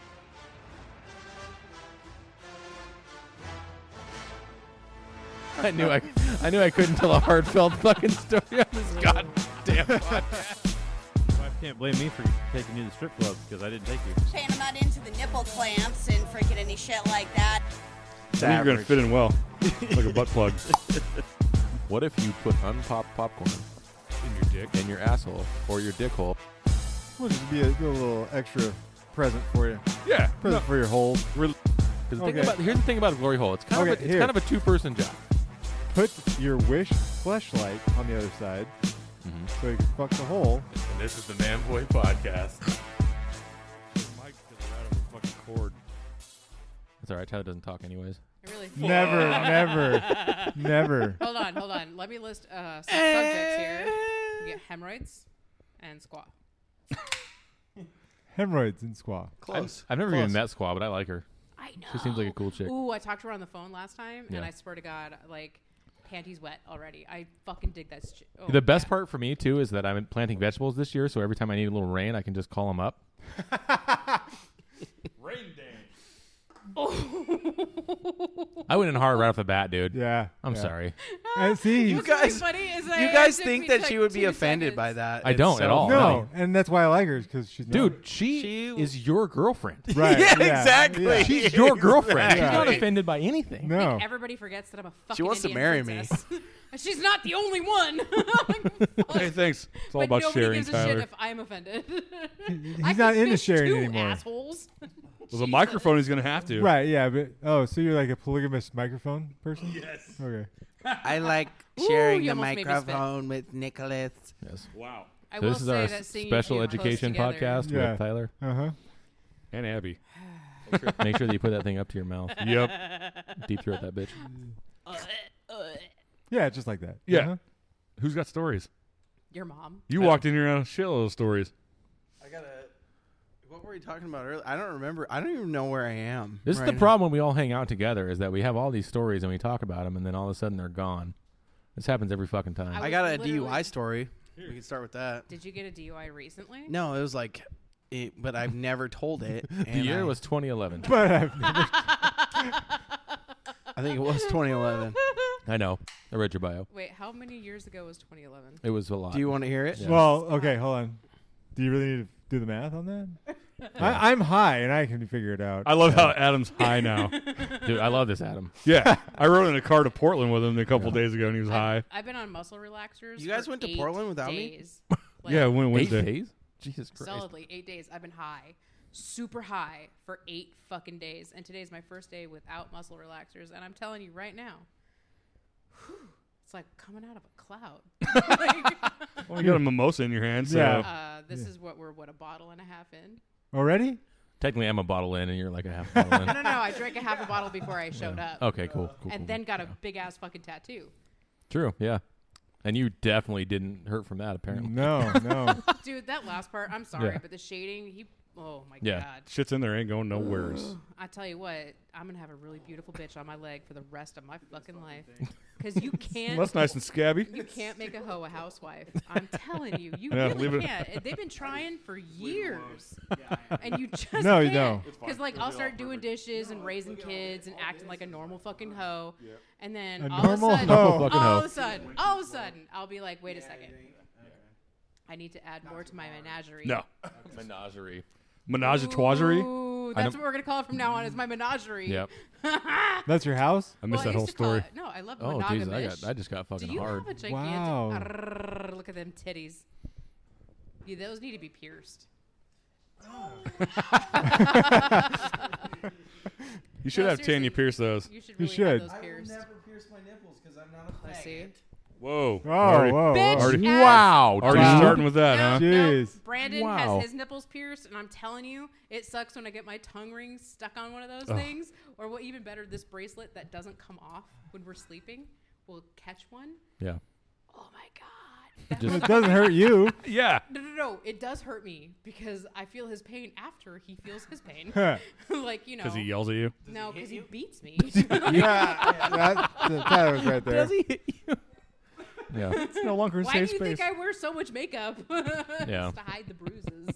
I knew I, I knew I couldn't tell a heartfelt fucking story on this goddamn podcast. Wife can't blame me for taking you to strip clubs because I didn't take you. Saying I'm not into the nipple clamps and freaking any shit like that. I think you're gonna fit in well, like a butt plug What if you put unpopped popcorn in your dick. in your asshole or your dick hole? We'll just be a, do a little extra present for you. Yeah, Present for your hole. Because the thing Okay. about here's the thing about a glory hole. It's kind of a, Okay, it's here. kind of a two person job. Put your wish flashlight on the other side so you can fuck the hole. And this is the Man Boy Podcast. Mike just ran over the fucking cord. It's all right. Tyler doesn't talk anyways. I really. Never, never, never. Hold on, hold on. Let me list uh, some Eh. subjects here. We get hemorrhoids and squat. Hemorrhoids in squaw. Close. I've never even met Squaw, but I like her. I know. She seems like a cool chick. Ooh, I talked to her on the phone last time, Yeah. and I swear to God, like, panties wet already. I fucking dig that shit. Oh, The best yeah. part for me too is that I'm planting vegetables this year, so every time I need a little rain, I can just call them up. Rain dance. I went in hard right off the bat, dude. Yeah. I'm yeah. sorry. And see, You he's- guys- Funny is You I- guys it took think me, that like, she would be two offended seconds. by that? I don't It's at so- all. no, and that's why I like her because she's not- Dude, she, She- is your girlfriend. Right. Yeah, exactly. yeah. She's your girlfriend. She's not Exactly. offended by anything. I think No. everybody forgets that I'm a fucking. wants to Indian marry me. princess. me. She's not the only one. Like, fuck. Hey, thanks. It's all about nobody sharing, gives a Tyler. shit if I'm offended. He's not into sharing two anymore. Assholes. Well, the microphone is gonna have to. Right. Yeah. But oh, so you're like a polygamous microphone person? Yes. Okay. I like Ooh, sharing you the almost made me spit. microphone with Nicholas. Yes. Wow. I So will this is say our that s- seeing you special two close education together- podcast Yeah. with Tyler. Uh huh. And Abby. Make sure that you put that thing up to your mouth. Yep. Deep throat that bitch. Yeah, just like that. Yeah. Uh-huh. Who's got stories? Your mom. Uh, You walked in here on a shitload of stories. I gotta. What were we talking about earlier? I don't remember. I don't even know where I am. This right is the now. problem when we all hang out together is that we have all these stories and we talk about them and then all of a sudden they're gone. This happens every fucking time. I- I got a Literally- DUI story. We can start with that. Did you get a DUI recently? No, it was like, it, but I've never told it. the and year I, was 2011. But uh, I've never, I think it was 2011. I know. I read your bio. Wait, how many years ago was 2011? It was a lot. Do you want to hear it? Yeah. well, okay, hold on. Do you really need to do the math on that? I, I'm high and I can figure it out. I love how Adam's high now. Dude, I love this, Adam. yeah. I rode in a car to Portland with him a couple days ago, and he was high. I've, I've been on muscle relaxers. You guys for went to eight Portland without me? days. Like, Yeah, it went Eight Wednesday. days? Jesus Christ. solidly eight days. I've been high, super high for eight fucking days, and today's my first day without muscle relaxers. And I'm telling you right now, whew, it's like coming out of a cloud. Like, Well, you got a mimosa in your hand, so Yeah. uh, this is what we're what a bottle and a half in. Already? Technically, I'm a bottle in and you're like a half bottle in. No, no, I drank a half a bottle before I showed up, Okay, cool. cool, cool, and then got a big ass fucking tattoo. True, yeah. And you definitely didn't hurt from that, apparently. No, no. Dude, that last part, I'm sorry, Yeah. but the shading, he, oh my Yeah. god. shit's in there ain't going nowheres. I tell you what, I'm gonna have a really beautiful bitch on my leg for the rest of my fucking life, because you can't. That's nice and scabby. You can't make a hoe a housewife. I'm telling you, you Yeah, leave really it- can't. They've been trying for years, and you just No, you can't. don't. It's Because like I'll start doing dishes and raising kids and acting like a normal fucking hoe, and then A all normal of a sudden, hoe. Normal fucking all of hoe. a sudden, all of a sudden, I'll be like, wait a second, I need to add more to my menagerie. No. Mm. Menagerie. Menage a trois. Ooh, I that's don't- what we're gonna call it from now on. Is my menagerie. Yep. That's your house? I missed Well, I that whole used to call story. it- no, I love Oh, monogamish. jeez, I, got, I just got Do fucking you hard. have a gigantic? Wow. Arrrr, look at them titties. Yeah, those need to be pierced. You should No, have Tanya seriously. pierce those. You should really should. have those pierced. pierce my nipples because I'm not a See? Whoa. Oh, already, whoa. Bitch. already- ass. Wow. already Wow. starting with that, No, huh? no, Jeez. Brandon Wow. has his nipples pierced, and I'm telling you, it sucks when I get my tongue ring stuck on one of those things. Or what even better, this bracelet that doesn't come off when we're sleeping will catch one. Yeah. Oh my god. That Just- It doesn't hurt you. Yeah. No, no, no. It does hurt me because I feel his pain after he feels his pain. Huh. like, you know. Because he uh, yells at you. no, because he, beats me. yeah. That, that was right there. Yeah. It's no longer a Why do you think I wear so much makeup? Just to hide the bruises. me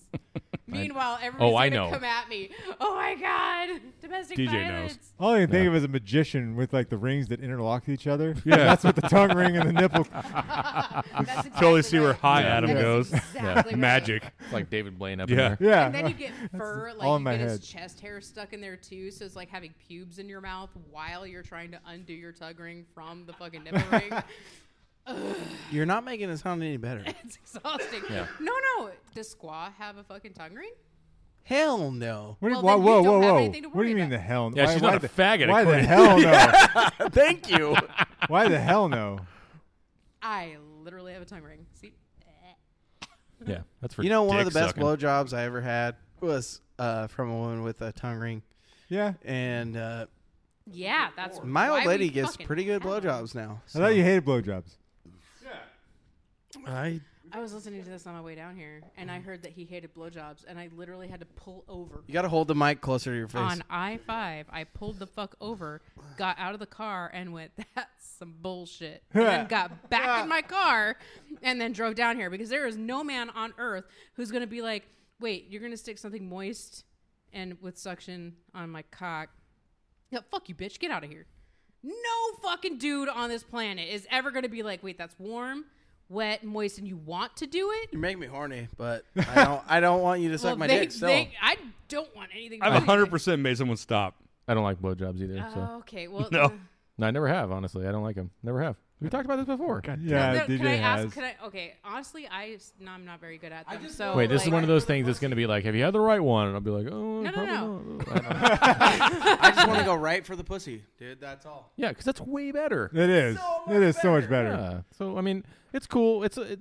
meanwhile, everybody's I gonna know. come at me. Oh my god, domestic DJ knows. violence. All I can think of is a magician with like the rings that interlock each other. Yeah. that's what the tongue ring and the nipple. That's exactly Totally see where right. high Yeah. Adam That's goes. Exactly uh, right. Magic. It's like David Blaine up Yeah. in there. Yeah, And then you get fur, like all in you my get head. his chest hair stuck in there too. So it's like having pubes in your mouth while you're trying to undo your tug ring from the fucking nipple ring. You're not making it sound any better. It's exhausting. Yeah. No, no. Does squaw have a fucking tongue ring? Hell no. What do you- Well, then whoa, whoa, you don't have whoa, anything to whoa! What do worry you mean about. the hell? Yeah, why, she's why not a the, faggot, Why the according- hell no? Thank you. Why the hell no? I literally have a tongue ring. See? Yeah, that's for you know, one of the dick best sucking. blowjobs I ever had was uh, from a woman with a tongue ring, Yeah, and uh, Yeah, that's my why old we lady gets fucking pretty good have them. blowjobs now. I thought you hated blowjobs. I I was listening to this on my way down here, and Mm-hmm. I heard that he hated blowjobs, and I literally had to pull over. you got to hold the mic closer to your face. On I five, I pulled the fuck over, got out of the car, and went, "That's some bullshit." And then got back in my car, and then drove down here because there is no man on earth who's gonna be like, "Wait, you're gonna stick something moist and with suction on my cock?" Yeah, fuck you, bitch. Get out of here. No fucking dude on this planet is ever gonna be like, "Wait, that's warm, wet, moist, and you want to do it." you make me horny, but I don't. I don't want you to suck Well, my they- dick. Still, they- I don't want anything. to do I've with it. 100% made someone stop. I don't like blowjobs either. so Oh, okay. Well, No. uh, no, I never have. Honestly, I don't like them. Never have. We talked about this before. Yeah, No, DJ can I has. ask? Can I? Okay, honestly, I s- no, I'm not very good at them. just so Wait, this like, is one of those things that's going to be like, have you had the right one? And I'll be like, oh, No, no, probably no. not. I don't know. I just want to go right for the pussy, dude. That's all. yeah, because that's way better. It is. it is so much better. Yeah. So I mean, it's cool. It's a, it,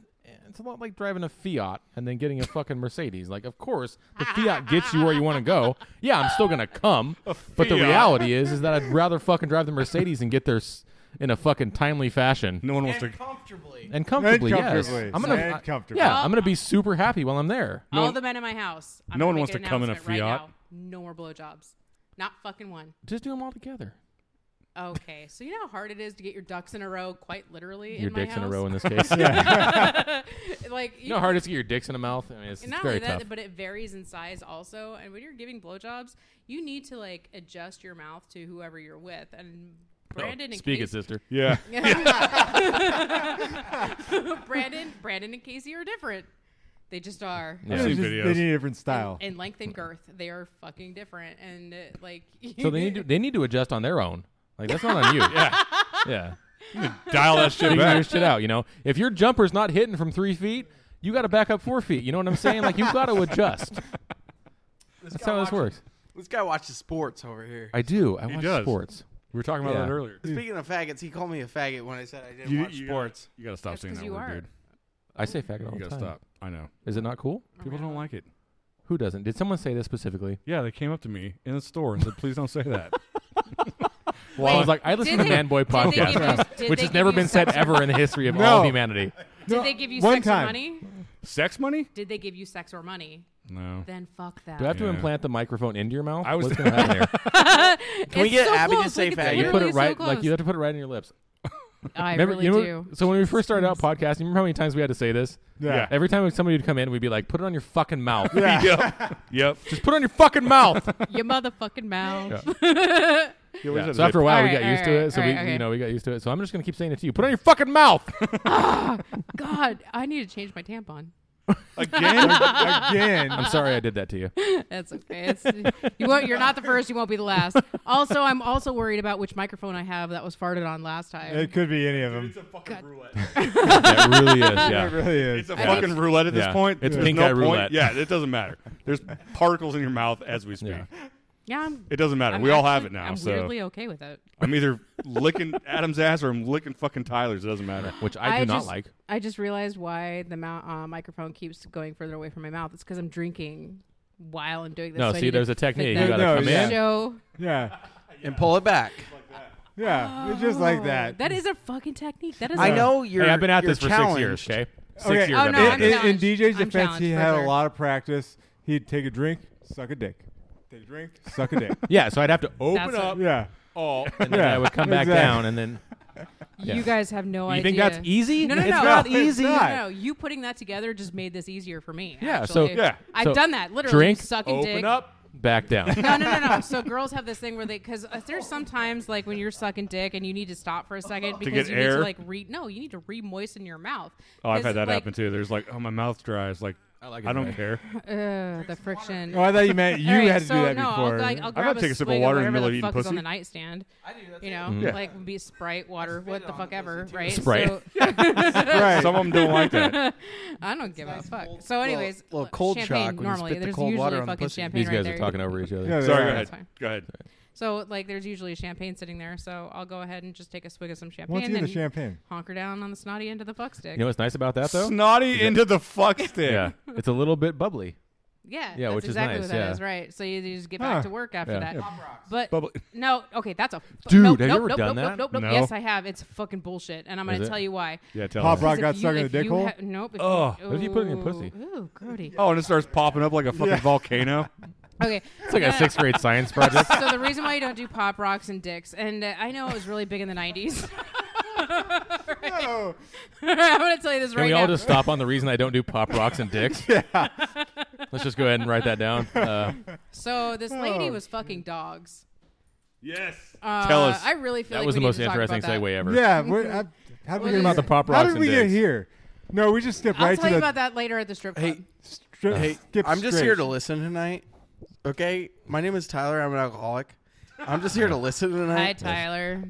it's a lot like driving a Fiat and then getting a fucking Mercedes. Like, of course, the Fiat gets you where you want to go. Yeah, I'm still gonna come. But the Fiat. reality is, is that I'd rather fucking drive the Mercedes and get there s- in a fucking timely fashion No one wants to. comfortably. and comfortably. And yes. comfortably. I'm gonna. And I- comfortably. Yeah, I'm gonna be super happy while I'm there. all one- the men in my house. I'm no gonna one make wants an to come in a announcement right Fiat. now. No more blowjobs. Not fucking one. Just do them all together. Okay, so you know how hard it is to get your ducks in a row, quite literally. your in my dicks in a house? row in this case. like you You know how hard it is to get your dicks in a mouth? I mean, it's, And it's not very only that, tough. but it varies in size also. And when you're giving blowjobs, you need to like adjust your mouth to whoever you're with. And Brandon, and Oh, Speak it, Casey, sister. Yeah. Brandon, Brandon and Casey are different. They just are. Yeah. It's Seen just- videos. They need a different style. In length and girth, they are fucking different. And uh, like, So they need to they need to adjust on their own. Like that's not on you. yeah, yeah. Dial that shit Figure your back. shit out. You know, if your jumper's not hitting from three feet, you got to back up four feet. You know what I'm saying? Like you got to adjust. That's how this works. This guy watches sports over here. I do. I He watch does. sports. We were talking about Yeah. that earlier. Speaking of faggots, he called me a faggot when I said I didn't watch sports. You gotta stop That's saying 'cause that you word, are. Oh dude. I say faggot all You the gotta time. stop. I know. Is it not cool? People don't like it. Who doesn't? Did someone say this specifically? Yeah, they came up to me in the store and said, "Please don't say that." Well, I was like, I listen to they- Manboy did they give podcast, you- did which they has give never you been said sex- ever in the history of No. all of humanity. Did they give you One sex time. or money? Sex money? Did they give you sex or money? No. Then fuck that. Do I have to Yeah. implant the microphone into your mouth? I was- What's going to happen there? Can we get so Abby to close, say like, it's faggot? Yeah, you put Literally it so right, like close. you have to put it right in your lips. I Remember- really you know do. what- So when we first started out podcasting, remember how many times we had to say this? Yeah. Every time somebody would come in, we'd be like, "Put it on your fucking mouth. yep. Yep. Just put it on your fucking mouth." Your motherfucking mouth. Yeah, So after a while, we Alright, got used to alright, it. So we, alright, okay. you know, we got used to it. So I'm just gonna keep saying it to you. Put it on your fucking mouth. God, I need to change my tampon. again. I'm Again, sorry I did that to you. That's okay. It's, you won't, you're not the first. You won't be the last. Also, I'm also worried about which microphone I have that was farted on last time. it could be any of them. a fucking roulette. That really is. It Yeah. really It's is. a fucking roulette at this Yeah. point. It's There's pink no eye point. roulette. Yeah, it doesn't matter. There's particles in your mouth as we speak. Yeah. yeah, I'm, It doesn't matter. I'm we all have actually- it now. I'm so weirdly okay with it. I'm either licking Adam's ass or I'm licking fucking Tyler's. It doesn't matter. Which I do not just, like. I just realized why the mou- uh, microphone keeps going further away from my mouth. It's because I'm drinking while I'm doing this. No, so I see, need to there's a fit technique. You that. gotta No, come yeah. in. Show. Yeah, And pull it back. yeah. It's just like that. That is a fucking technique. That is. I a- know you're. Hey, I've been at you're this for six challenged. years. Okay. Six Okay. years. Oh, I've no, been I'm at in, this. in, in challenged. DJ's I'm defense, he challenged, for had sure. a lot of practice. He'd take a drink, suck a dick. Take a drink, suck a dick. Yeah. So I'd have to open That's up yeah. all, and then Yeah, I would come back exactly. down, and then Yeah. You guys have no You idea. think that's easy? No, no, It's no. not No, easy. No, It's no, not. no. You putting that together just made this easier for me. Yeah, so- Actually. Yeah. I've So done that literally. Drink, sucking open dick. up, back down. No, no, no, no. So girls have this thing where they because there's sometimes like when you're sucking dick and you need to stop for a second because get you need air? to like re no, you need to re-moisten your mouth. Oh, I've 'Cause, had that like, happen too. There's like, oh, my mouth dry. It's like, I like it I don't dry. care. Ugh, the friction. Oh, I thought you meant you All right, had to so do that no, before. I'll, like, I'll grab gotta take a sip of swig water in the whatever middle of eating fuck is on pussy. the nightstand. I do. That's You it. know, Yeah. like would be Sprite water, Spit what the on fuck the ever, pussy, right? too. Sprite. So, right. Some of them don't like that. I don't give a nice fuck. cold- so, little- anyways, little look, cold shock champagne when you normally spit the there's cold water usually on the fucking pussy. champagne These right guys there. are talking over each other. Yeah, they Sorry, are. go ahead. That's fine. Go ahead. So like there's usually champagne sitting there, so I'll go ahead and just take a swig of some champagne Once you get and the champagne, honker down on the snotty end of the fuck stick. You know what's nice about that though? Snotty into the fuck stick. yeah, it's a little bit bubbly. yeah, Yeah, that's which is exactly nice, what that is, yeah. Ah, right? So you, you just get back Huh. to work after Yeah. that. Yeah. But Bubble- no, okay, that's a f- Dude, Nope, have you nope, ever nope, done nope, that? Nope, nope, No. Yes, I have. It's fucking bullshit, and I'm Is gonna it? tell you why. Yeah, tell Pop us. Rock Because got if stuck you- in the if dick you hole. ha- nope. If Ugh. You, Oh, What if you put it in your pussy? Ooh, ooh, grody. Oh, and it starts popping up like a fucking volcano. Okay, It's like a sixth grade science project. so the reason why you don't do pop rocks and dicks, and uh, I know it was really big in the '90s. oh, I'm gonna tell you this Can right we now. all just stop on the reason I don't do pop rocks and dicks? yeah. Let's just go ahead and write that down. Uh, so this lady Oh, was fucking dogs. yes. Uh, Tell us. I really feel that like was we the need most to talk interesting about that. segue ever. yeah. We're, I, how did we What get about here? the pop How rocks did and we get dicks? here? No, we just skipped I'll right tell to you the about that later at the strip club. Hey, stri- Hey, skip I'm just straight. here to listen tonight. Okay, my name is Tyler. I'm an alcoholic. I'm just here to listen Hi, tonight. Tyler.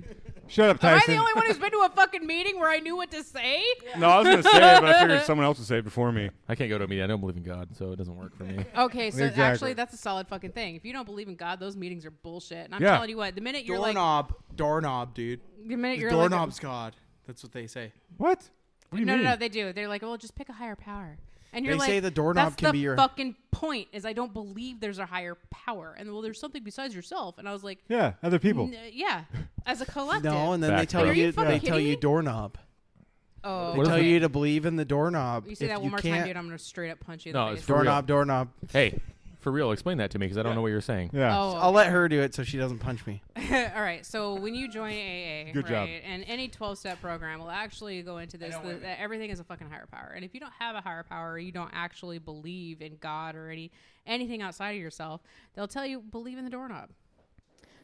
Shut up, oh, Am I Tyson. the only one who's been to a fucking meeting where I knew what to say? No, I was gonna say it, but I figured someone else would say it before me. I can't go to a meeting. I don't believe in God, so it doesn't work for me. Okay, so Exactly. actually, that's a solid fucking thing. If you don't believe in God, those meetings are bullshit. And I'm Yeah. telling you what, the minute you're like, doorknob, doorknob, dude. the minute you're like, doorknob's God. That's what they say. What? no, no, no, they do. They're like, well, just pick a higher power. And you're They like, say the doorknob that's can the be your- fucking point. Is I don't believe there's a higher power, and well, there's something besides yourself. And I was like, Yeah, other people. "N- uh, yeah, as a collective. No, and then they Back tell up. Are you, you they fucking tell kidding you me? doorknob. oh, They What if tell I- you to believe in the doorknob. You say If that one more can't- time, dude. I'm gonna straight up punch you in No, the it's face. for real. Doorknob, doorknob. Hey, for real, explain that to me because I don't know what you're saying. Yeah. Oh, I'll let her do it so she doesn't punch me. all right. So when you join AA, Good right, job. and any twelve-step program will actually go into this that, that everything is a fucking higher power, and if you don't have a higher power, you don't actually believe in God or any anything outside of yourself. They'll tell you believe in the doorknob.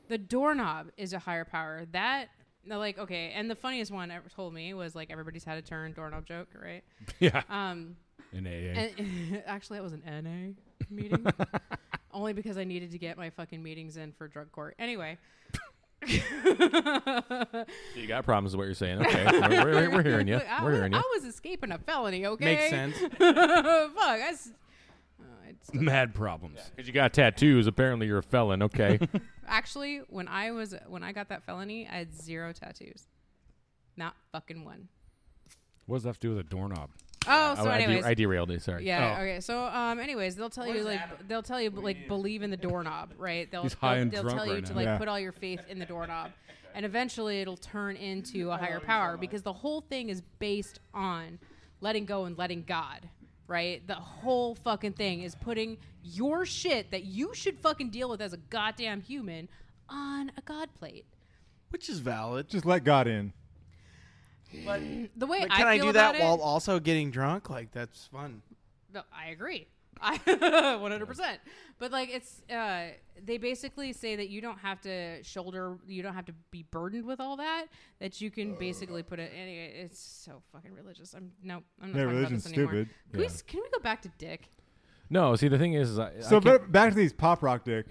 The doorknob is a higher power. That they're like okay, and the funniest one ever told me was like everybody's had a turn doorknob joke, right? Yeah. Um, In AA. and, actually, that was an NA meeting. Only because I needed to get my fucking meetings in for drug court. Anyway. You got problems, is what you're saying. Okay, we're, we're, we're hearing you. I, We're was- hearing you. I was escaping a felony, okay? Makes sense. Fuck. I s- oh, it's- Mad problems. Because you got tattoos, apparently you're a felon. Okay, actually, when I was when I got that felony, I had zero tattoos. Not fucking one. What does that have to do with a doorknob? Oh, so I, I, anyways. de- I derailed it. Sorry. yeah. Oh. Okay. So, um, anyways, they'll tell you like they'll tell you like believe in the doorknob, right? They'll He's high they'll, and they'll drunk tell you right to now. like Yeah. put all your faith in the doorknob, and eventually it'll turn into a higher power because the whole thing is based on letting go and letting God, right? The whole fucking thing is putting your shit that you should fucking deal with as a goddamn human on a god plate. Which is valid. Just let God in. The way Like, I can I, feel do about that it- while also getting drunk? Like that's fun. No, I agree. I 100%. But like it's uh they basically say that you don't have to shoulder you don't have to be burdened with all that that you can basically put it anyway it's so fucking religious. I'm no, I'm not Yeah, talking about religion's this anymore. stupid. Can, we, s- can we go back to dick? No, see, the thing is, is I, I So can't- but back to these pop rock dick.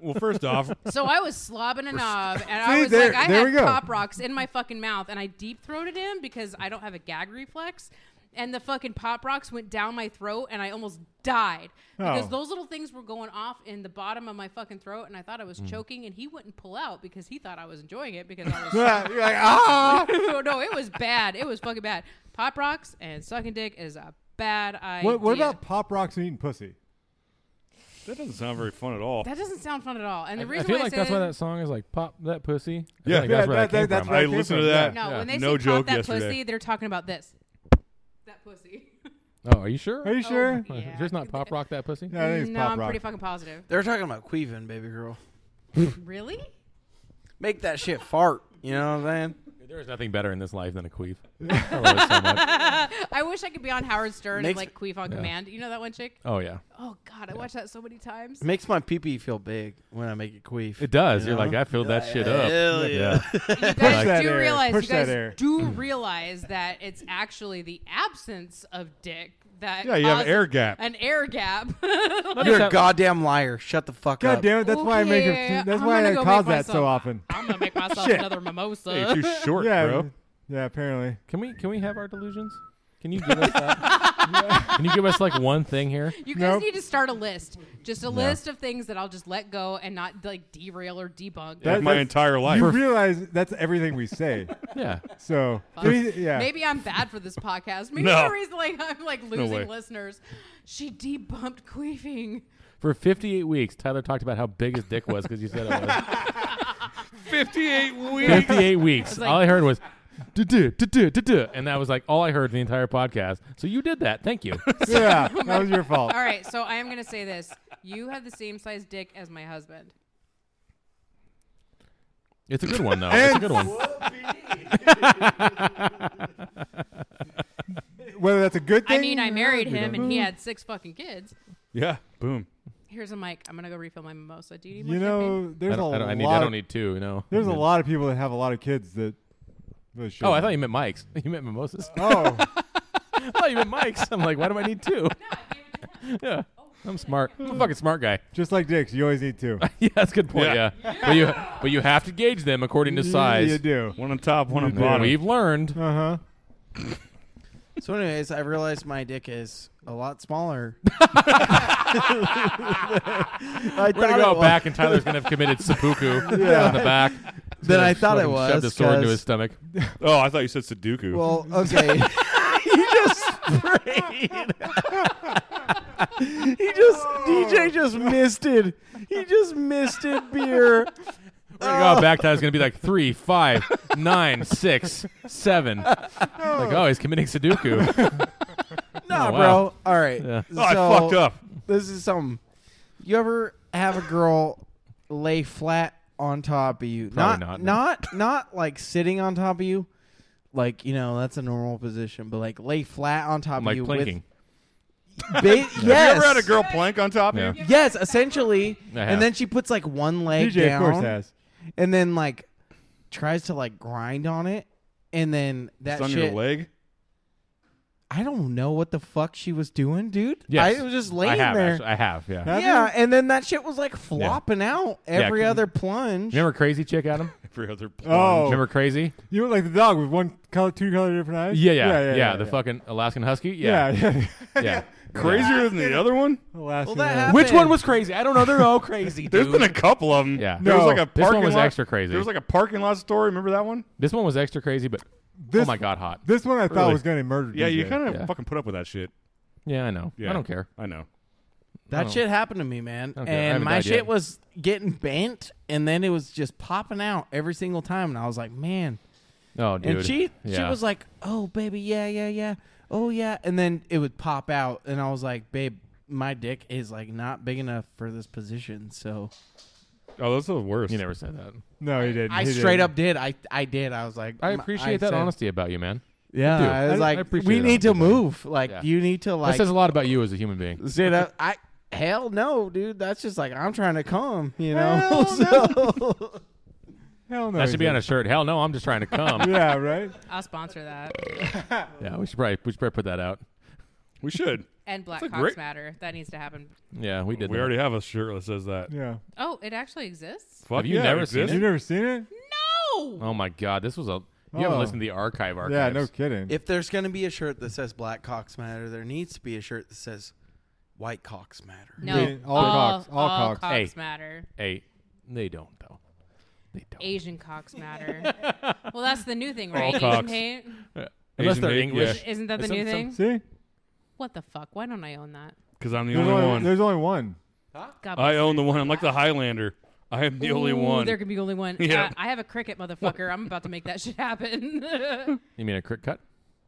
Well, first off, So I was slobbing a knob and I See, was there- like I there we had go. pop rocks in my fucking mouth and I deep throated him because I don't have a gag reflex. And the fucking pop rocks went down my throat, and I almost died because Oh. those little things were going off in the bottom of my fucking throat, and I thought I Mm. was choking. And he wouldn't pull out because he thought I was enjoying it because I was Yeah, you're like ah. no, no, it was bad. It was fucking bad. Pop rocks and sucking dick is a bad idea. What, what about pop rocks and eating pussy? that doesn't sound very fun at all. that? Doesn't sound fun at all. And the I reason feel why like I that's say why that song is like "Pop That Pussy." I feel Yeah. like Yeah, that's where that, that- came that- that's from. where I it came listened to from, that. No, Yeah. when they No say joke pop that yesterday. pussy, they're talking about this. That pussy. oh, are you sure? Are you sure? Oh, yeah. Just not pop rock that pussy. No, I think it's no, pop I'm rock. pretty fucking positive. They're talking about queeving, baby girl. really? Make that shit fart. You know what I'm saying? There is nothing better in this life than a queef. I love it so much. I wish I could be on Howard Stern and Makes- like queef on Yeah. command. You know that one chick? Oh yeah, Oh God, I watched that so many times. It makes my pee pee feel big when I make it queef. it does. You You're like know? I filled that shit up. Hell yeah. You Push that guys do air. realize Push you guys that air. do realize that it's actually the absence of dick that Yeah, you have causes air gap. An air gap. Just You're a have- goddamn liar. Shut the fuck God up. damn it! That's why I make her. That's I'm why gonna I go cause make that so myself- often. I'm gonna make myself Shit. another Hey, mimosa. too short, yeah, bro. yeah. Apparently, Can we can we have our delusions? Can you give us that? can you give us like one thing here? You guys Nope. need to start a list, just a list of things that I'll just let go and not like derail or debunk. That- my that's- entire life. you realize that's everything we say. Yeah. So Fuck. yeah, Maybe I'm bad for this podcast. Maybe No. the reason like I'm like losing way. listeners. She debunked queefing. For 58 weeks, Tyler talked about how big his dick was because you said it was 58 weeks. 58 weeks. like- all I heard was. "Du-du, du-du, du-du," And that was like all I heard the entire podcast. So you did that. Thank you. yeah, that was your fault. All right, so I am gonna say this. You have the same size dick as my husband. It's a good one though. It's a good one. Whether that's a good thing. I mean, I or married we him don't and he know. had six fucking kids. Yeah, boom. Here's a mic. I'm gonna go refill my mimosa. Do you need more You champagne? know, there's I don't, a I don't- I need, lot. I don't need two. You know. there's a lot of people that have a lot of kids that. Oh, really I shouldn't. thought you meant Mike's. You meant mimosas. Oh, I thought you meant Mike's. Oh, I'm like, why do I need two? yeah. I'm smart. I'm a fucking smart guy. just like dicks, you always need two. yeah, that's a good point. Yeah. Yeah. But you but you have to gauge them according to size. You, you do. One on top, one on do. bottom. We've learned. Uh huh. So, anyways, I realized my dick is a lot smaller. I We're thought gonna it go was- back, and Tyler's gonna have committed seppuku on the back. He's Then gonna I thought it fucking was. Shoved a sword into 'cause- his stomach. Oh, I thought you said Sudoku. Well, okay. he just sprayed. he just DJ just misted. He just misted beer. We're gonna go back. Tyler's gonna be like three, five, nine, six, seven. Like, oh, he's committing Sudoku. Nah, Oh, wow. bro. All right. Yeah. oh, I So, fucked up. This is something. You ever have a girl lay flat on top of you? Probably not, not no. not not like sitting on top of you. Like you know, that's a normal position, but like lay flat on top I'm of like you planking. with ba- yes. You ever had a girl plank on top Yeah. of you? Yes, essentially. I have. And then she puts like one leg DJ down of course has. and then like tries to like grind on it and then that It's on shit your leg. I don't know what the fuck she was doing, dude. Yes. I was just laying I have. there. Actually, I have. Yeah. Have yeah, and then that shit was like flopping out every Yeah, other plunge. Remember Crazy Chick Adam? Every other Oh. plunge. Remember Crazy? You look like the dog with one color, two color different eyes. Yeah, yeah, yeah. yeah, the fucking Alaskan Husky. Yeah, Yeah, yeah. yeah. Crazier than the other one? Alaska. that yeah. happened. Which one was crazy? I don't know. They're all crazy. There's dude. been a couple of them. Yeah. There was No. like a This one parking was lot. extra crazy. There was like a parking lot story. Remember that one? This one was extra crazy, but oh This- my god, hot. This one I thought Really? was going to murder. Yeah, you DJ. kind of Yeah. fucking put up with that shit. Yeah, I know. Yeah. I don't care. I know. That Oh. shit happened to me, man. Okay, I and haven't my died shit yet. was getting bent and then it was just popping out every single time and I was like, "Man, Oh, dude. And she she Yeah. was like, "Oh, baby, yeah, yeah, yeah, oh yeah," and then it would pop out, and I was like, "Babe, my dick is like not big enough for this position." So Oh, those are the worst. You never said that. No, he didn't. I He straight didn't. up did. I I did. I was like, I m- appreciate that said- honesty about you, man. Yeah, do. I was I- I like, appreciate "We that need to honesty, buddy. move. Like, Yeah. you need to that like says a lot about you as a human being. sit up." I hell no, dude. That's just like I'm trying to come. You know. so Hell no. That he should be on a didn't. shirt. Hell no, I'm just trying to come. Yeah, right. I'll sponsor that. yeah, we should probably we should probably put that out. We should. And black That's a cocks great- matter. That needs to happen. Yeah, we did. We that. already have a shirt that says that. Yeah. Oh, it actually exists? Fuck Have you yeah, never it exists. seen You never seen it? No. Oh my god, this was a. You haven't Oh. listened to the archive archives. Yeah, no kidding. if there's gonna be a shirt that says "Black Cocks Matter," there needs to be a shirt that says "White Cocks Matter." No. They- all cocks, all cocks. Hey. matter. Hey, they don't though. They don't. Asian cocks matter. well, that's the new thing, All right? Asian cocks. hate. Unless Asian they're hate, English. Isn't that the Some- new some- See, thing? What the fuck? Why don't I own that? Because I'm the there's only only, one. there's only one. God I bless own the you. one. I'm like the Highlander. I am the only Ooh, one. There can be only one. Yeah. Uh, I have a cricket, motherfucker. I'm about to make that shit happen. You mean a crit cut?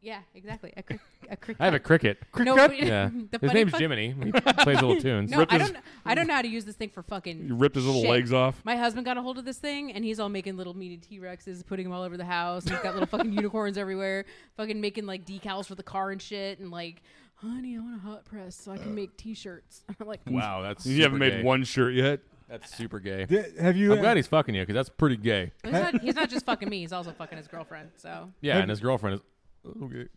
Yeah, exactly. A, cri- a cricket. I have a cricket. No, but- Yeah. the His funny name's part- Jiminy. He plays little tunes. No, I don't. kn- I don't know how to use this thing for fucking. You ripped his little shit. legs off. My husband got a hold of this thing, and he's all making little meaty T Rexes, putting them all over the house. And he's got little fucking unicorns everywhere, fucking making like decals for the car and shit, and like, honey, I want a hot press so Uh. I can make T-shirts. I'm like, Wow, that's You haven't super made gay. one shirt yet. That's super gay. Di- have you? I'm glad he's fucking you because that's pretty gay. He's not, he's not just fucking me; he's also fucking his girlfriend. So Yeah, and his girlfriend is. Okay.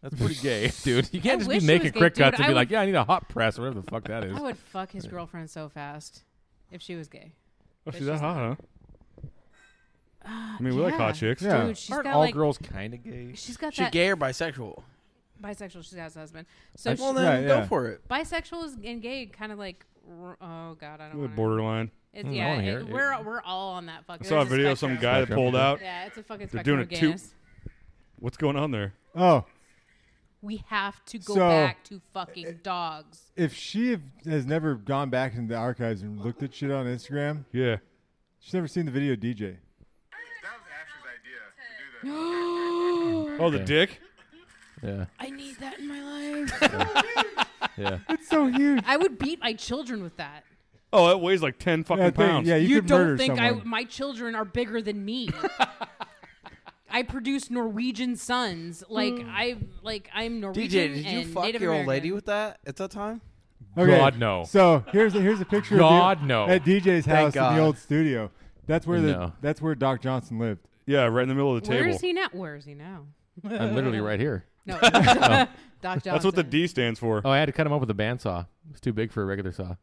That's pretty gay, dude. You can't I just wish be he making was gay, quick dude. cuts and I be would- like, "Yeah, I need a hot press," or whatever the fuck that is. I would fuck his girlfriend so fast if she was gay. Oh, But she's that she's hot, huh? I mean, we like hot yeah. chicks. Yeah. Dude, she's Aren't got all like girls kind of gay? she's got She that gay or bisexual? bisexual. She's got a husband. So I- she- Well, Yeah, then yeah. go for it. bisexual is and gay, kind of like. r- Oh God, I don't. With wanna- Borderline. It's, Mm, I yeah, wanna hear it- it. we're we're all on that fucking. I saw a there's video of some spectrum. guy that Spectrum. pulled out. Yeah, it's a fucking They're spectrum doing a two- of gayness. What's going on there? Oh, We have to go So- back to fucking dogs. if she have- has never gone back into the archives and looked at shit on Instagram, Yeah. she's never seen the video DJ. Oh, the dick. Yeah, I need that in my life. yeah. It's so huge. I would beat my children with that. Oh, it weighs like ten fucking That thing, pounds. yeah, you, could don't murder think I, someone. my children are bigger than me? I produce Norwegian sons. Like I like I'm DJ, Norwegian. Hmm. did you and fuck Native your old lady American. with that at that time? Okay, God, no. So here's a, here's a picture God, of the, no. at DJ's house in God. the old studio. That's where the No. that's where Doc Johnson lived. Yeah, right in the middle of the Where table. is he now? Where is he now? I'm literally right here. No, Doc Johnson. That's what the D stands for. Uh, Oh, I had to cut him up with a bandsaw. It's too big for a regular saw.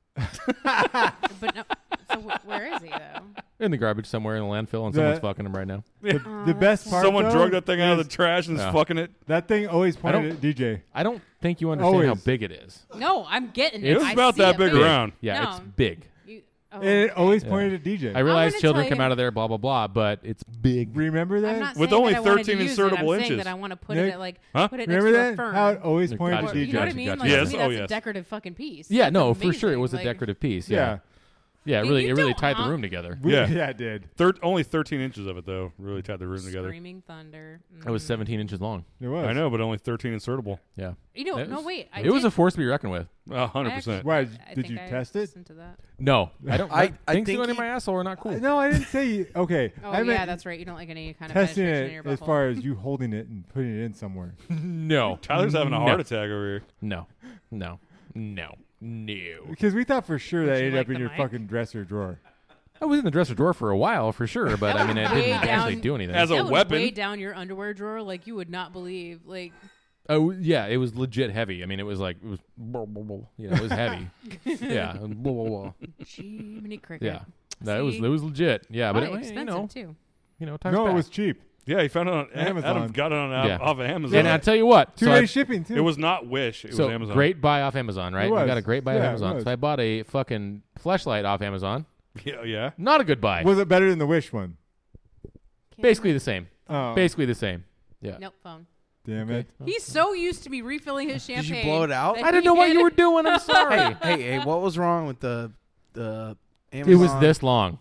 But no, so wh- where is he though? In the garbage somewhere in the landfill, and The- someone's fucking him right now. the best part Someone though, drug that thing out of the trash and is Yeah. fucking it. that thing always don't- pointed at DJ. I don't think you understand how Always. big it Oh, is. No, I'm getting It's I about see that it, big but- around. Yeah, it's No. big. You, oh, And it always pointed at DJ. I realize gonna children tell come you- out of there, blah blah blah, but it's big. Remember I'm that? not With saying only that I wanted 13 to use it, insertable I'm saying inches. that I want to put it Nick, at like Huh? put it Remember next to that? a fern. How it always Gotcha, pointed gotcha, at DJ. you know what I Gotcha, mean? gotcha, gotcha. Like to me, Yes, that's oh, a yes. decorative fucking piece. Yeah, That's no, for sure it amazing, was a like- decorative piece. yeah. Yeah, yeah, it You- really, you it really don't tied the hon- room together. We- Yeah. yeah, it did. Thir- only 13 inches of it though really tied the room together. Screaming thunder. It was Mm. 17 inches long. It was. I know, but only 13 insertable. Yeah, You know, It no was- wait. I it was did- a force to be reckoned with. A hundred I percent. actually- Why, I did think you I test it? listened to that. No, I don't. I- things I think going in he- my asshole are not cool. Uh, No, I didn't say. you- Okay. Oh I yeah, meant that's right. You don't like any kind of testing penetration in it your as butthole. far as you holding it and putting it in somewhere. No, Tyler's having a heart No. attack over here. no, no, no, no. Because we thought for sure that you ended like up in the your mic? fucking dresser drawer. I was in the dresser drawer for a while for sure, but I mean, it Way didn't actually down- do anything. As a that weapon. would weigh down your underwear drawer like you would not believe. Like oh yeah, it was legit heavy. I mean, it was like it was, yeah, it was heavy. yeah, blah, blah, blah. Jiminy Cricket. yeah. No, it was See? it was legit. Yeah, but Probably it, you expensive know, too. you know, times no, it back. was cheap. Yeah, he found it on Amazon. Amazon. Adam got it on Yeah. off of Amazon. And I tell you what, Two so day I- shipping too. it was not Wish. It so was Amazon. great buy off Amazon, right? It You was. got a great buy Yeah, off it Amazon. was. So I bought a fucking flashlight off Amazon. Yeah, yeah. Not a good buy. Was it better than the Wish one? Basically the same. Oh, Basically the same. Yeah. Nope, phone. damn it! He's so used to me refilling his champagne. you blow it out? that I didn't he know what had- you were doing. I'm hey, sorry. hey, hey, what was wrong with the the Amazon? it was this long.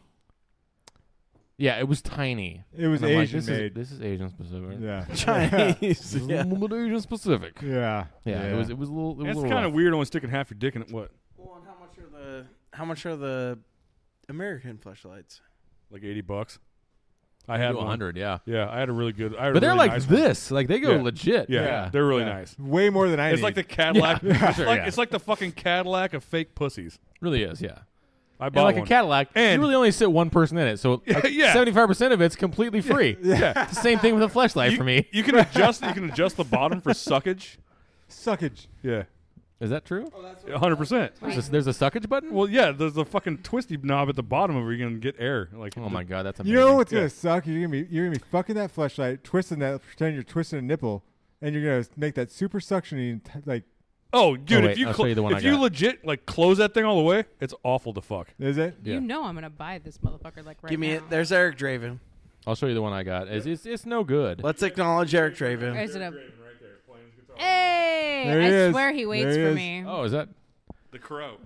Yeah, it was tiny. It was And I'm like, Asian this made. Is, this is Asian specific. yeah. Chinese. This is a yeah. little bit Asian specific. Yeah, yeah, it was. It was a little. It was It's a little kind of rough. weird only sticking half your dick in it. What? Well, and how much are the how much are the American flashlights? Like 80 bucks. I had Do one. 100. Yeah, Yeah, I had a really good. I had a but they're really like nice one. this. Like they go Yeah. legit. Yeah, they're really nice. way more than I. It's like need. the Cadillac. Yeah, it's, sure, like, yeah. it's like the fucking Cadillac of fake pussies. really is. Yeah. I bought And like one. a Cadillac, And- you really only sit one person in it, so like yeah. 75% of it's completely free. Yeah. It's the same thing with a flashlight you, for me. you can adjust. You can adjust the bottom for suckage. suckage. Yeah, Is that true? 100. percent There's a, there's a suckage button? Well, yeah, there's a fucking twisty knob at the bottom of where you can get air. Like, oh my god, that's amazing. You know what's Yeah. gonna suck? You're gonna be you're gonna be fucking that flashlight, twisting that, pretending you're twisting a nipple, and you're gonna make that super suctioning t- like Oh, dude, Oh, wait, if you I'll clo- show you the one if I you got. legit like close that thing all the way, it's awful to fuck. is it? Yeah. You know I'm gonna buy this motherfucker like right Give me now. it. There's Eric Draven. I'll show you the one I got. It's, it's, it's no good. Let's acknowledge Eric Draven. Is it Eh. a? Hey! There I he is. swear he waits There he for is. me. oh, is that The crow.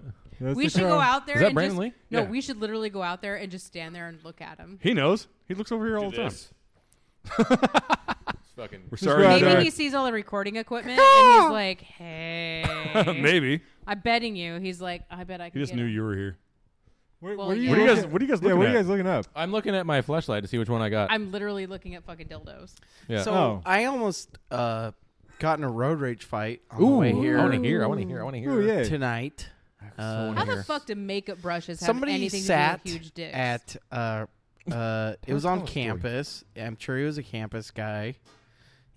That's we the should go crow. out there. Is that and Brandon just, Lee? No, Yeah. we should literally go out there and just stand there and look at him. He knows. He looks over here all the time. fucking. We're sorry. Yeah, Maybe they're- he sees all the recording equipment and he's like, "Hey." Maybe I'm betting you. He's like, "I bet I he can." just get knew it." you were here. What, Well, what are yeah. you What are you looking- guys? What are you guys Yeah, looking what are at? you guys looking up? I'm looking at my flashlight to see which one I got. I'm literally looking at fucking dildos. yeah. So Oh. I almost uh, got in a road rage fight on the Ooh, way I here want to hear. I want to hear. I want to hear. Ooh, yeah. tonight. Uh, How the fuck do makeup brushes have Somebody anything sat to do with huge dicks? at uh, uh, it was tell on a story. campus. I'm sure he was a campus guy,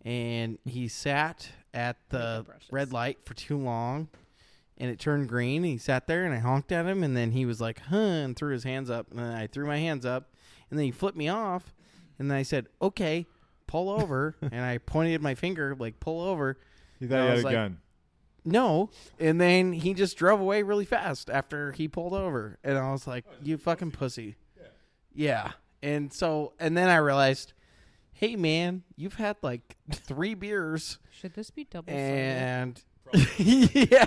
and he sat at the Makeup brushes. red light for too long, and it turned green. He sat there, and I honked at him, and then he was like, "Huh," and threw his hands up, and then I threw my hands up, and then he flipped me off, and then I said, "Okay." Pull over, and I pointed my finger like pull over, He thought I he had was a like- gun. no. And then he just drove away really fast after he pulled over. And I was like, you fucking pussy. Yeah. And so, and then I realized, hey, man, you've had like three beers. Should this be eh, double? sided? And yeah,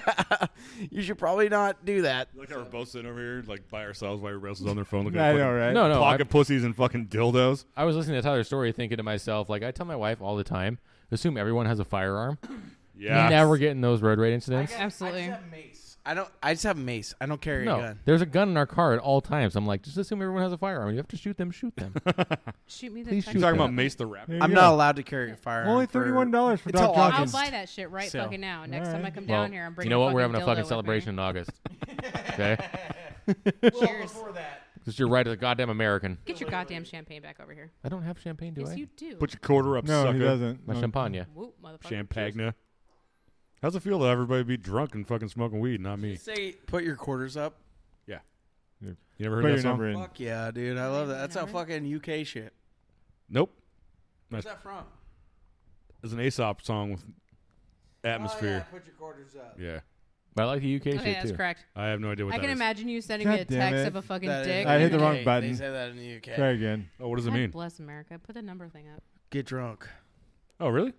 you should probably not do that. Like how we're both sitting over here, like by ourselves, while everybody else is on their phone looking I at know, fucking right? No, no. I, pocket pussies and fucking dildos. I was listening to Tyler's story, thinking to myself, like I tell my wife all the time, assume everyone has a firearm. Yeah, Now we're getting those road rage incidents. Absolutely. mace. I don't. I just have mace. I don't carry a No, gun. there's a gun in our car at all times. I'm like, just assume everyone has a firearm. You have to shoot them. Shoot them. Shoot me the. Please fucking- You shoot talking that. about Mace the Rapper? There I'm you not go. allowed to carry a firearm. Only for- $31 for Until Doc I'll Hawkins. August. buy that shit right So- fucking now. Next time I come Well, down here, I'm bringing. you know what? fucking We're having a dildo fucking with me. celebration in August. okay, Cheers. because you're right as a goddamn American. Get your goddamn champagne back over here. I don't have champagne, do yes, I? you do. Put your quarter up, No, sucker. he doesn't. My No. champagne. Whoop, motherfucker. Champagna. How's it feel to everybody be drunk and fucking smoking weed, not me? Say, put your quarters up. You never heard Put that your song? number in. Fuck yeah, dude! I love that. That's how fucking UK shit. Nope. Where's that from? It's an Aesop song with atmosphere. Oh, put your quarters up. yeah. But I like the UK shit Okay, that's too. correct. I have no idea what Oh, I that can is. imagine you sending God me a damn text it. of a fucking That is dick. I hit the God wrong They button. say that in the UK. Try again. Oh, what does it mean? Bless America. Put the number thing up. Get drunk. Oh, really?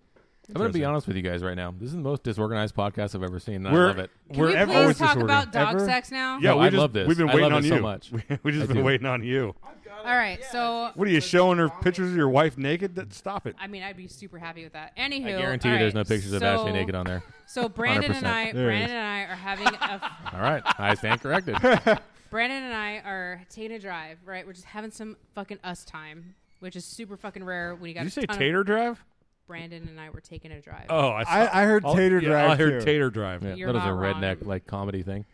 I'm gonna be honest with you guys right now. This is the most disorganized podcast I've ever seen. and I We're, love it. Can we're we ever- please always talk disordered. about dog Ever? sex now? Yeah, No, we I just, love this. We've been I waiting love on it you. so much. We just I been do. waiting on you. All right, so What are you showing her pictures of your wife naked? That stop it. I mean, I'd be super happy with that. Anywho, I guarantee you, all there's no right, pictures of so- Ashley naked on there. So Brandon and I, 100%. There Brandon is. and I are having a All right, I stand corrected. Brandon and I are taking a drive. Right, we're just having some fucking us time, which is super fucking rare when you got. Did a you say ton of- Tater Drive? Brandon and I were taking a drive. Oh, I I, I heard I'll- Tater yeah, Drive. I heard too. Tater Drive. Yeah, You're that was a not wrong. redneck like comedy thing.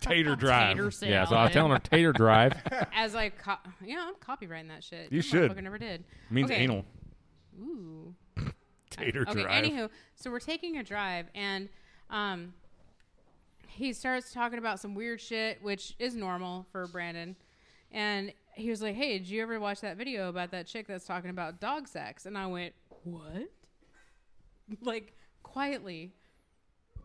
Tater Drive. Tater salad. Yeah, so I was telling her Tater Drive. as I, co- yeah, I'm copywriting that shit. You That should. motherfucker never did. Means Okay. anal. Ooh. Tater okay, Drive. anywho, so we're taking a drive and um he starts talking about some weird shit, which is normal for Brandon. And he was like, Hey, did you ever watch that video about that chick that's talking about dog sex? And I went, What? Like quietly.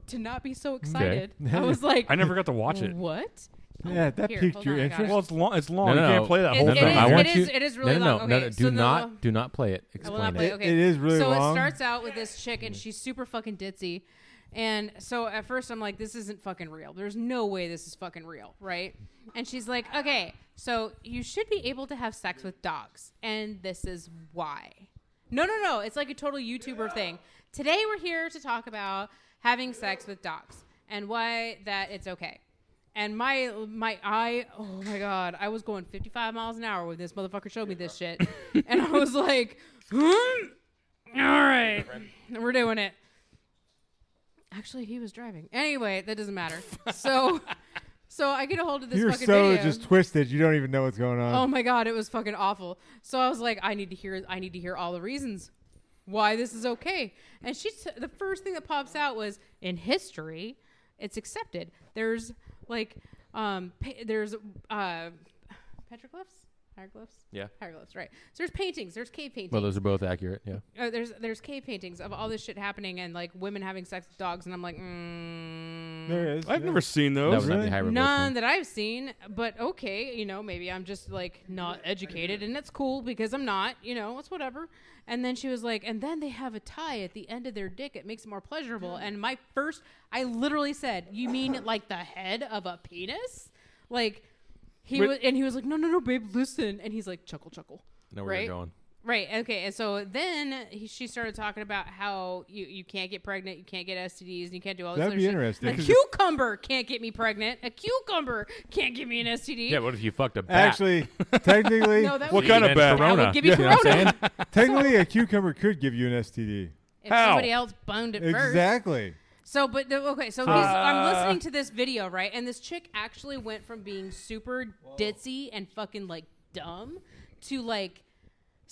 To not be so excited. I was like I never got to watch it. What? Yeah, that Here, piqued hold your on, I got interest. Well, it's long. It's long. No, no, you no. can't play that It- whole it thing. is- I want it you. is- it is really no, no, no, long. No, Okay, no, do so the- not, do not play it. I will not Explain play. it. Okay, It is really so long. it starts out with this chick, and she's super fucking ditzy. And so at first I'm like, this isn't fucking real. There's no way this is fucking real, right? And she's like, okay, so you should be able to have sex with dogs, and this is why. No, no, no. It's like a total YouTuber thing. Today we're here to talk about having sex with dogs and why that it's okay. And my my I oh my god, I was going 55 miles an hour when this motherfucker showed me this shit, and I was like, hmm? all right, we're doing it. Actually, he was driving. Anyway, that doesn't matter. So, so I get a hold of this You're fucking so video. just twisted. You don't even know what's going Oh on. my god, it was fucking awful. So I was like, I need to hear, I need to hear all the reasons why this is okay. And she, t- the first thing that pops out was in history, it's accepted. There's like, um, pa- there's uh, petroglyphs, hieroglyphs, Yeah. hieroglyphs, right? So there's paintings, there's cave paintings. Well, those are both accurate. Yeah. Oh, Uh, there's there's cave paintings of all this shit happening and like women having sex with dogs, and I'm like, mm, There it is. I've yeah. never seen That was those. not the really? high revolution. None that I've seen, but okay, you know, maybe I'm just like not educated, and that's cool because I'm not, you know, it's whatever. And then she was like, and then they have a tie at the end of their dick, it makes it more pleasurable. And my first, I literally said, You mean like the head of a penis? Like, he Wait. was, and he was like, No, no, no, babe, listen. And he's like, Chuckle, chuckle. Know where right? you're going. Right. Okay. And so then he, she started talking about how you, you can't get pregnant, you can't get STDs, and you can't do all this. That'd other be shit. interesting, A 'cause- cucumber can't get me pregnant. A cucumber can't give me an STD. Yeah, what if you fucked a bat? Actually, technically, no, that What would, kind Then of bat? that Corona. would give you You know what I'm saying? corona technically, a cucumber could give you an STD. if How? somebody else boned it first. Exactly. So, but the, okay, so he's, I'm listening to this video, right? And this chick actually went from being super ditzy and fucking like dumb to like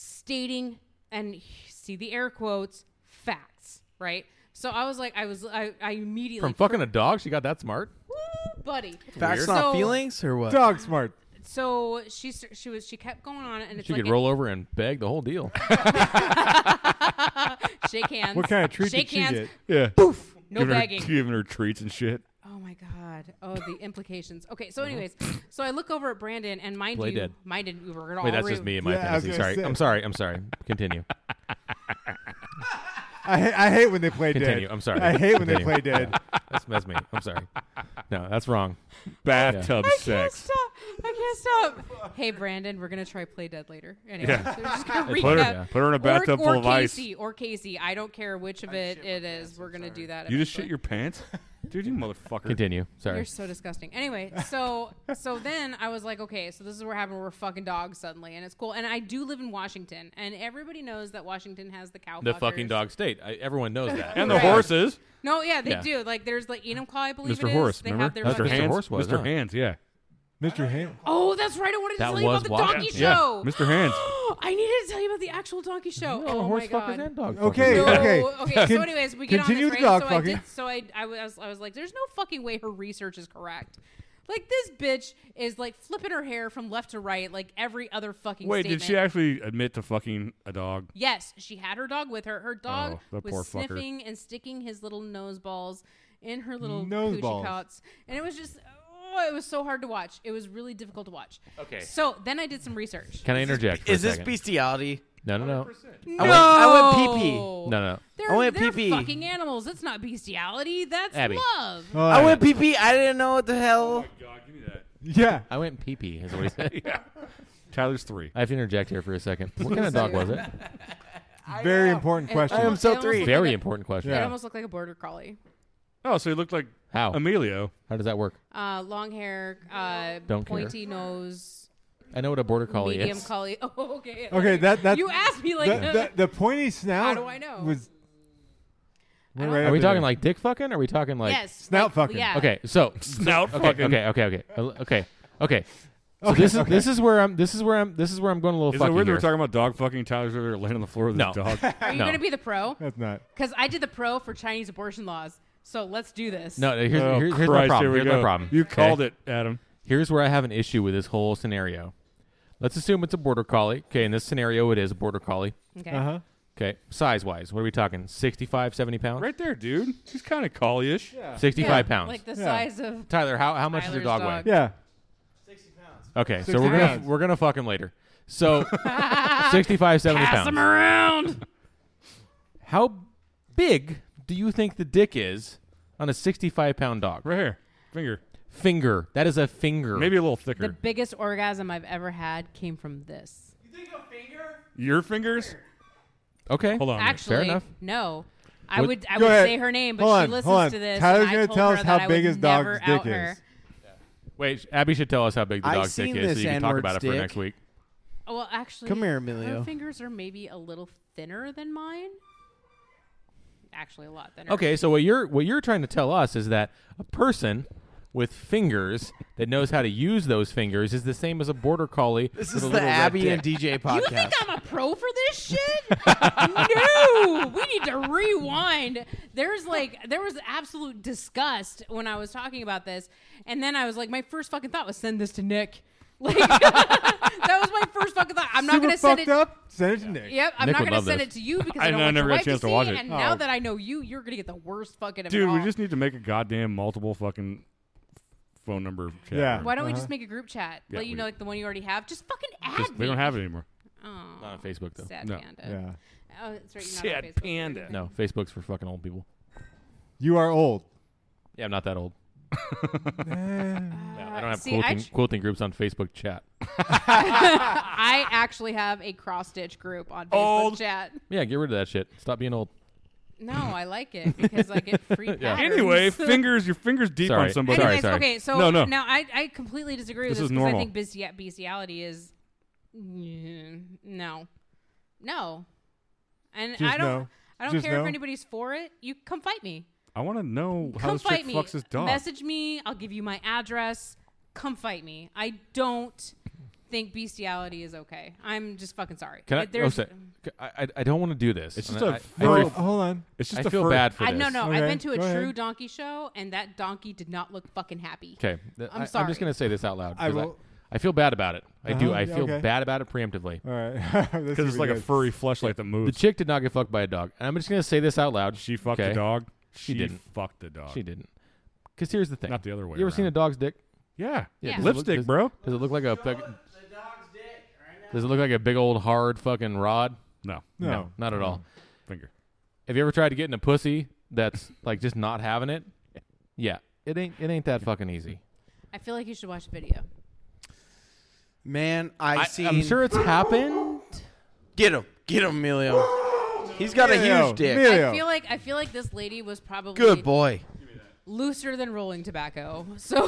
stating and see the air quotes facts, right? So I was like, I was, I, I immediately From fucking a dog, she got that smart. Woo, buddy. Facts Weird. not So- feelings or what? Dog smart. So she st- she was she kept going on, and it's She like could roll over and beg the whole deal. shake hands. What kind of treat shake did she hands. get? Yeah. No giving, her, begging. giving her treats and shit. Oh my god! Oh, the implications. Okay, so anyways, so I look over at Brandon, and mind Uh-huh. Play you, dead. mind you, we were all Wait, that's just me and my Yeah, I was fantasy. gonna Sorry, say. I'm sorry. I'm sorry. Continue. I, ha- I hate when they play Continue. dead. I'm sorry. I hate when they Continue. play dead. That's, that's me. I'm sorry. No, that's wrong. Bathtub I can't sex. stop. I can't stop. hey, Brandon, we're gonna try play dead later. Anyway, Yeah. so we're just gonna Put her, recap. put her in a bathtub or, full or of Casey, ice. or Casey. I don't care which of it it is. We're gonna do that. You just shit eventually. your pants? Dude, you motherfucker. Continue. You're Sorry. so disgusting. Anyway, so so then I was like, okay, so this is what happened. We're fucking dogs suddenly, and it's cool. And I do live in Washington, and everybody knows that Washington has the cow. The fucking fuckers. dog state. I, everyone knows that. And the Right. horses. No, yeah, they Yeah. do. Like, there's like Enumclaw, I believe it Mr. is. Horse, they remember? have their That's Mr. right. fucking- Mr. Hands. Horse was, Mr. huh? Hands, yeah. Mr. Ham. Oh, that's right. I wanted to That tell you was about the Washington. donkey Yeah. show. Mr. Hands. I needed to tell you about the actual donkey show. oh horse my god. fuckers and dog Okay, fuckers. No, okay. okay. So, Con- anyways, we get on continue this, the right? dog so I fucking. did. So I, I was, I was like, "There's no fucking way her research is correct." Like this bitch is like flipping her hair from left to right, like every other fucking. Wait, statement. did she actually admit to fucking a dog? Yes, she had her dog with her. Her dog Oh, the poor was fucker. sniffing and sticking his little nose balls in her little Nose coochie balls. cuts, and it was just. Oh, it was so hard to watch. It was really difficult to watch. Okay. So then I did some research. Can I interject? For Is a this second? bestiality? No, no, no, No, I went- I went pee-pee. no, no. They're, I went they're pee-pee. fucking animals. That's not bestiality. That's Abby. love. Oh, I went pee pee. I didn't know what the hell. God, give me that. Yeah. I went pee pee. Is what he said. Tyler's three. I have to interject here for a second. What kind of dog was it? Very important It question. am almost- so it almost three. looked Very like a- important question. It Yeah. almost looked like a border collie. Oh, so he looked like How? Emilio. How does that work? Uh, long hair, uh, Don't care. pointy nose, I know what a border collie medium is. collie. Oh, okay. Okay, that- that's- you asked me like uh, the, the, the pointy snout. do I know? Was I don't- right Are we up talking there. like dick fucking? Are we talking like? yes, snout like, fucking. Yeah. Okay, so Snout okay, fucking. okay, okay, okay, Uh, okay, okay. So this is this is where I'm. This is where I'm. This is where I'm going a little Is it fucking weird that we're here. talking about dog fucking? Tyler's over there laying on the floor with No. his dog. Are you No. gonna be the pro? That's not. Because I did the pro for Chinese abortion laws. So let's do this. No, no, here's, Oh, here's, here's Christ, my problem. Here we here's go. my problem. You okay? called it, Adam. Here's where I have an issue with this whole scenario. Let's assume it's a border collie. Okay, in this scenario, it is a border collie. Okay. Uh huh. Okay, size wise, what are we talking? 65, 70 pounds? Right there, dude. She's kind of collie-ish. 65 Yeah, pounds. Like the Yeah. size of. Tyler, how, how much does your Tyler's dog, dog. weigh? Yeah. Okay, so 60 we're gonna pounds. we're gonna fuck him later. So 65, 70 Pass pounds. him around. How big do you think the dick is on a 65 pound dog? Right here. Finger. Finger. That is a finger. Maybe a little the thicker. biggest orgasm I've ever had came from this. Your fingers? Okay. Hold on. Actually, enough. no. I What- would I Go would ahead. say her name, but Hold she on, listens hold on. to this. Tyler's and I gonna told tell her us that how I big would his dog's never dick out her. is. Wait, Abby should tell us how big the I've dog's dick seen is so this you can talk N-word's about it for dick. next week. Oh, well, actually, Come here, Her Emilio. fingers are maybe a little thinner than mine. Actually, a lot thinner. Okay, so what you're what you're trying to tell us is that a person with fingers that knows how to use those fingers is the same as a border collie. This with is a the little red Abby dick. and DJ You podcast. think I'm a pro for this shit? no, we need to rewind. There's like there was absolute disgust when I was talking about this, and then I was like, my first fucking thought was send this to Nick. Like that was my first fucking thought. I'm not Super gonna send fucked it. up. Send it to Nick. Yep, I'm Nick not would gonna love send this. it to you because I I don't know, I want never your got a wife to chance to see watch it. it. And Oh. now that I know you, you're gonna get the worst fucking. of it Dude, we all. just need to make a goddamn multiple fucking phone number. Chat Yeah. room. Why don't we Uh-huh. just make a group chat? Yeah, Let you we- know like the one you already have. Just fucking add Just- me. we don't have it anymore. Aw, Not on Facebook though. Sad No. panda. Yeah. Oh, that's right. You're not Sad on Facebook. panda. No, Facebook's for fucking old people. You are old. Yeah, I'm not that old. Eh, No, I don't have Uh, see, I quilting, ch- quilting groups on Facebook chat. I actually have a cross stitch group on Facebook Oh. chat. Yeah, get rid of that shit. Stop being old. No, I like it because I get free patterns. Anyway, fingers, your fingers deep Sorry. on somebody. Sorry. Anyways, okay, so No, no. now I, I completely disagree This with this is because I normal. think bestia- bestiality is mm, no, no, and Just I don't no. I don't Just care no. if anybody's for it. You come fight me. I want to know how come this chick fight me. fucks his dog. Message me. I'll give you my address. Come fight me. I don't think bestiality is okay. I'm just fucking sorry. Can I? It- Oh, sorry. C- I, I- I don't want to do this. It's And just a I- I furry feel- Oh, hold on. it's just I the feel fur- bad for I this. no no. Okay, I've been to a go true ahead. donkey show, and that donkey did not look fucking happy. Okay. I'm I'm sorry. just gonna say this out loud. I 'cause will- I feel bad about it. I do. Uh-huh, I yeah, feel okay. bad about it preemptively. All right. because it's like a furry fleshlight that The moves. chick did not get fucked by a dog, and I'm just gonna say this out loud. she fucked okay? the dog. She, didn't. fucked the dog. She didn't. Because here's the thing. Not the other way. you ever seen a around. dog's dick? Yeah. Yeah. does it look- Lipstick, does- bro. Does it look like a big, Does it look like a big old hard fucking rod? No. No. Not at all. Finger. Have you ever tried to get in a pussy that's like just not having it? Yeah. It ain't it ain't that fucking easy. I feel like you should watch the video. Man, I, seen. am sure it's happened. Get him, get him, Emilio. He's got a Emilio, huge dick. Emilio. I feel like I feel like this lady was probably Good boy. looser than rolling tobacco. So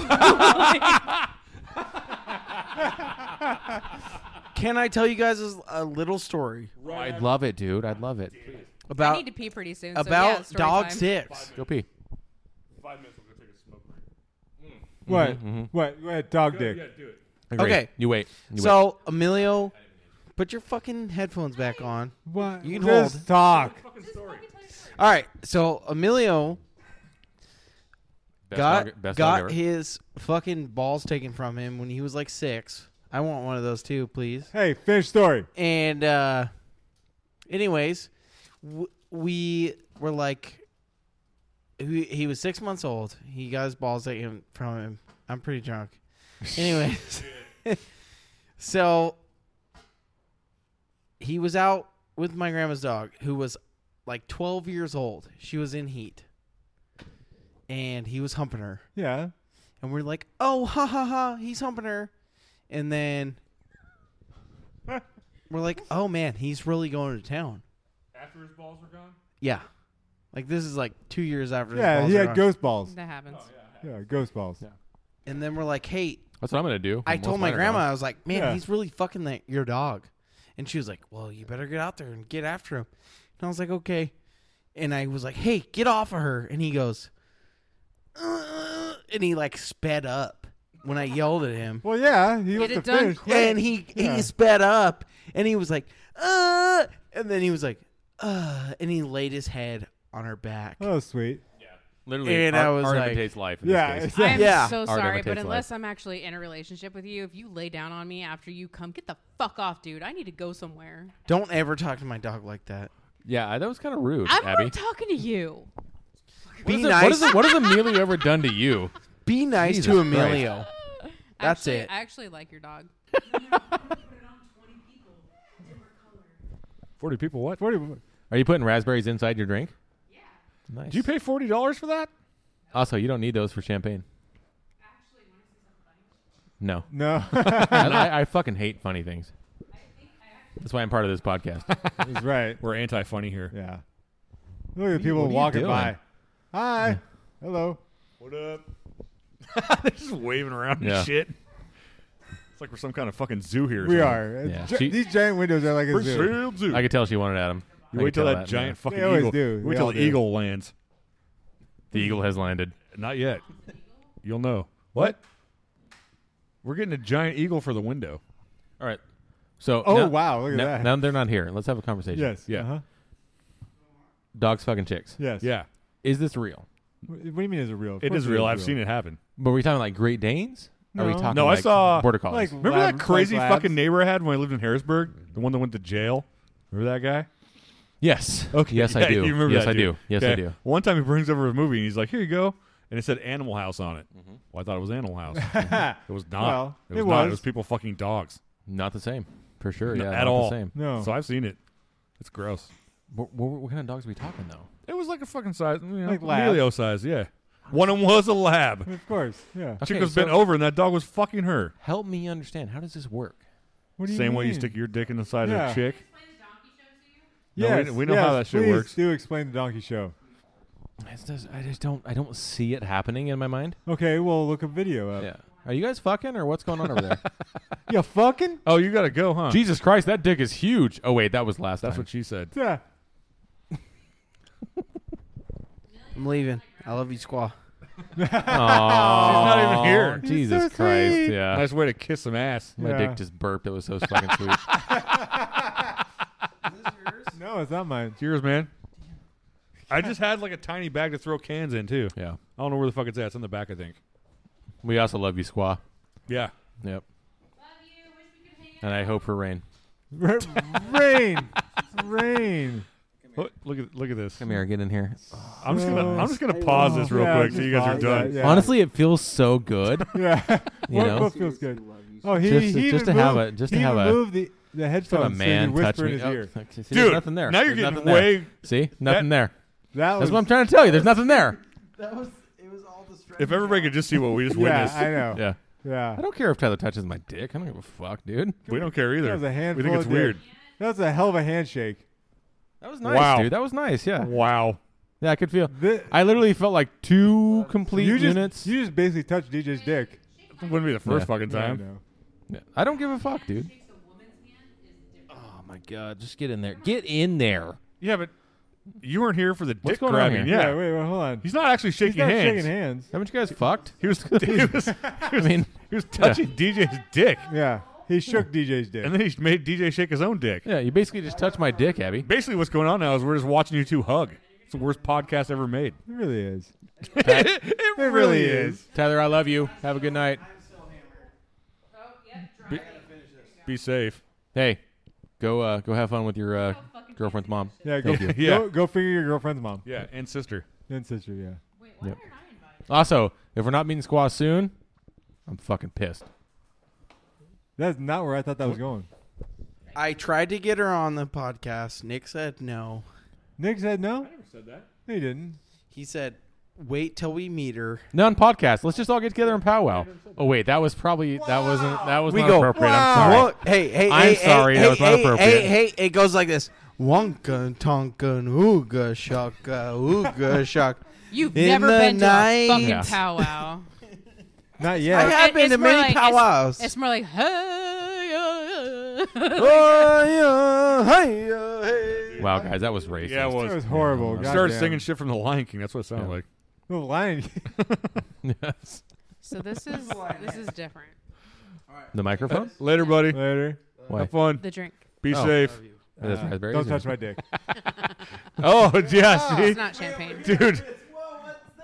Can I tell you guys a a little story I'd love it, dude. I'd love it. I about need to pee pretty soon. about so yeah, dog time. dicks? Go pee. Five minutes. We'll go take a smoke break. What? Mm-hmm, What? Go ahead. Dog dick. do it. Agree. Okay. You wait. You wait. So Emilio, put your fucking headphones back on. What? You can Just hold. talk. All right, so Emilio Best got dog- e, best dog got ever. his fucking balls taken from him when he was like six. I want one of those too, please. Hey, finish story. And uh anyways, w- we were like he, he was 6 months old. He got his balls taken from him. I'm pretty drunk. Anyways. so he was out with my grandma's dog who was like 12 years old. She was in heat. And he was humping her. Yeah. And we're like, "Oh, ha ha ha, he's humping her." And then we're like, "Oh man, he's really going to town." After his balls were gone. Yeah. Like this is like 2 years after his Yeah. balls He are had on. ghost balls. That happens. Oh, Yeah. Ghost balls. And then we're like, "Hey, That's what I'm gonna do. I Once told my mine are grandma, gone. I was like, "Man, Yeah. he's really fucking that your dog." And she was like, "Well, you better get out there and get after him." And I was like, "Okay." And I was like, "Hey, get off of her." And he goes, "Uh," and he like sped up when I yelled at him. Well, yeah. He looked it to done finish. quick. and he he sped up and he was like uh and then he was like uh and he laid his head on her back Oh, sweet. Literally, And art, I was art like- imitates life. In Yeah. This case. exactly. I'm Yeah. so Art sorry, imitates but life. unless I'm actually in a relationship with you, if you lay down on me after you come, get the fuck off, dude. I need to go somewhere. don't ever talk to my dog like that Yeah, I- that was kind of rude, I'm Abby. not talking to you. What be is it- What, nice is it, what has Emilio ever done to you? be nice Jesus to emilio That's actually, it. I actually like your dog. Forty people. What? Forty. Are you putting raspberries inside your drink? Yeah. Nice. Did you pay forty dollars for that? also, you don't need those for champagne. No, No. I, I, I fucking hate funny things. That's why I'm part of this podcast. He's right. We're anti-funny here. Yeah. Look at the what people are you walking doing? by. Hi. Hello. What up? They're just waving around Yeah. and shit. It's like we're some kind of fucking zoo here. or We something. are. It's Yeah. gi- She- these giant windows are like a For zoo. sale zoo. I could tell she wanted Adam. You I wait could till tell that giant yeah. fucking They always eagle. do. Wait They till all the do. eagle lands. The eagle has landed. Not yet. You'll know. What? We're getting a giant eagle for the window. All right. So. Oh, now- wow, look at now, that. Now they're not here. Let's have a conversation. Yes. Yeah. Uh-huh. Dogs fucking chicks. Yes. Yeah. Is this real? What what do you mean is it real? Of It course is real. I've seen it happen. But are we talking like Great Danes? Are we No. talking No, I like saw- border collies? Like- Remember Lab- that crazy like labs? fucking neighbor I had when I lived in Harrisburg? The one that went to jail? Remember that guy? yes. Okay. Yes, I Yeah, do. You remember yes, that I dude. do. Yes, I Okay. do. One time he brings over a movie and he's like, here you go. And it said Animal House on it. Well, I thought it was Animal House. it was not. Well, it was it not. It was. was people fucking dogs. Not the same, for sure. No, yeah, at not all. the same. No. So I've seen it. It's gross. What, what, what kind of dogs are we talking though? It was like a fucking size, you know, Like lab. Emilio size, yeah. One of them was a lab. Of course, yeah. Chick Okay, was so- bent over and that dog was fucking her. Help me understand. How does this work? What do you Same way you mean? stick your dick in the side of Yeah. a chick. No, we- Yes, we know how yes, that shit please works. Do explain the donkey show. I just, I just don't. I don't see it happening in my mind. Okay, well, look a video Oh. up. Yeah. Are you guys fucking or what's going on over there? You fucking? Oh, you gotta go, huh? Jesus Christ, that dick is huge. Oh wait, that was last That's time. what she said. Yeah. I'm leaving. I love you, Squaw. Aw, She's not even here. Jesus so Christ. sweet. Yeah. Nice way to kiss some ass. My Yeah. dick just burped. It was so fucking sweet. No, it's not mine. It's yours, man. I just had like a tiny bag to throw cans in too. Yeah. I don't know where the fuck it's at. It's in the back, I think. We also love you, Squaw. Yeah. Yep. And I hope for rain. R- rain, rain. Look, look at look at this. Come here, get in here. I'm just gonna I'm just gonna pause this real Yeah, quick so just you guys are pause done. that, yeah. Honestly, it feels so good. Yeah. You What- know? what feels good? Oh, he Just- he even just to have moved- a- just to he have even a- moved the the Have headphones a man so he touch whisper me. in his Oh, ear. see, there's Dude, nothing there. now you're There's getting nothing there. way- See, nothing there. That That's was what I'm trying to tell you. There's nothing there. That was it. Was all distracting. If everybody could just see what we just yeah, witnessed. I know. Yeah. Yeah, I don't care if Tyler touches my dick. I don't give a fuck, dude. We don't care either. that was a we handful. think it's of dick. weird. That was a hell of a handshake. That was nice, Wow. dude. That was nice. Yeah. Wow. Yeah, I could feel. Thi- I literally felt like two complete you just units. you just basically touched DJ's dick. Wouldn't be the first Yeah. fucking I time. know. Yeah. I don't give a fuck, dude. Oh my god, just get in there. Get in there. Yeah, but you weren't here for the What's dick going on grabbing. here? Yeah. wait, wait, hold on. He's not actually shaking He's not hands. shaking hands. Haven't you guys fucked? He was he was, he was, I mean, he was touching DJ's dick. Yeah, he shook DJ's dick. And then he made DJ shake his own dick. yeah, you basically just touched my dick, Abby. Basically what's going on now is we're just watching you two hug. It's the worst podcast ever made. it really is. It It really is. Tyler, I love you. Have a good night. Be safe. Hey, go uh, go have fun with your uh, girlfriend's mom. Yeah, go, Thank you. Yeah. go go figure your girlfriend's mom Yeah, and sister. and sister. Yeah. Wait, why Yep. aren't I invited? Also, if we're not meeting Squaw soon, I'm fucking pissed. That's not where I thought that was going. I tried to get her on the podcast. Nick said no. Nick said no. Said that. He didn't. He said, "Wait till we meet her." Non podcast. Let's just all get together and powwow. Oh wait, that was probably that wasn't that was we not go. appropriate. I'm sorry. Well, hey, hey, I'm hey, sorry, Hey, that was hey, not hey, appropriate. Hey, hey, it goes like this: Wonka, Tonka, Ooga, Shaka, Ooga, Shaka. You've In never the been night. to a fucking Yeah. powwow. Not I yet. have It- been it's to more many like- it's- powwows. It's more like, hey, uh, uh." Oh, yeah, uh, hey, yeah, hey. Wow, guys, that was racist. Yeah, it That was was. horrible. I God Started damn. singing shit from The Lion King. That's what it sounded Yeah. like. The lion. Yes. So this is this is different. The microphone. Later, buddy. Later. Why? Have fun. The drink. Be Oh. safe. That's raspberries. Don't touch my dick. Oh, yeah, see? It's not champagne. Dude,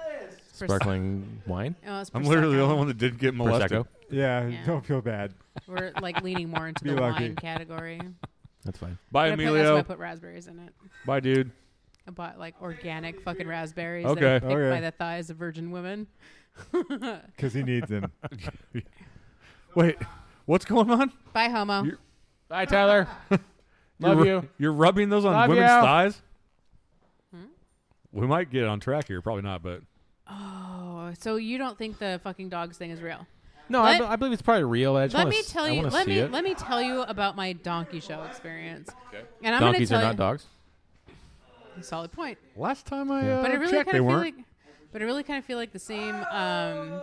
It's pros- sparkling wine. Oh, it's I'm literally the prosecco. only one that didn't get molested. Prosecco. Yeah, Yeah. Don't feel bad. We're like leaning more into Be the lucky. wine category. That's fine. Bye, I put, that's why I Emilio. put raspberries in it. Bye, dude. I bought like organic fucking raspberries that Okay. are picked Okay. by the thighs of virgin women. Because he needs him. Wait, what's going on? Bye, homo. You're- Bye, Tyler. Love you're, you. You're rubbing those on Love women's you. thighs? Hmm? We might get on track here. Probably not, but Oh, so you don't think the fucking dogs thing is real? No, I, Let- be- I believe it's probably real. I just Let wanna me s- tell I you. wanna Let see me it. let me tell you about my donkey show experience. Okay. And I'm Donkeys gonna are tell not dogs. you, Solid point. last time I uh, But I really checked, kind of they feel weren't. like. But I really kind of feel like the same. Um,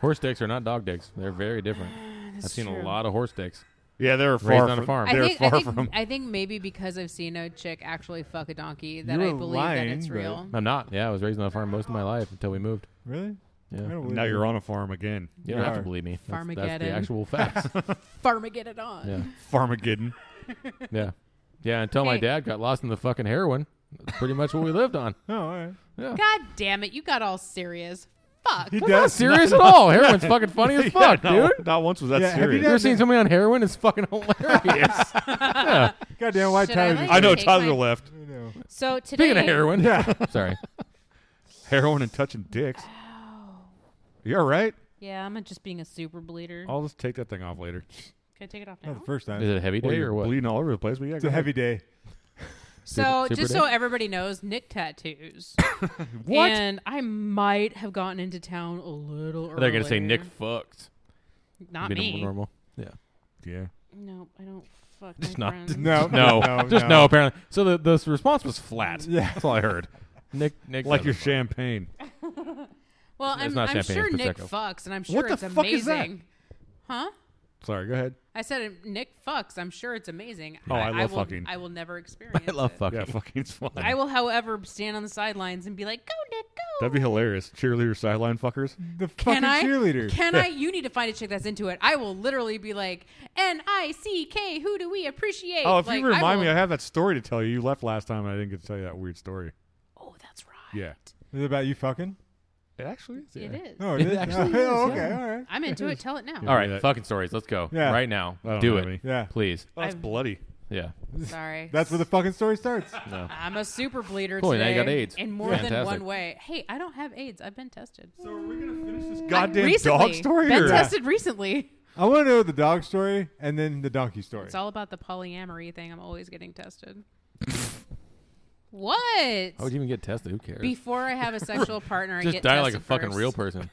Horse dicks are not dog dicks. They're very different. I've seen true. a lot of horse dicks. yeah, they were far Raised on a from, farm. I They were think, I far think from. I think maybe because I've seen a chick actually fuck a donkey that You I were believe that it's lying, real. I'm not. Yeah, I was raised on a farm most of my life until we moved. Really? Yeah. I don't believe now it. you're on a farm again. You don't have to are. believe me. That's, that's the Farmageddon. actual facts. Farmageddon on. yeah. Farmageddon. Yeah. Yeah, until my Hey. dad got lost in the fucking heroin. That's pretty much what we lived on. Oh, all right. God damn it! You got all serious. Fuck. He I'm not does. serious at all. Heroin's fucking funny as fuck, not, dude. one- not once was that Yeah, have you serious. You ever done- seen somebody on heroin? It's fucking hilarious. Goddamn, why Should Tyler? I like- just- I know Take Tyler my- left. I know. So today. Speaking of heroin, Yeah. Sorry. Heroin and touching dicks. You all right? Yeah, I'm just being a super bleeder. I'll just take that thing off later. Can I take it off now? Oh, Not the first time. Is it a heavy Well, day you're or what? bleeding all over the place, but yeah, It's a heavy day. So Super- just super so dick? everybody knows, Nick tattoos. And I might have gotten into town a little early. They're gonna say Nick fucked. Not Be me. normal. Yeah. No, I don't fuck Just my not- friends. No, No, no, just no. no. Apparently, so the the response was flat. Yeah. that's all I heard. Nick, Nick, Like your doesn't fuck. champagne. Well, It's I'm, not I'm champagne, sure it's Nick Prosecco. fucks, and I'm sure What the it's fuck is that? amazing. Huh? Sorry, go ahead. I said Nick fucks. I'm sure it's amazing. Oh, I love will, fucking. I will never experience. I love it. fucking. Yeah, fucking it's fun. I will, however, stand on the sidelines and be like, "Go, Nick, go." That'd be hilarious. Cheerleader sideline fuckers. The can fucking I? cheerleader. Can I? You need to find a chick that's into it. I will literally be like, N I C K. Who do we appreciate? Oh, if Like, you remind me, will- I have that story to tell you. You left last time, and I didn't get to tell you that weird story. oh, that's right. Yeah. Is it about you fucking? It actually is. It is. No, it, It is? actually oh, is, okay, yeah. all right. I'm into it. Tell it now. All right, fucking stories. Let's go Yeah. right now. I don't Do have it, any. Yeah. please. Oh, that's bloody. Yeah, Sorry. That's where the fucking story starts. I'm a super bleeder Cool, today. now you got AIDS. In more than Fantastic. one way. Hey, I don't have AIDS. I've been tested. So are we gonna finish this I goddamn recently, dog story? Been or- tested recently. I want to know the dog story and then the donkey story. It's all about the polyamory thing. I'm always getting tested. Oh, what? how would you even get tested? Who cares? Before I have a sexual partner, I Just get die like a tested fucking first. real person.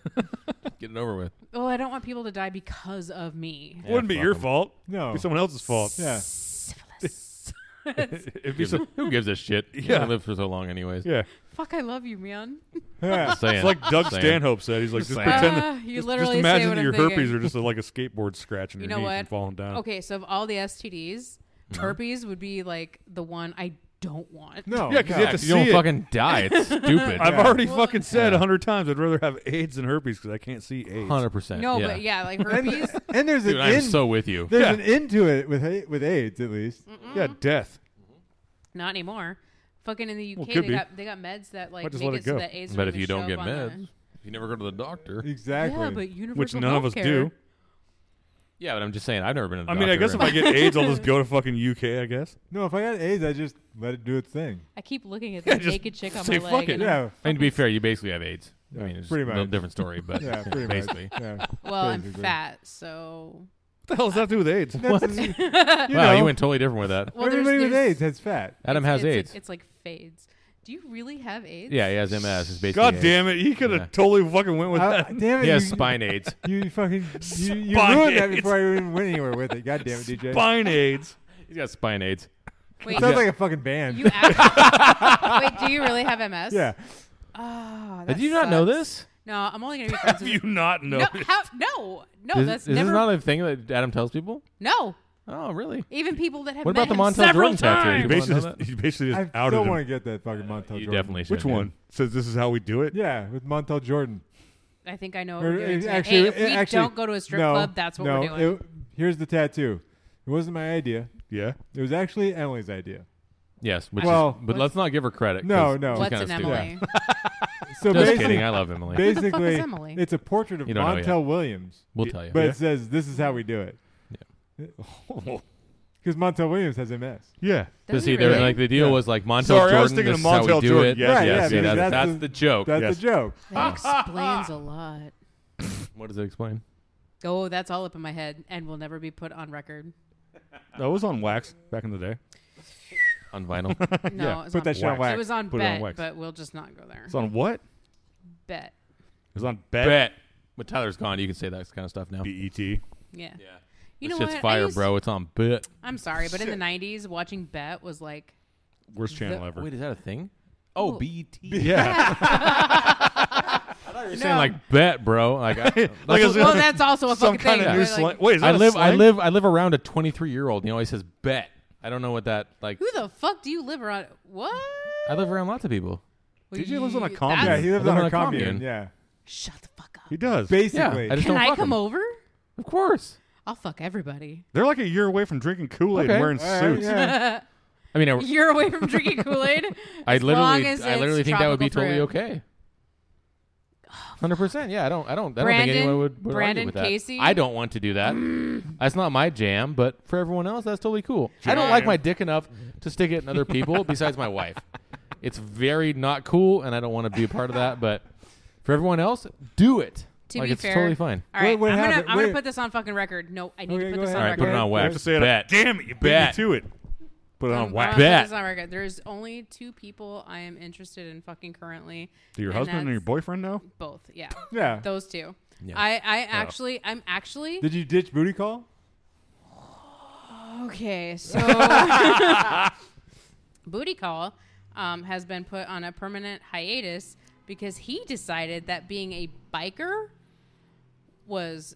Get it over with. Oh, I don't want people to die because of me. Wouldn't be fuck your 'em. fault. No. It'd be someone else's fault. yeah. Syphilis. It'd be so. Who gives a shit? Yeah. Yeah, live for so long, anyways. Yeah. Fuck, I love you, man. Yeah. Saying, It's like Doug saying. Stanhope said. He's like, just saying. pretend. Ah, that- you just, literally just say imagine what that I'm your herpes thinking. are just like a skateboard scratching You your know knee from what? falling down. Okay, so of all the STDs, herpes would be like the one I don't want. No. Yeah, 'cause no. you have to If you don't see it. fucking die. It's stupid. I've Yeah. already Well, fucking said Yeah. a hundred times I'd rather have AIDS than herpes because I can't see AIDS. Hundred percent. No, but yeah, like herpes. And there's Dude, an I'm end. so with you. there's Yeah. an end to it with A- with AIDS at least. Yeah, Mm-hmm. death. Not anymore. Fucking in the UK, could they be. got they got meds that like just make let it, it so go. that AIDS. But don't if even you don't show get up on meds, if you never go to the doctor. the- Exactly. yeah, but universal Which none of us healthcare. do. Yeah, but I'm just saying, I've never been to the I doctor. mean, I guess if I get AIDS, I'll just go to fucking UK. I guess. no, if I got AIDS, I just let it do its thing. I keep looking at the just naked chick on say my fuck leg. it. and I'm- Yeah. I mean, to be fair, you basically have AIDS. I Yeah, mean, it's pretty a little much. different story, but Yeah, you know, pretty basically. much. Yeah. Well, I'm Basically. fat, so. What the hell does that do with AIDS? That's- you wow, know, you went totally different with that. Well, there's, everybody with there's- AIDS has fat. Adam it's- has it's like- AIDS. it's like fades. Do you really have AIDS? yeah, he has MS. It's basically God AIDS. damn it! He could have Yeah. totally fucking went with I- that. Uh, damn it! He has you, spine AIDS. You fucking you, you Spine ruined that AIDS. before I even went anywhere with it. God damn it, DJ. Spine AIDS. He's got spine AIDS. Wait, Sounds like a fucking band. you actually, wait, do you really have MS? yeah. Oh, that Did you not know sucks. this? No, I'm only gonna be friends Have with you not No, noticed? how, no, no. is that's is never. this not a thing that Adam tells people? no, Oh, really? even people that have What met about the him Montel several Jordan times. tattoo? He You basically wanna know that? just, he basically I just outed still him. want to get that fucking Montel You Jordan. definitely should. Which dude. one says this is how we do it? Yeah, with Montel Jordan. I think I know what Or we're doing. it- tonight. actually, hey, if we it- actually, don't go to a strip no, club, that's what no, we're doing. it- here's the tattoo. It wasn't my idea. Yeah. It was actually Emily's idea. Yes. Which Well- is, but let's not give her credit. No, 'cause no. she's What's kinda an stupid. Emily? So Just basi- kidding. I love Emily. the fuck is basically, Emily? it's a portrait of You don't know Montel yet. Williams, We'll tell you. but Yeah. it says this is how we do it. Because Montel Williams has MS. yeah. Does Does he? he There, really? like the deal Yeah. was like Montel Sorry, Jordan. I was thinking this of is how Montel we do Jordan. it. Yes, Right, yes, yeah, yeah, because that's, that's, that's the- the joke. That's Yes. the joke. That explains a lot. What does it explain? Oh, that's all up in my head and will never be put on record. That was on wax back in the day. On vinyl. No, Yeah, it was put on that shit on wax. It was on Put it on bet, wax. but we'll just not go there. It's on what? bet. It's on E bet. Bet. But Tyler's gone. You can say that kind of stuff now. B-E-T. Yeah. Yeah. You That know shit's what? I fire, used- bro. It's on bet. I'm sorry, but in the 90s, watching Bet was like, Worst channel ever. Wait, is that a thing? Oh, Oh. BET. yeah. You're saying like bet, bro. Like, I, like it's well, that's also a some kind fucking thing. of new but, like, slang. Wait, is I that a live, I slang? live, I live around a 23 year old. and He always says bet. I don't know what that like. Who the fuck do you live around? What? I live around lots of people. DJ lives on a That's- commune. Yeah, he lives Well, on they're a on a commune. commune. Yeah, Shut the fuck up. He does. basically. Yeah, I just Can don't I fuck come 'em. over? Of course. I'll fuck everybody. They're like a year away from drinking Kool-Aid Okay. and wearing All right, suits. yeah. I mean, I, You're away from drinking Kool Aid. I long literally, as I it's literally think that would be totally tropical fruit. okay. Hundred percent. Yeah, I don't, I don't, I don't Brandon- think anyone would. would argue Brandon with that. Casey? Mm. I don't want to do that. that's not my jam. But for everyone else, that's totally cool. I don't like my dick enough to stick it in other people besides my wife. It's very not cool, and I don't want to be a part of that. But for everyone else, do it. To like be it's fair. totally fine. All Wait, right, what I'm gonna, happened? I'm gonna Wait. put this on fucking record. No, I need Okay, to go put this ahead. on All right, record. put it on Okay. I have to wax. say it. Bet. Damn it, you beat me Bet. to it. put it on I'm whack. glad that Bet. it's not record. There's only two people I am interested in fucking currently. Do your and husband and that's your boyfriend know? Both, yeah, Yeah. those two. Yeah. I, I actually, I'm actually Did you ditch booty call? okay. So, booty call um, has been put on a permanent hiatus because he decided that being a biker was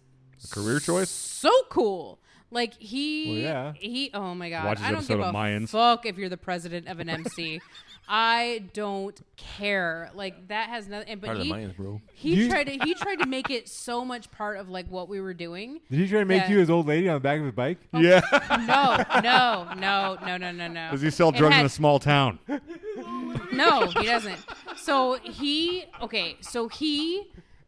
Career choice? so cool. Like he, Well, yeah. he. Oh my god! Watch this I don't episode give of a Mayans. fuck if you're the president of an MC. I don't care. Like that has nothing. But Part of the he, Mayans, bro. he You- tried to he tried to make it so much part of like what we were doing. Did he try to make Yeah. you his old lady on the back of his bike? Yeah. No, no, no, no, no, no, no. Does he sell It drugs in had- a small town? No, he doesn't. So he okay. So he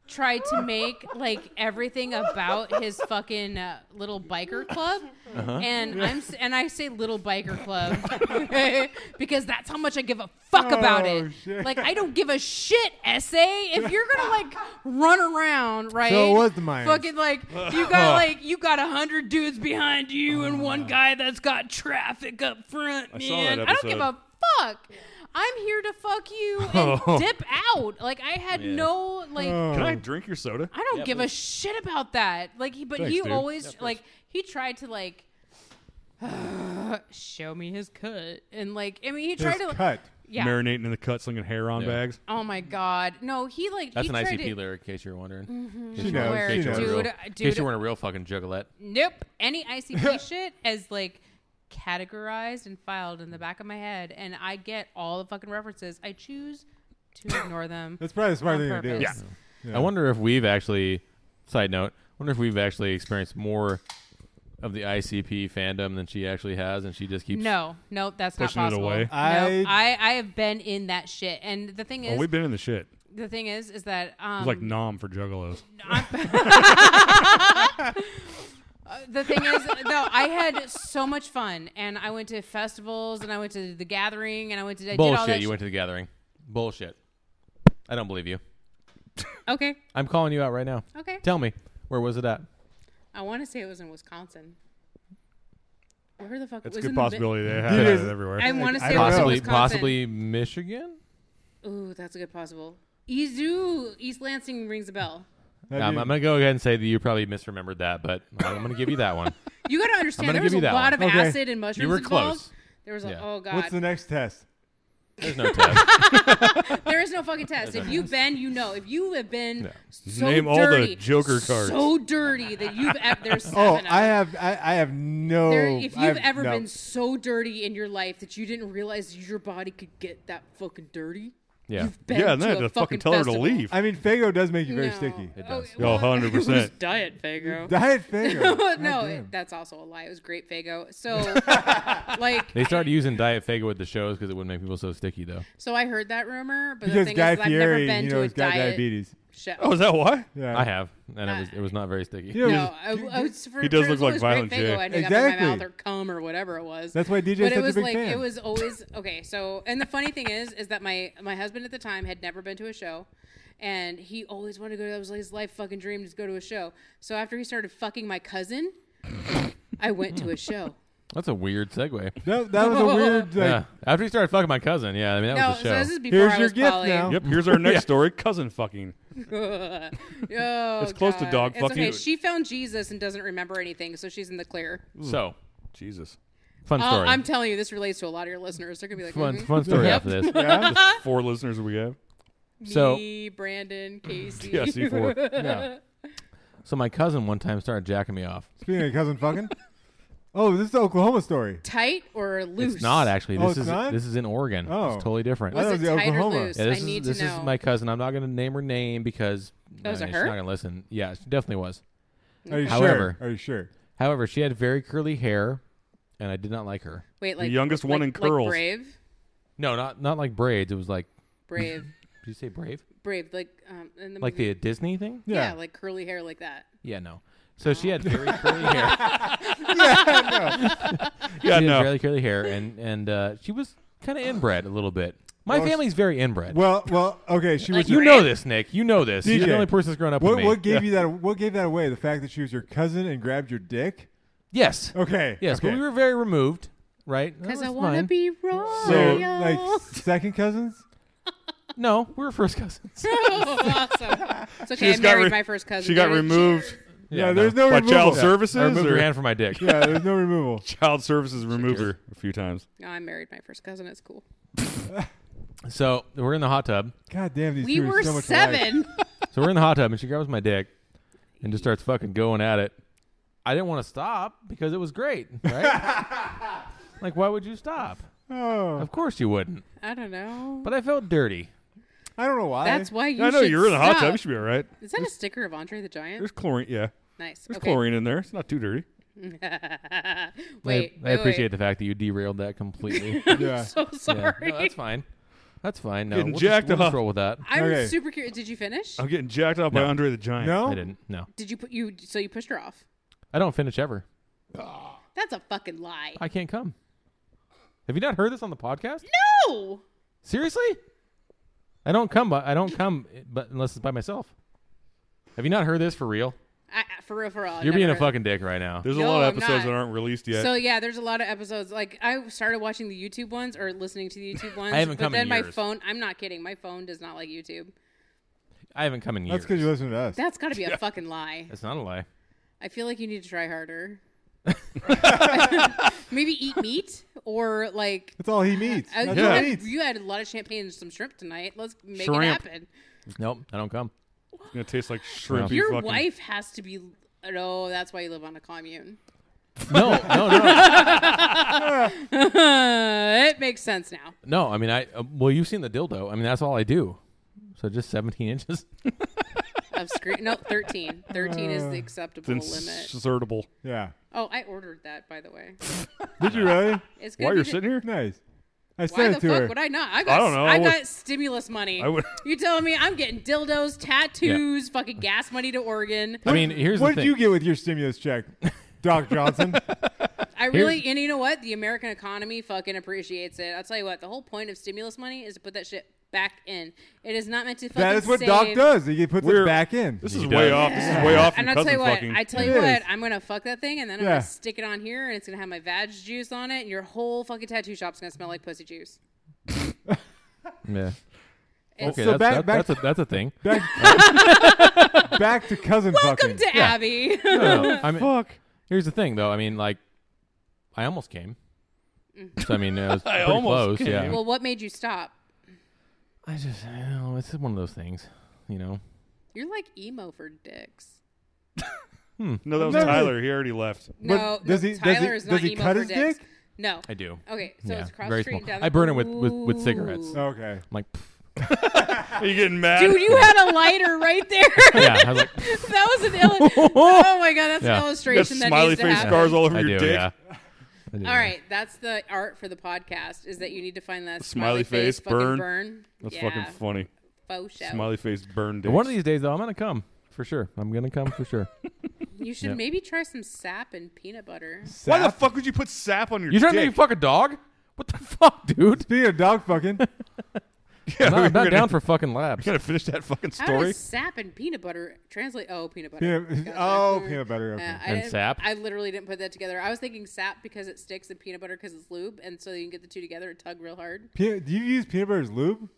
tried to make like everything about his fucking uh, little biker club, Uh-huh. and I'm s- and I say little biker club because that's how much I give a fuck about Oh, it. shit. Like I don't give a shit, essay. If you're gonna like run around, right? So it was the Myers. Fucking like you Uh-huh. got like you got a hundred dudes behind you and one guy that's got traffic up front. saw that Man, I don't give episode. a fuck. I'm here to fuck you and dip out. Like I had no like. Oh. Can I drink your soda? I don't give a shit about that. Like he, but he Thanks, dude. always like he tried to like show me his cut and like I mean he tried His to cut. yeah. Marinating in the cut, slinging hair on Yeah. bags. oh my god, no, he like That's he an tried ICP to, Mm-hmm. lyric, in case you're wondering. In case She you weren't- in knows, case she you weren't knows. real- Dude, in dude. case you weren't a real fucking juggalette. Nope. Any ICP shit is like categorized and filed in the back of my head, and I get all the fucking references. I choose to ignore them. That's probably the smart on thing to do. purpose. I wonder if we've actually, side note, wonder if we've actually experienced more of the ICP fandom than she actually has, and she just keeps. No, no, that's not Pushing it possible. away. No, I- I, I have been in that shit, and the thing Oh, is, we've been in the shit. It's the thing is, is that um, like nom for juggalos. the thing is, no, I had so much fun, and I went to festivals, and I went to the gathering, and I went to I did all that. bullshit. shit. You went to the gathering. Bullshit. I don't believe you. okay, I'm calling you out right now. okay. Tell me, where was it at? I want to say it was in Wisconsin. Where the fuck It's a was good in the bi- possibility they have is- it everywhere. I want to I say don't know. Possibly, possibly, possibly Michigan. Ooh, that's a good possible. Ezu, East Lansing rings a bell. That'd Um, be- I'm gonna go ahead and say that you probably misremembered that, but I'm gonna give you that one. You got to I'm understand gonna there give was you a that lot one. of Okay. acid and mushrooms you were involved. close. There was Yeah. a, oh god. What's the next test? There's no test. There is no fucking test. If you've been, you know. If you have been so Name all the dirty, Joker cards. so dirty that you've ever there's seven Oh, of I them. have, I, I have no. There- if you've I've- ever no. been so dirty in your life that you didn't realize your body could get that fucking dirty, Yeah. you've been yeah, and to then I had a to fucking fucking tell her to festival. leave. Oh, I mean, Fago does make you very No. Oh, sticky. It does. Yo, 100%. diet Fago. Diet Fago. God no, damn. it- that's also a lie. It was great Fago. So, like, They started using Diet Fago with the shows because it would make people so sticky, though. so I heard that rumor, but the because thing Guy is, that Fieri, I've never been you to know, a he's got diet diabetes. show. oh, is that why? Yeah, I have, and it was Uh, it was not very sticky. You know, no, I, I was for, He does for- look it like was Violent Great J. Fago ending up in Exactly. my mouth or cum or whatever it was. That's why DJ is But it such a was big like fan. it was always okay. So, and the funny thing is, is that my my husband at the time had never been to a show, and he always wanted to go. to That was like his life fucking dream to go to a show. So after he started fucking my cousin, I went to a show. That's a weird segue. that, that was a weird. Like, yeah. After he started fucking my cousin, yeah, I mean that No, was so the show. this is before Here's I your was gift poly. now. Yep, here's our next story cousin fucking. Oh, It's close to God. dog It's fucking. Okay. She found Jesus and doesn't remember anything, so she's in the clear. so Jesus. fun Oh, Uh, story. I'm telling you, this relates to a lot of your listeners. They're gonna be like, fun mhm. fun story Yep. after this. yeah, Four listeners we have. So- me, Brandon, Casey. Yeah, C4. yeah. So my cousin one time started jacking me off. Speaking of cousin fucking. Oh, this is the Oklahoma story. tight or loose? It's not actually. Oh, This it's is not? this is in Oregon. Oh. It's totally different. I Was thought it it was tight or Oklahoma. loose? Yeah, this I is need this to know. is my cousin. I'm not going to name her name because That was uh, a she's her? not going to listen. Yeah, she's definitely was. Are you However- sure? Are you sure? However, she had very curly hair, and I did not like her. Wait, like youngest one like- in curls. Like brave, No, not not like braids. It was like brave, did you say brave? brave. Like um, in the Like movie. the Disney thing? yeah. Yeah. like curly hair like that. Yeah, no. So she had very curly hair. Yeah, she had no. really curly hair, and and uh, she was kind of inbred a little bit. My family's very inbred. Well, well, okay. She was. Like you your- you're know this, Nick. You know this. You're DJ. the only person that's grown up with what, me. what gave you that? What gave that away? The fact that she was your cousin and grabbed your dick. Yes, Okay. yes, Okay. but we were very removed. right? That Because I was want to fine. be So, royal. like second cousins? No, we were first cousins. awesome. It's okay. I just got married re- my first cousin. She got There it is. removed Yeah, there's no by removal. child yeah. I services removed or your hand from my dick. Yeah, there's no removal. child services removed her a few times. No, oh, I married my first cousin. It's cool. So we're in the hot tub. God damn, these We two are were so much alike. seven. So we're in the hot tub, and she grabs my dick and just starts fucking going at it. I didn't want to stop because it was great, right? like, why would you stop? Oh, Of course you wouldn't. I don't know. But I felt dirty. I don't know why. That's why you. I know should you're in a hot stop. tub. You should be all right. Is that a sticker of Andre the Giant? There's chlorine. Yeah, Nice. there's okay. chlorine in there. It's not too dirty. wait, I, I appreciate the fact that you derailed that completely. I'm Yeah. so Yeah. sorry. No, that's fine. That's fine. No, Getting we'll jacked just, we'll just off. roll with that. I'm Okay. super curious. Did you finish? I'm getting jacked up by No. Andre the Giant. no. I didn't. No, Did you put you? So you pushed her off. I don't finish ever. That's a fucking lie. I can't come. Have you not heard this on the podcast? no. Seriously? I don't come. By, I don't come, but unless it's by myself. Have you not heard this for real? I, I- for real, for real. I You're being a never- fucking dick right now. There's a No, lot of I'm episodes not. that aren't released yet. So yeah, there's a lot of episodes. Like I started watching the YouTube ones or listening to the YouTube ones. haven't but come in then my years. phone. I'm not kidding. My phone does not like YouTube. I haven't come in years. That's because you listen to us. That's got to be a fucking lie. That's not a lie. I feel like you need to try harder. Maybe eat meat or like. That's all he needs. uh, That's you, all had, he needs. you had a lot of champagne and some shrimp tonight. Let's make it Shrimp. happen. Nope, I don't come. it's gonna taste like shrimpy. Your fucking, wife has to be. No, that's why you live on a commune. No, no, no, it makes sense now. no. I mean, I uh, well, you've seen the dildo. I mean, that's all I do. So just 17 inches. Of screen, no, thirteen. Thirteen is the acceptable It's limit. insertable. Yeah. Oh, I ordered that by the way. Did you really? It's gonna Why be you're the- sitting here? Nice. I Why sent the it to fuck her. would I not? I got, don't know. I I got would- stimulus money. I would- You telling me I'm getting dildos, tattoos, fucking gas money to Oregon? I mean, here's what the did thing. you get with your stimulus check, Doc Johnson? I really, and you know what? The American economy fucking appreciates it. I'll tell you what. The whole point of stimulus money is to put that shit back in. It is not meant to fucking. that is what save. Doc does. He puts it We're- back in. This He is does. way off. This is way off. And your I'll tell cousin you what. fucking. I tell It you what. is. I'm gonna fuck that thing, and then I'm Yeah. gonna stick it on here, and it's gonna have my vag juice on it, and your whole fucking tattoo shop's gonna smell like pussy juice. Yeah. It's- Okay, that's, So back- that- back- that's a that's a thing. Back, back to cousin Welcome fucking. to Yeah. Abby. No, no, I mean, fuck. Here's the thing, though. I mean, like, I almost came. So I mean, it was pretty close. almost Yeah. came. well, what made you stop? I just, I don't know, it's one of those things, you know. You're like emo for dicks. no, that was No, no. Tyler. He already left. But No, does no, he- does Tyler he- is does not he emo cut for his dicks. dick? No. I do. Okay, so Yeah, it's across very the street small. down I burn it with- with- with cigarettes. Ooh. Okay. I'm like, pff, Are you getting mad? Dude, you had a lighter right there. yeah. I was like, that was an ill- Oh my god, Yeah. You got that's an got illustration that smiley needs to face happen. scars all over I your do. dick. Yeah. I do, All right, that's the art for the podcast is that you need to find that Smiley smiley, face, face, fucking burn. burn. That's That's yeah, fucking funny. faux show. Smiley face burned. yeah. One of these days, though, I'm gonna come for sure. I'm gonna come for sure. You should Yep. maybe try some sap and peanut butter. Why the Sap? fuck would you put sap on your You trying to make me dick? fuck a dog? What the fuck, dude? Speaking of dog fucking, yeah, No, we're I'm not gonna- down for fucking labs. Gotta finish that fucking How story. does sap and peanut butter translate? Oh, peanut butter. peanut, Gotcha. oh, Mm. peanut butter. Uh, Okay. I And didn't- sap? I literally didn't put that together. I was thinking sap because it sticks and peanut butter because it's lube, and so you can get the two together and tug real hard. Peanut- do you use peanut butter as lube?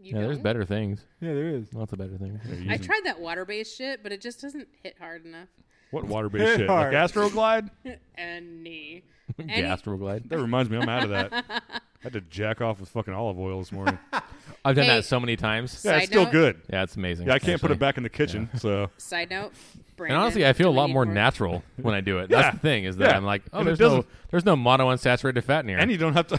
You Yeah, there's don't? better things. Yeah, there is. Lots of better things. I tried that water based shit, but it just doesn't hit hard enough. What water based shit? Hard. Like Astroglide? And knee. Gastroglide. That reminds me, I'm out of that. I had to jack off with fucking olive oil this morning. I've done Hey. that so many times. Yeah, Side it's still note. good. Yeah, it's amazing. Yeah, I can't put actually. it back in the kitchen, so Side note. And Brandon, honestly, I feel a do we lot need more more? natural when I do it. That's Yeah. the thing is that Yeah. I'm like, oh, And it there's no, doesn't- there's no monounsaturated fat in here. and you don't have to.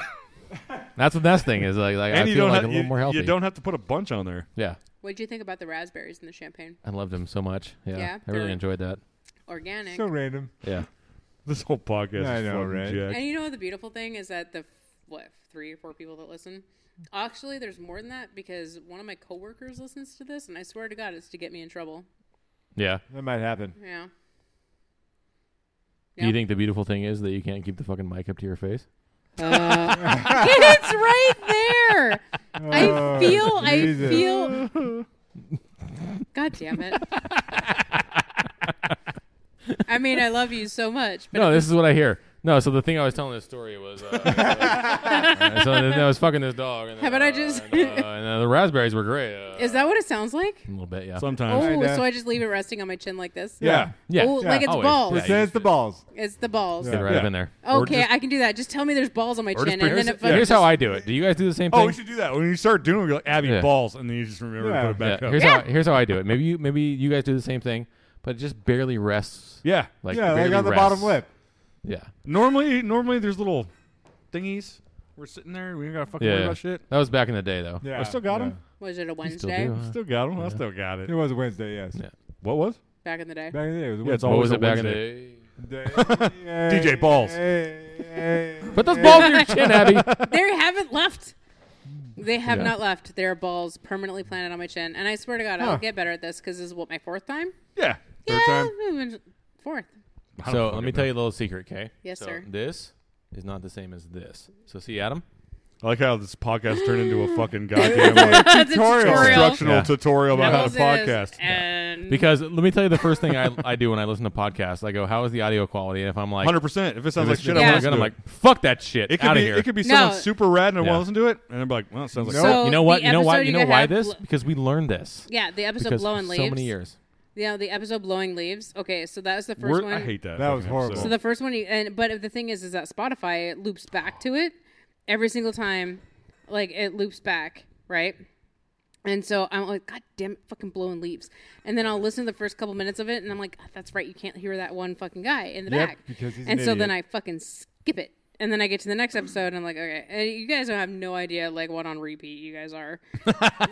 That's what that's thing is like. like I and feel you don't like have a little you, more healthy. you don't have to put a bunch on there. Yeah, What did you think about the raspberries and the champagne? I loved him so much. Yeah, Yeah, I really they're- enjoyed that. Organic. So random. Yeah, This whole podcast I is know, fucking right? jacked. and you know what the beautiful thing is that the f- what three or four people that listen. Actually, there's more than that because one of my coworkers listens to this, and I swear to God, it's to get me in trouble. yeah. That might happen. Yeah. Do you think the beautiful thing is that you can't keep the fucking mic up to your face? Uh. it's right there? I Oh, feel. I Jesus. feel. God damn it! I mean, I love you so much, but No, this is what I hear. No, so the thing I was telling this story was, uh, uh, so then I was fucking this dog. And, then, Haven't I uh, just- and, uh, and, uh, the raspberries were great. Uh, Is that what it sounds like? a little bit? Yeah. Sometimes. Oh, Kinda. so I just leave it resting on my chin like this? Yeah. yeah. Oh, like it's always. balls. Yeah, It you says just- the balls. It's the balls. Yeah. Get right up in there. Or Okay, just- I can do that. Just tell me there's balls on my Or chin, just- and here's, then it fucking here's just- how I do it. Do you guys do the same Oh, thing? we should do that. When you start doing it, you're like, Abby, Yeah. balls. And then you just remember Yeah. to put Yeah, it back here's up. how here's how I do it. Maybe you maybe you guys do the same thing, but it just barely rests. Yeah. Like yeah, barely like on the rests. bottom lip. Yeah. Normally, normally there's little thingies. We're sitting there. We ain't got to fucking worry Yeah. about shit. That was back in the day though. Yeah, I still got yeah. 'em. Was it a You still Wednesday do, huh? Still got them. I still got it. It was a Wednesday, yes. Yeah. What was? back in the day? Back in the day, it was a Yeah, it's Wednesday. What always was a it back in the Wednesday. day? DJ Balls. Put those balls in your chin, Abby. they haven't left. They have Yeah. not left. Their balls permanently planted on my chin, and I swear to God, Huh. I'll get better at this because this is what my fourth time. Yeah. Third yeah, time. moving- fourth. I don't So let fucking me tell know. you a little secret, okay? Yes, So sir. Mm. This is not the same as this. So see, Adam. I like how this podcast turned into a fucking goddamn like, That's a tutorial. instructional Yeah. tutorial about how Nose to is, podcast. and Because let me tell you the first thing I, I do when I listen to podcasts, I go, "How is the audio quality?" And if I'm like, Hundred percent. If it sounds if like it's shit, not I'm, Yeah. not good, gonna I'm like. like, "Fuck that shit!" It could out be. of here. It could be No. someone super rad and I Yeah. want to listen to it, and I'm like, well, it sounds like So- shit. you know what? Oh, the You know why? episode You you know why have this? l- Because we learned this. yeah, the episode Because blowing so leaves. many years. Yeah, the episode blowing leaves. Okay, so that was the 1st We're- one. I hate that. That was fucking episode. horrible. So the first one, you, and but the thing is, is that Spotify it loops back to it every single time, like it loops back, right? And so I'm like, God damn it, fucking blowing leaves. And then I'll listen to the first couple minutes of it, and I'm like, "Ah, that's right, you can't hear that one fucking guy in the Yep, back. because he's an and so then I idiot. fucking skip it. And then I get to the next episode, and I'm like, okay, and you guys have no idea like what on repeat you guys are.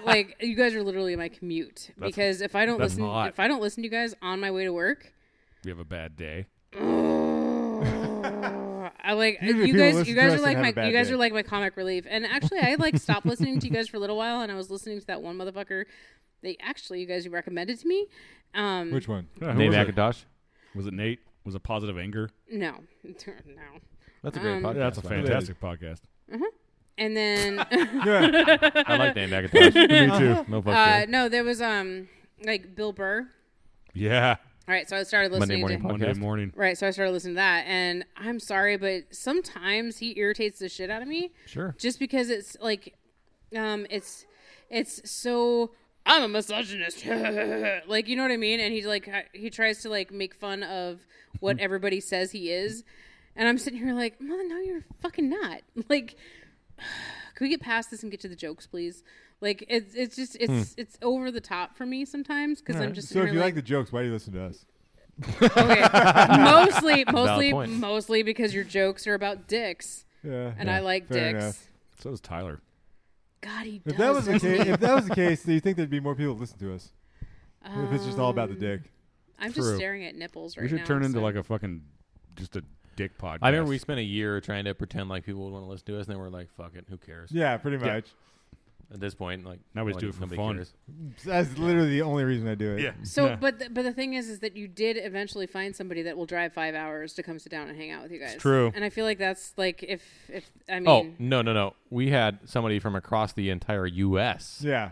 like you guys are literally my commute because if I don't that's listen, hot. if I don't listen to you guys on my way to work, we have a bad day. Mm. I like Usually you people guys. listen You to guys us are and like have my. a bad You guys day. are like my comic relief. And actually, I like stopped listening to you guys for a little while, and I was listening to that one motherfucker. They actually, you guys, you recommended to me. Um, Which one? Yeah, who Nate was, it? McIntosh. was it Nate? Was it Positive Anger? no, no. That's a great Um, podcast. Yeah, that's a by the way. fantastic podcast. And then, Yeah, I like Nate McIntosh. me too. no fuck uh, shit. no, there was um like Bill Burr. Yeah, All right, so I started Monday listening morning to Monday podcast. morning. Right, so I started listening to that, and I'm sorry, but sometimes he irritates the shit out of me. Sure. Just because it's like, um, it's it's so I'm a misogynist, like you know what I mean, and he's like he tries to like make fun of what everybody says he is, and I'm sitting here like, mother, no, you're fucking not. Like, can we get past this and get to the jokes, please? Like it's it's just it's it's over the top for me sometimes because I'm just Hmm. So sitting if here you like the jokes, why do you listen to us? Okay. mostly, mostly, point. mostly because your jokes are about dicks, Yeah, and I like fair dicks. enough. So does Tyler. God, he does. If that was the doesn't case, he? if that was the case, do you think there'd be more people listen to us? if it's just all about the dick. Um, I'm True. just staring at nipples right we now. should turn into so- like a fucking just a dick podcast. I remember we spent a year trying to pretend like people would want to listen to us, and then we're like, "Fuck it, who cares?" Yeah, pretty Yeah. much. At this point, like Now we just like, do it for nobody fun. cares. That's literally the only reason I do it. Yeah. So, Nah. but the, but the thing is, is that you did eventually find somebody that will drive five hours to come sit down and hang out with you guys. true. And I feel like that's like if if I mean, Oh no no no! We had somebody from across the entire U.S. Yeah.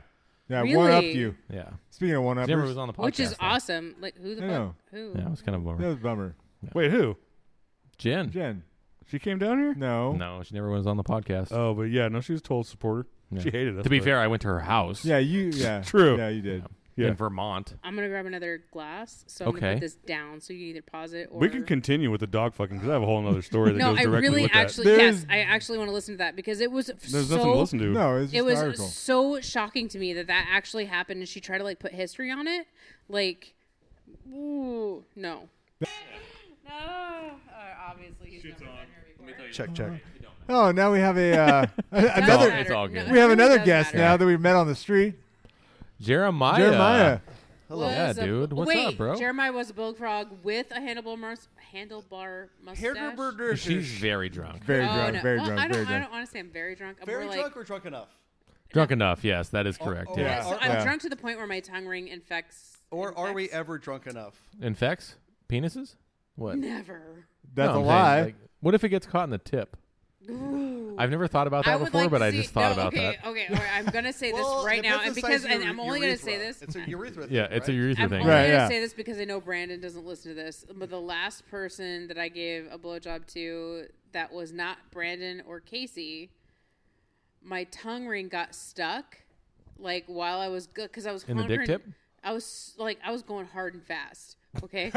Yeah, one up Really? you. Yeah, Speaking of one up, Jimmer was on the podcast, which is though. awesome. Like who the I fuck? know. Who? Yeah, it was kind of a That bummer. was a bummer. Wait, who? Jen. Jen. She came down here? No. No, she never was on the podcast. Uh, Oh, but yeah, no, she was a total supporter. Yeah. She hated us. to be but- fair, I went to her house Yeah, you yeah. True. Yeah, you did. yeah. in Vermont. I'm gonna grab another glass, so I'm gonna Okay. put this down. So you either pause it or we can continue with the dog fucking because I have a whole other story that No, goes I directly really with that. actually There's- yes, I actually want to listen to that because it was There's so nothing to listen to. No, it's just it was an article. so shocking to me that that actually happened and she tried to like put history on it like ooh no no obviously he's never been here before Check, check. Oh, now we have a uh, another it's all good. we have another guest now that we've met on the street. Jeremiah. Jeremiah. hello Yeah, dude. What's wait, up, bro? jeremiah was a bullfrog with a handlebar mus- handlebar mustache She's very drunk. Very Oh, drunk, no. very Well, drunk, I don't, very I drunk. don't honestly. I'm very drunk. I'm Very more drunk like, or drunk enough? Drunk enough. Yes, that is correct. oh, yeah. yeah. so I'm Yeah. drunk to the point where my tongue ring infects. Or are we infects- ever drunk enough? Infects penises. What? never? That's No, I'm a saying, lie. like, what if it gets caught in the tip? I've never thought about I that would before, like but to I see, just thought no, about okay, that. Okay, all right, I'm gonna say this Well, right it now, and depends the because size of and your I'm only gonna say urethra. this. It's a urethra. Yeah, thing, it's a right? urethra I'm thing. only Right, gonna yeah. say this because I know Brandon doesn't listen to this, but the last person that I gave a blowjob to that was not Brandon or Casey, my tongue ring got stuck, like while I was good because I was In the dick hunkering- tip? I was like I was going hard and fast. Okay,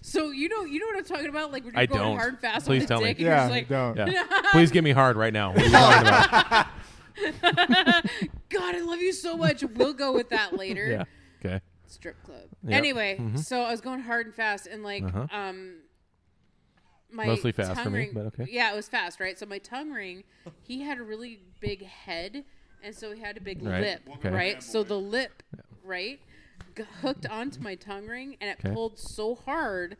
so you know you know what I'm talking about, like when you're I going don't. hard and fast Please with tell the me. dick, and Yeah, you're just like, don't. Yeah. Please give me hard right now. What are you talking about? God, I love you so much. We'll go with that later. Yeah. Okay. strip club. Yep. Anyway, so I was going hard and fast, and like, Mm-hmm. Uh-huh. um, my Mostly fast for tongue me, ring, but okay. Yeah, it was fast, right? So my tongue ring, he had a really big head, and so he had a big Right. lip, Okay. right? So the lip, right, g- hooked onto my tongue ring, and it Okay. pulled so hard.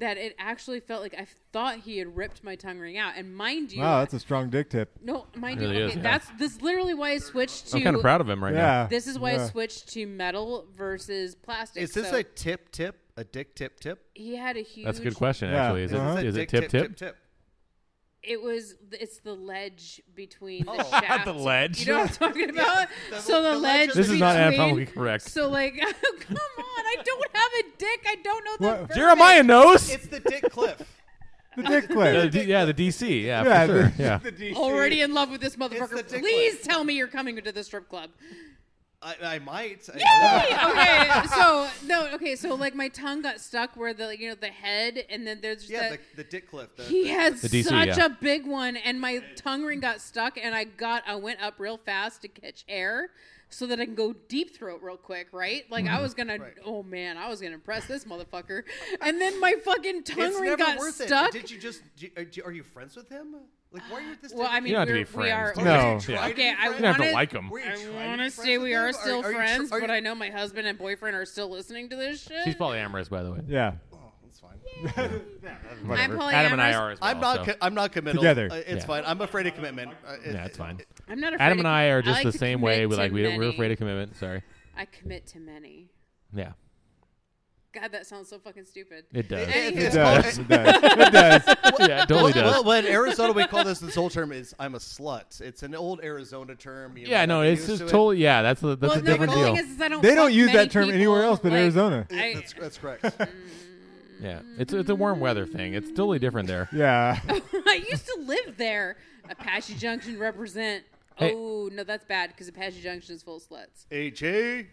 That it actually felt like I thought he had ripped my tongue ring out, and mind you, Wow, that's a strong dick tip. no, mind Really you, is, okay, yeah. that's this is literally why I switched to. I'm kind of proud of him right Yeah. This is why I Yeah. switched to metal versus plastic. Is this so- a tip tip? A dick tip tip? he had a huge. now. That's a good question, Yeah. actually. Is it is Uh-huh. Is a it dick tip tip? tip? It was. It's the ledge between the Oh. shaft. The ledge? You know what I'm talking about? the- so the, the ledge. ledge This is not between- anatomically correct. So like, come on! I don't have a dick. I don't know What? that. verbiage. Jeremiah knows. It's the dick cliff. The dick Yeah, clip. the, yeah, the DC. Yeah, Yeah, for sure. the- Yeah. Already in love with this the motherfucker. dick Please ledge. tell me you're coming into the strip club. I, I might. I- okay, so no, okay, so like my tongue got stuck where the you know the head and then there's yeah, that, the, the dick cliff. The, He had The DC, such yeah. a big one, and my tongue ring got stuck, and I got I went up real fast to catch air so that I can go deep throat real quick, right? Like Mm-hmm. I was gonna, Right. oh man, I was gonna impress this motherfucker, and then my fucking tongue it's ring never got worth stuck. it. Did you just? do- Are you- are you friends with him? Like, why are you with this? well, type I of mean, You don't have to we're, be we are. friends. people? No. Did you Yeah. try to be Okay, I friends? You don't have wanna- to like him. Were you trying to be I want to friends say with we him? are still you tr- friends, are but you- I know my husband and boyfriend are still listening to this shit. She's polyamorous, by the way. Yeah. That's fine. I'm polyamorous. Adam and I are as well. I'm not. so- co- I'm not committal. Together. Uh, it's Yeah. fine. I'm afraid of commitment. Uh, it- yeah, it's fine. I'm not afraid Adam to and com- I are just like the to same way. commit We to like we don't, we're many. afraid of commitment. Sorry. I commit to many. Yeah, God, that sounds so fucking stupid. it does. it- Anywho. It it's called- does. It does. It does. yeah, it totally well, does. well, in Arizona, we call this this whole term is "I'm a slut." It's an old Arizona term. You yeah, know, no, I'm it's used just to it. totally. Yeah, that's a that's well, a no, different but the deal. thing is, is I don't They don't fuck use many that term people, anywhere else but like, Arizona. I- That's, that's correct. yeah, it's it's a warm weather thing. It's totally different there. Yeah. I used to live there. Apache Junction represent. Hey. Oh no, that's bad because Apache Junction is full of sluts. H A.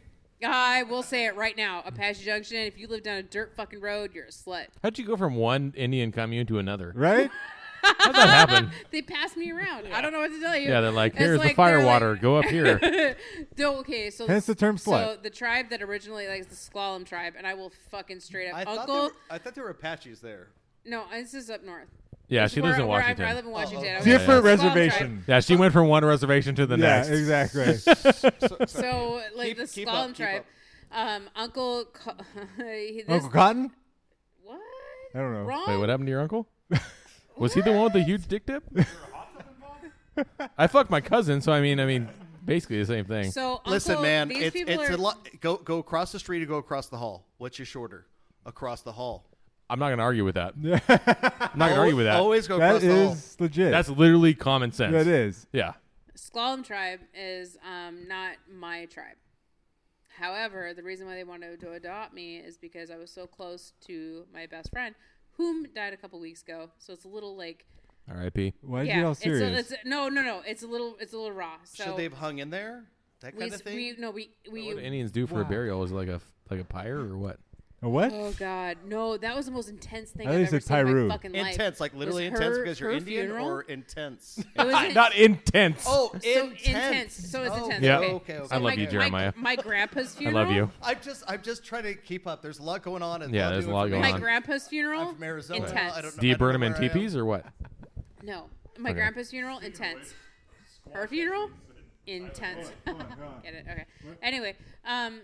I will say it right now, Apache Junction. If you live down a dirt fucking road, you're a slut. How'd you go from one Indian commune to another? Right? How'd that happen? They pass me around. I don't know what to tell you. Yeah, they're like, It's here's the like fire they're water. like- go up here. No, okay, so Hence the term So slut. the tribe that originally like is the Sklallam tribe, and I will fucking straight up I thought there uncle. were, I thought there were Apaches there. No, this is up north. Yeah, This is she lives where- in where I- Washington. Oh, I live in Washington. I was Different in the Sklallam tribe. reservation. Yeah, she went from one reservation to the yeah, next. exactly. So, so- So like Keep- the keep up, Sklallam keep tribe, up. um, Uncle, Co- he- this, Uncle Cotton? what? I don't know. Wrong. Wait, what happened to your uncle? Was he the one with the huge dick dip? I fucked my cousin, so I mean, I mean, basically the same thing. So Uncle, Listen, man, these it's people it's are a lot. Go go across the street or go across the hall. What's your shorter? Across the hall. I'm not gonna argue with that. I'm not gonna argue with that. Always go That across the hall. is legit. That's literally common sense. that is. Yeah. Sklallam tribe is um, not my tribe. However, the reason why they wanted to adopt me is because I was so close to my best friend, whom died a couple weeks ago. So it's a little like R.I.P. Why did you yeah, get all it's, a- serious? it's a- no, no, no. It's a little, it's a little raw. So Should they have hung in there? That we, kind of thing. we, no, we, What do we. Indians do for a burial? Is it like a like a pyre or what? A what? Oh God, no! That was the most intense thing I I've think ever it's seen in Pyru. my fucking life. intense, like Was literally intense her- because you're her Indian funeral? or intense. It was in- Not intense. oh, so intense. So it's Oh, intense. Yeah. Okay. Okay, okay. So I love my- you, Jeremiah. My, my grandpa's I funeral. love you. I'm just I'm just trying to keep up. There's a lot going on. and Yeah, I'll there's do a lot it going from- My on. grandpa's funeral. I'm from Arizona. Intense. I don't know. Do you I don't burn them know in where I am. teepees or what? No, my Okay. grandpa's funeral intense. Her funeral intense. Oh, Get it? Okay. Anyway, um,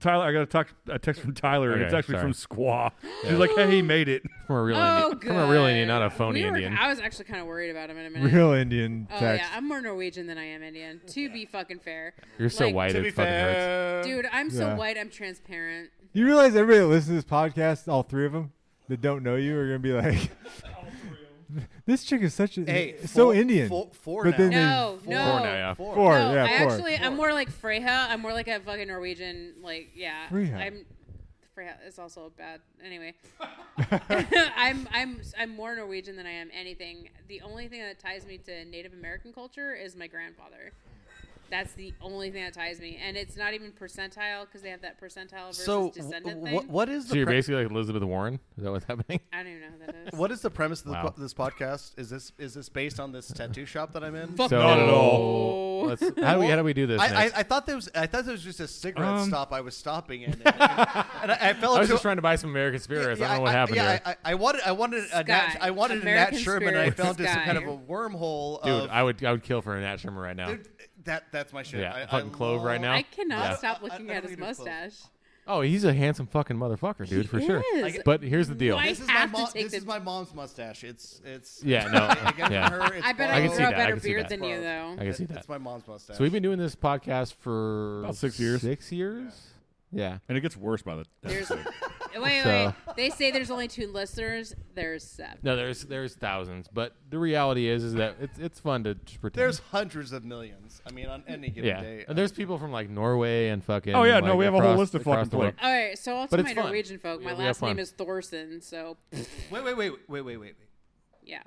Tyler, I got a, talk, a text from Tyler, and it's Okay, actually from sorry. Squaw. She's like, "Hey, he made it." From a real oh, Indian. good. From a real Indian, not a phony We were- Indian. I was actually kind of worried about him in a minute. Real Indian Oh text. yeah, I'm more Norwegian than I am Indian. To be fucking fair. You're so Like, white To be it fucking hurts. fair, Dud, I'm so Yeah. white. I'm transparent. You realize everybody that listens to this podcast, all three of them, that don't know you, are going to be like, This chick is such a Hey, so four- Indian. four- four but now. then No, no. Four now, yeah. Four. Four, no, yeah, I four. actually, I'm more like Freya. I'm more like a fucking Norwegian, like, yeah. Freja. I'm, Freya is also bad. Anyway. I'm, I'm, I'm more Norwegian than I am anything. The only thing that ties me to Native American culture is my grandfather. That's the only thing that ties me. And it's not even percentile because they have that percentile versus So, descendant wh- thing. wh- what is the So you're pre- basically like Elizabeth Warren. Is that what's happening? I don't even know who that is. what is the premise of the Wow. po- this podcast? Is this is this based on this tattoo shop that I'm in? So Not at all. Let's, how do we how do we do this? I, I, next? I thought there was I thought there was just a cigarette Um, stop I was stopping in, and, and I, I fell I was into. just trying to buy some American spirits. I don't know what I, happened yeah, here. I, I, I wanted I wanted a Nat, Sky. I wanted a American Nat Sherman, and I Spirits fell into some Sky. kind of a wormhole. Dude, of, I would I would kill for a Nat Sherman right now. Dude, that that's my shit. Yeah, I, fucking I clove right love- now. I cannot Yeah. stop I- I- looking I at don't his need to close. mustache. Oh, he's a handsome fucking motherfucker, dude, for sure. is. I- But here's the deal. Why- This is have to my mom. take This the- is my mom's mustache. It's it's Yeah, no, I got it yeah. from her. It's I bet I I, can borrowed. see grow that, a I better can see beard that. than you, though. I can see that. It's my mom's mustache. So we've been doing this podcast for About six years. Six years. Yeah. and it gets worse by the. There's, wait, wait, So- wait. They say there's only two listeners. There's seven. No, there's there's thousands, but the reality is is that it's it's fun to just pretend. There's hundreds of millions. I mean, on any given yeah, day. and there's people from like Norway and fucking. uh, Oh, yeah, no, like, we have a whole across- list of across fucking the world. All right, so I'll But tell it's my fun. Norwegian folk. We- My we have last fun. name is Thorson, so wait, wait, wait, wait, wait, wait, wait. yeah,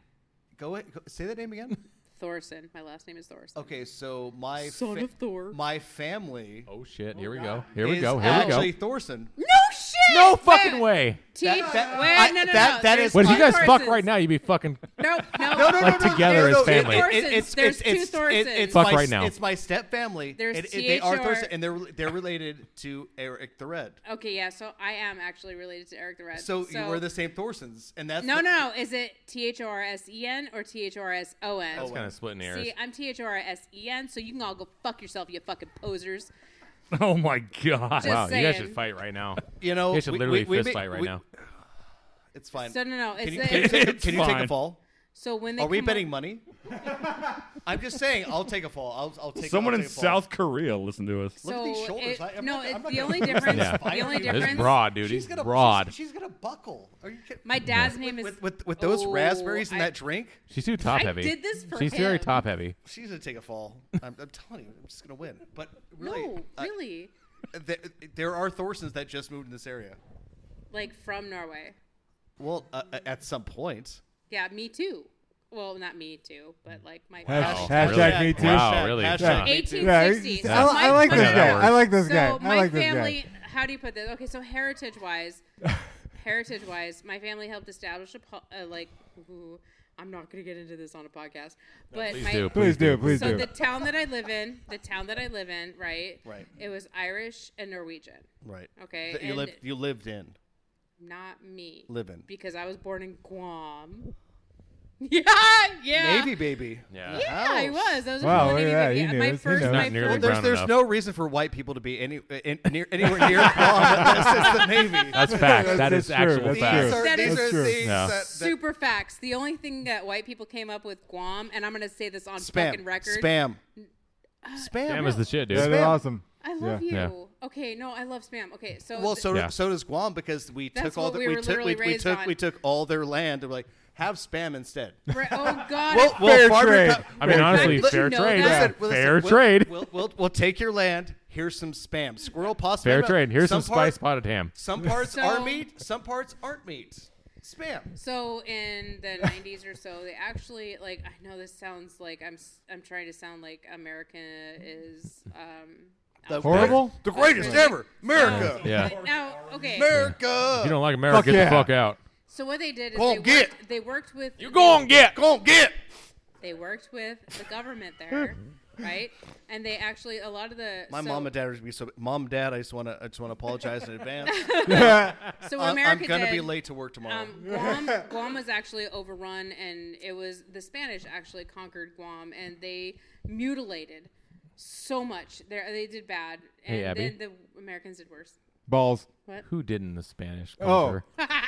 Go, ahead- go say that name again. Thorson. My last name is Thorson. Okay, so my Son of Thor. my family Oh shit! Here we go. Here we is go. Here we go. actually Thorson. No shit. No fucking way! T- That- that- wait, I- no, no, no. that- that there's is- What if two you guys fuck Thorsons. right now? You'd be fucking. No, no, No, no, no, Like, no, together no, as no, it- family. it- Thorsons. it's- There's it's- it's- two Thorsons. it- it's Fuck my right s- now. It's my step family. There's It- it- they are THR. Thorson, and they're they're related to Eric the Red. Okay, yeah. So I am actually related to Eric the Red. So, you were the same Thorsons, and that's No, the- no, no. Is it T H O R S E N or T H O R S O N? It's kind of splitting hairs. See, I'm T H O R S E N, so you can all go fuck yourself, you fucking posers. oh my god! Just wow, you guys saying. should fight right now. You know, You should we- literally we- we fist may- fight right we- now. It's fine. So no, no. It's, can you, a- can you take, a- It's can you take a fine. fall? so when they Are we come betting up- money? I'm just saying, I'll take a fall. I'll, I'll take. Someone I'll in take a fall. South Korea listen to us. Look at these shoulders. it- I- I'm no, not- it's I'm not the gonna only do this. difference. Yeah. The only This This difference. broad, dude. She's He's gonna broad. She's, she's gonna buckle. Are you kidding? My dad's name is With with, with those Oh, raspberries in I- that drink, She's too top I heavy. did this for She's very him. top heavy. she's gonna take a fall. I'm, I'm telling you, I'm just gonna win. But really, uh, No, I- really, th- there are Thorsons that just moved in this area. like from Norway. Well, uh, uh, at some point. Yeah, me too. Well, not me too, but like my. Hash- Oh, hashtag really? me too. Wow, really? Hashtag Yeah. me too. 1860. Yeah, I- So my I like this family- guy. I like this so guy. I my like this guy. family, How do you put this? Okay, so heritage wise, heritage wise, my family helped establish a po- uh, like. ooh, I'm not gonna get into this on a podcast, but Please my, do. Please do, please so do. the town that I live in, the town that I live in, right? Right. It was Irish and Norwegian. Right. Okay, That You and- lived. You lived in. Not me. Live in. Because I was born in Guam. Yeah, yeah. Navy baby. Yeah. Yeah, I was. I was Wow, a look at Navy that. baby. He Yeah, knew. my He first, knows. my Not nearly first Well, there's brown there's enough. no reason for white people to be any in, near anywhere near as the Navy. That's fact. That's- That is that's true. actual That's fact. true. That is true. things Yeah. super facts. The only thing that white people came up with Guam, and I'm gonna say this on fucking spam, record. uh, spam, spam. Damn is the shit, Yeah, dude. they're Spam. awesome. I love Yeah. you. Okay, no, I love spam. Okay, so Well, th- so Yeah. so does Guam because we That's took all what the, we we, were took we, literally we raised took on. we took all their land. And we're like, have spam instead. Bra- oh god, We'll, I- we'll Fair farm your trade. co- I mean, we'll- honestly, Did you fair know trade. that? Listen, well, listen, Fair we'll- trade. We'll, we'll we'll take your land. Here's some spam. Squirrel paw spam. Fair trade. Here's some part- spice potted ham. Some parts So- are meat. Some parts aren't meat. Spam. So in the 90s or so, they actually like. I know this sounds like I'm. s- I'm trying to sound like America is. Um, The- Horrible? The greatest ever. America. Yeah. but Now, okay. If you America. don't like America, get yeah. the fuck out. So what they did is Go they on, get. worked, they worked with You go and get. Gonna get. they worked with the government there, right? And they actually a lot of the My so, mom and dad are gonna be so. Mom, and dad, I just wanna, I just wanna apologize in advance. So what I- America I'm gonna did, be late to work tomorrow. Um, Guam, Guam was actually overrun, and it was the Spanish actually conquered Guam, and they mutilated so much. They they did bad, and Hey, Abby. then the Americans did worse. Balls. Who didn't the Spanish? Oh. culture?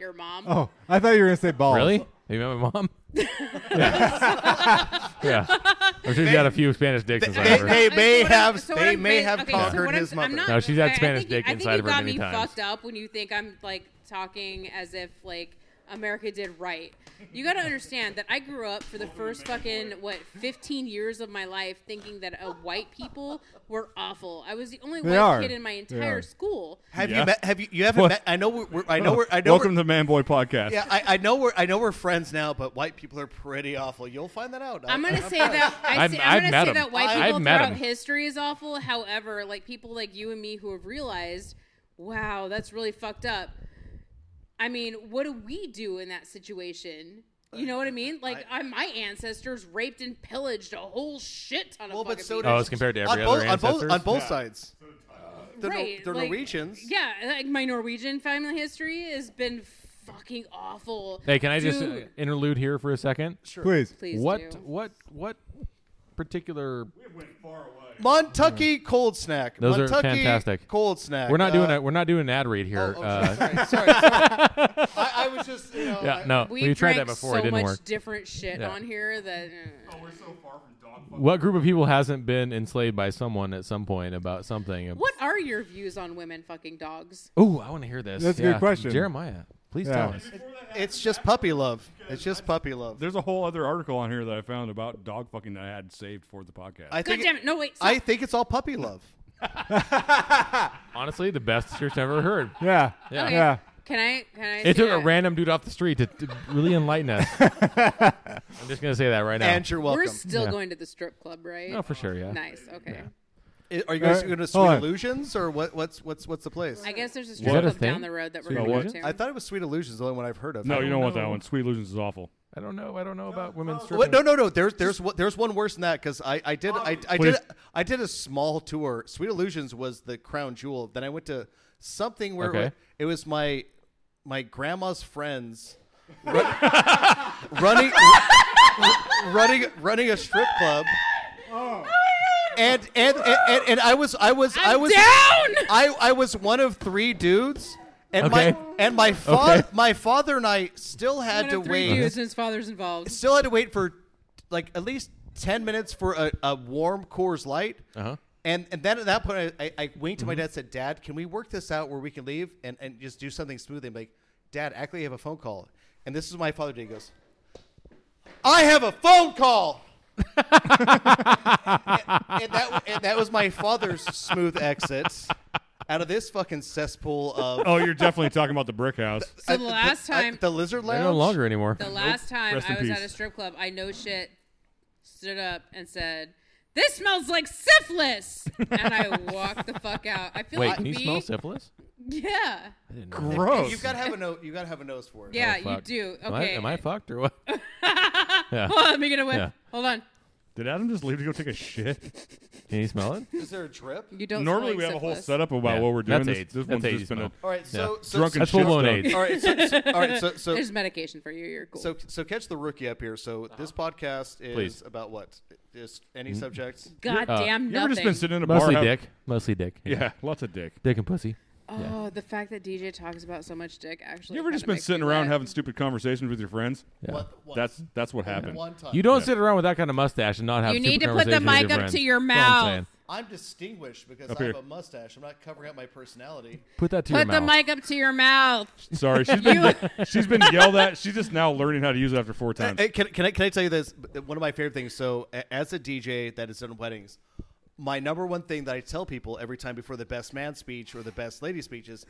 Your mom. Oh, I thought you were gonna say balls. Really? You met my mom? yeah. I'm sure she's got a few Spanish dicks inside they- of her. they- may what I'm- have- what they I'm may basi- have so what conquered I'm- his I'm mother. not- No, she's had I- I Spanish think you- dick I think inside you of her got many me times. fucked up when you think I'm like talking as if like America did right. You got to understand that I grew up for the first fucking what 15 years of my life thinking that uh, white people were awful. I was the only They white are. kid in my They entire are. school. Have Yeah. you met? Have you? You haven't What? met? I know we're. we're I know we're. I know Welcome we're, to Man Boy Podcast. Yeah, I, I know we're. I know we're friends now, but white people are pretty awful. You'll find that out. I'm I- gonna say that I I've- say, I've I'm met gonna say 'em. that white I've people met throughout 'em. history is awful. However, like people like you and me who have realized, wow, that's really fucked up. I mean, what do we do in that situation? You know what I mean? Like, I, my ancestors raped and pillaged a whole shit ton of Well, but fucking so people. Oh, it's compared to on every both, other on both ancestors. on both sides. The, Nor- Right, the like- Norwegians. Yeah, like my Norwegian family history has been fucking awful. Hey, can I just uh, Dude, interlude here for a second? Please. please what do. what what particular? Montucky cold snack. Those are Montucky fantastic. Cold snack. We're not doing Uh, a, we're not doing an ad read Oh, here. oh, uh, sorry, sorry, sorry. I, I was just. You know, yeah, I- no, We, we tried that drank before. So it didn't much work. different shit Yeah. on here that. uh, Oh, What group of people hasn't been enslaved by someone at some point about something? What are your views on women fucking dogs? Oh, I want to hear this. That's a yeah. good question. Jeremiah. Please Yeah. tell us. It's just puppy love. It's just puppy love. There's a whole other article on here that I found about dog fucking that I had saved for the podcast. I God think. damn it! No wait. stop. I think it's all puppy love. Honestly, the best church I've ever heard. Yeah. Yeah. Okay. Yeah. Can I? Can I? It say took a that? random dude off the street to, to really enlighten us. I'm just gonna say that right now. And you're welcome. We're still Yeah. going to the strip club, right? No, for sure. Yeah. Nice. Okay. I- Are you guys Uh, going to hold Sweet on. Illusions or what? What's what's what's the place? I guess there's a that strip a club thing? down the road that we're Sweet going Illusion? to. I thought it was Sweet Illusions, the only one I've heard of. no, I you don't want that know. one. Sweet Illusions is awful. I don't know. I don't know about women's stripping. Wait, no, no, no. There's there's one- there's one worse than that because I I did I, I did Please. I did a small tour. Sweet Illusions was the crown jewel. Then I went to something where Okay. it was my my grandma's friends run- running running running a strip club. And, and, and and and I was I was Oh. i I'm was down! I I was one of three dudes. And my Okay. and my father Okay. my father and I still had One to of three wait dudes and his father's involved. still had to wait for like at least 10 minutes for a, a warm Coors Light. Uh-huh. Mm-hmm. And, and then at that point, I, I, I winked to my dad and said, Dad, can we work this out where we can leave and, and just do something smooth? And I'm like, Dad, I actually have a phone call. And this is what my father did. He goes, I have a phone call. and, and that, and that was my father's smooth exit out of this fucking cesspool of. Oh, you're definitely talking about the brick house. So the last I- time, the lizard They're lounge. no longer anymore. the last time Rest I in was at a peace. strip club, I know shit. Stood up and said, "This smells like syphilis," and I walked the fuck out. I feel Wait, like can you we- smell syphilis? Yeah, I didn't know. that. Gross. You've got to have a nose. You got to have a nose for it. Oh, yeah, you fuck. do. Am I- Okay, Am I, fucked or what? yeah. Hold on, let me get a whiff. Yeah. Hold on. Did Adam just leave to go take a shit? Can you smell it? Is there a drip? You don't. Normally smell we like have a whole syphilis. setup about Yeah, what we're doing. that's This, AIDS. this That's one's AIDS just been a smell. All right, so, so drunken That's shit full-blown stuff. AIDS. All right, so, so- all right, so so, There's medication for you. You're cool. so so catch the rookie up here. So this podcast is Please. about what? Just any Mm-hmm. subjects? goddamn You ever just nothing. been sitting in a Mostly bar? have- dick. Mostly dick. Yeah, lots of dick. Dick and pussy. oh, the fact that DJ talks about so much dick actually. You ever kinda just been makes sitting me around laugh. having stupid conversations with your friends? Yeah. What- what- That's that's what happened. one time. You don't sit around with that kind of mustache and not have. You stupid need to put the conversations with mic your up friends. to your That's all I'm mouth. saying. I'm distinguished because Up I here. have a mustache. I'm not covering up my personality. Put that to your Put the mouth. mic up to your mouth. Sorry, she's been she's been yelled at. She's just now learning how to use it after four Um, times. Hey, can, can I can I tell you this? One of my favorite things. So a- as a DJ that has done weddings, my number one thing that I tell people every time before the best man speech or the best lady speech is.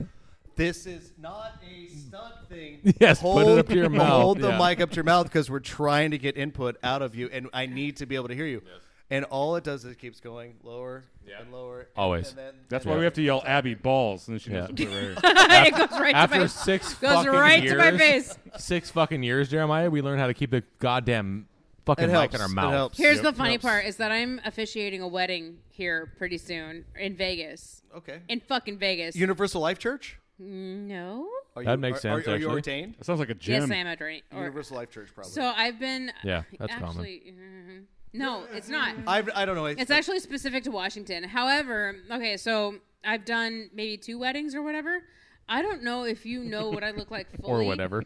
This is not a stunt thing. Yes, put it up to your mouth, Hold the yeah. mic up to your mouth because we're trying to get input out of you, and I need to be able to hear you. And all it does is it keeps going lower and lower. and- Always. and then- That's and why we then- have to yell Abby balls, and then she Yeah. knows to put it right here. it goes right to my After six goes fucking right years, to my face. six fucking years, Jeremiah, we learned how to keep the goddamn fucking It mic helps. in our mouth. It helps. Here's Yep. the funny Helps. part is that I'm officiating a wedding here pretty soon in Vegas. Okay. In fucking Vegas. Universal Life Church. no. Are That makes are- sense, Are, are you actually. ordained? That sounds like a Yes, gym. I am a drink. Or, Universal Life Church, probably. so I've been. Yeah, that's common. actually, mhm. No, it's not. I've, I don't know. It's actually specific to Washington. However, okay, so I've done maybe two weddings or whatever. I don't know if you know what I look like Or fully, whatever.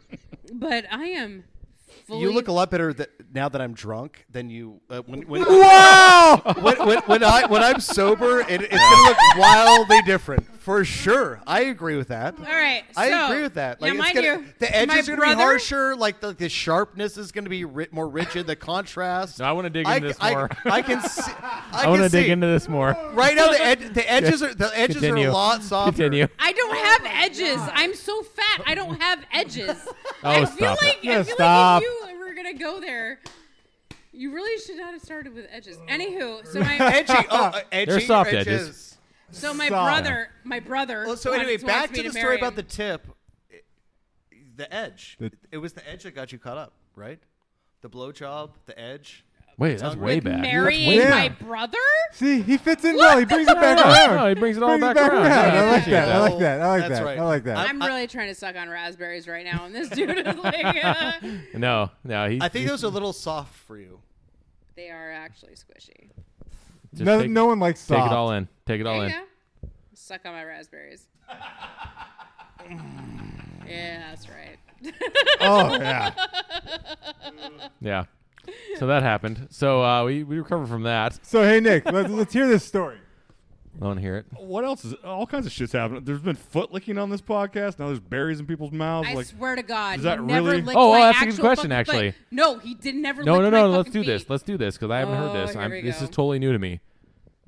But I am fully. You look a lot better th- now that I'm drunk than you uh, when when, when, when when I when I'm sober. It, it's gonna look wildly different. For sure. I agree with that. All right. I so- agree with that. now, Like, it's mind gonna, you, the edge my is going to be brother- harsher. Like the, the sharpness is going to be ri- more rigid. The contrast. No, I wanna dig I, into this I, more. I can see. I, I want to dig into this more. Right now, the, ed- the edges are the edges Continue. are a lot softer. Continue. I don't have edges. I'm so fat. I don't have edges. I feel Oh, stop it. like Yeah, I feel stop. like if you were gonna go there, you really should not have started with edges. Anywho, so my Edgy. Oh, uh, edgy. They're soft or edges. so my Stop. brother, my brother. Well, so wants- anyway, wants back me to the marry story about the him. tip. I- The edge. The- it was the edge that got you caught up, right? The blowjob, the edge. Wait, that's way With back. marrying Yeah. my brother. See, he fits in well. He brings it back No, around. no, he brings it all Brings back, it back around. around. Yeah, I like appreciate that. I like Oh, that. I like that's that. right. I like that. I'm really trying to suck on raspberries right now, and this dude is like, uh, No, no, he. I think he those are a little soft for you. they are actually squishy. just No, take, no one likes Take soft. it all in. Take it all There in. you go. Suck on my raspberries. yeah, that's right. Oh yeah. Yeah. So that happened. So uh, we we recovered from that. So hey Nick, let's let's hear this story. I want to hear it. What else is all kinds of shit's happening? There's been foot licking on this podcast. Now there's berries in people's mouths. I like swear to God, is that he never really- licked Oh, my well, that's a good actual question, fucking foot. actually. No, he did never. No, no, lick no. my Let's do fucking this. feet. Let's do this because I haven't Oh, heard this. here we I'm, this go. is totally new to me.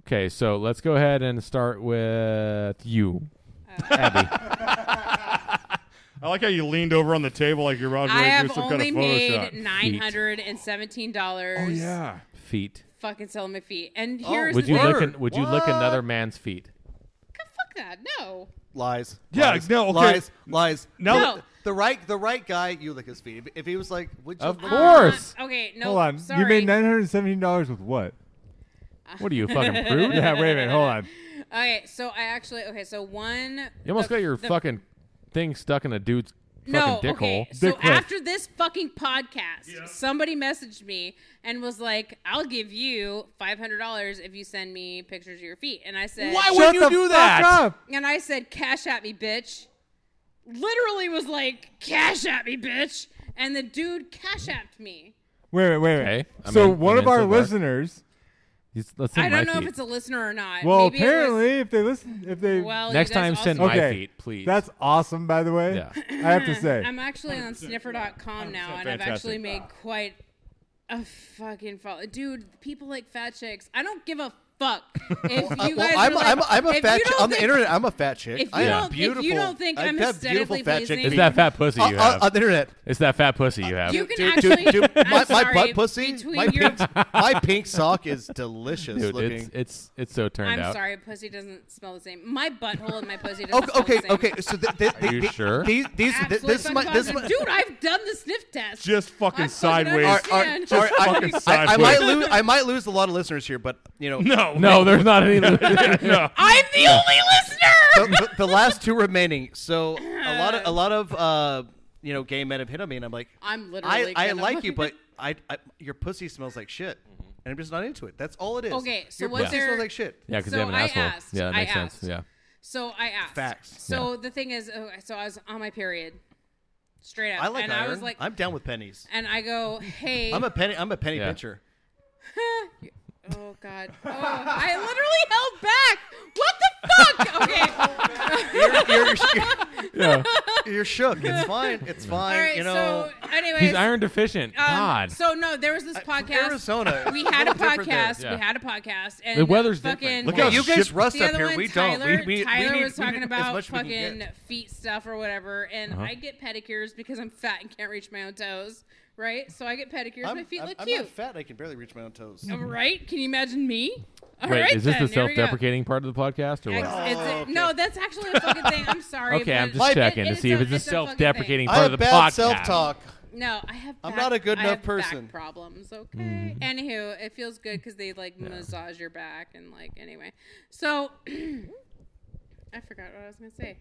Okay, so let's go ahead and start with you, Abby. I like how you leaned over on the table like you're Roger I Ailes have doing some kind only of made Photoshop. nine hundred and seventeen dollars. Oh yeah. Feet. Fucking selling my feet. And Oh. here's Would the you thing. lick? An, would you lick What? another man's feet? Fuck that. No. Lies. Yeah, Lies. no, okay. Lies. Lies. Now No. that- The right, the right guy. You lick his feet. If, if he was like, would you? Of lick- course. Horse. Uh, okay. No. Hold on. Sorry. You made nine hundred and seventeen dollars with what? What are you fucking prude? Yeah, wait a Uh, minute. Hold on. Okay. So I actually. Okay. So one. You almost the- got your the- fucking thing stuck in a dude's No, fucking dick okay. hole. So Dick hole. after this fucking podcast, somebody messaged me and was like, "I'll give you five hundred dollars if you send me pictures of your feet." And I said, Why Shut would you the do fuck that? up. And I said, "Cash at me, bitch." Literally was like, "Cash at me, bitch," and the dude cash apped me. Wait a minute. Wait a minute. Okay, I'm so in- one I'm of in our so far. listeners. He's- Let's I send don't my know feet. if it's a listener or not. Well, Maybe it was- apparently, if they listen, if they well, you Next guys time, also- send my okay, feet, please. That's awesome, by the way. Yeah. I have to say. I'm actually on sniffer.com now, and I've fantastic. actually made quite a fucking follow. Dude, people like fat chicks. I don't give a fuck if Uh, you guys well, are I'm, like, I'm, I'm a if you fat chick don't on the think- internet. I'm a fat chick. If you, I am don't, beautiful. if you don't think I I'm have beautiful aesthetically fat chick pleasing, feet. it's that fat pussy Uh, you uh, have. on the internet. it's that fat pussy you have. Uh, you can Dude, dude, actually dude, I'm my, my sorry, butt pussy, between my your, pink, my pink sock is delicious Dude, looking. it's it's it's so turned I'm out. sorry, pussy doesn't smell the same. My butthole and my pussy doesn't okay, smell okay, the same. okay. So th- th- th- you th- sure? These, these, th- Absolutely this is my, this is my. dude, I've done the sniff test. Just fucking I fucking sideways. All understand. right, all right, all right, Just fucking I, I- I sideways. might lose, I might lose a lot of listeners here, but you know, No, No, there's not any. no. I'm the only listener. the, the- the last two remaining. So a lot of a lot of uh, you know gay men have hit on me, and I'm like, I'm I, literally. I gonna- like you, but I, I your pussy smells like shit, Mm-hmm. and I'm just not into it. That's all it is. Okay, so your was pussy there- smells like shit. Yeah, because So you have an I asshole. asked. yeah, that I makes sense. asked. Yeah. So I asked. Facts. So the thing is, oh, so I was on my period, straight up, I like and iron. I was like, I'm down with pennies. and I go, hey, I'm a penny. I'm a penny Yeah. pincher. oh god, oh, I literally held back. What the fuck? Okay. You're, you're shook. It's fine. It's fine. All right. you know, so anyways, He's iron deficient. um, God. So no, there was this from podcast. Arizona, We it's a had a little different there. podcast. Yeah. We had a podcast, and The weather's fucking. different. Look Yeah, how you guys shit- rust The up other here. one, we Tyler, don't. We, we, Tyler we need, was talking we need as about much we can fucking get. Uh-huh. feet stuff or whatever, and I get pedicures because I'm fat and can't reach my own toes, right? So I get pedicures. I'm, my feet I'm, look I'm cute, not fat. I can barely reach my own toes. right? Can you imagine me? All Mm-hmm. Wait, right, is this then, the there we go. self-deprecating part of the podcast or Ex- what? it's Oh, a- No, that's actually a fucking thing. I'm sorry. Okay, I'm but just it- checking to is see a- if it's the a fucking thing. self-deprecating I part of have the bad podcast. self-talk. No, I have. I'm back- not a good I enough have back person. problems. Okay. Mm-hmm. Anywho, it feels good because they like massage your back and like anyway. So I forgot what I was gonna say.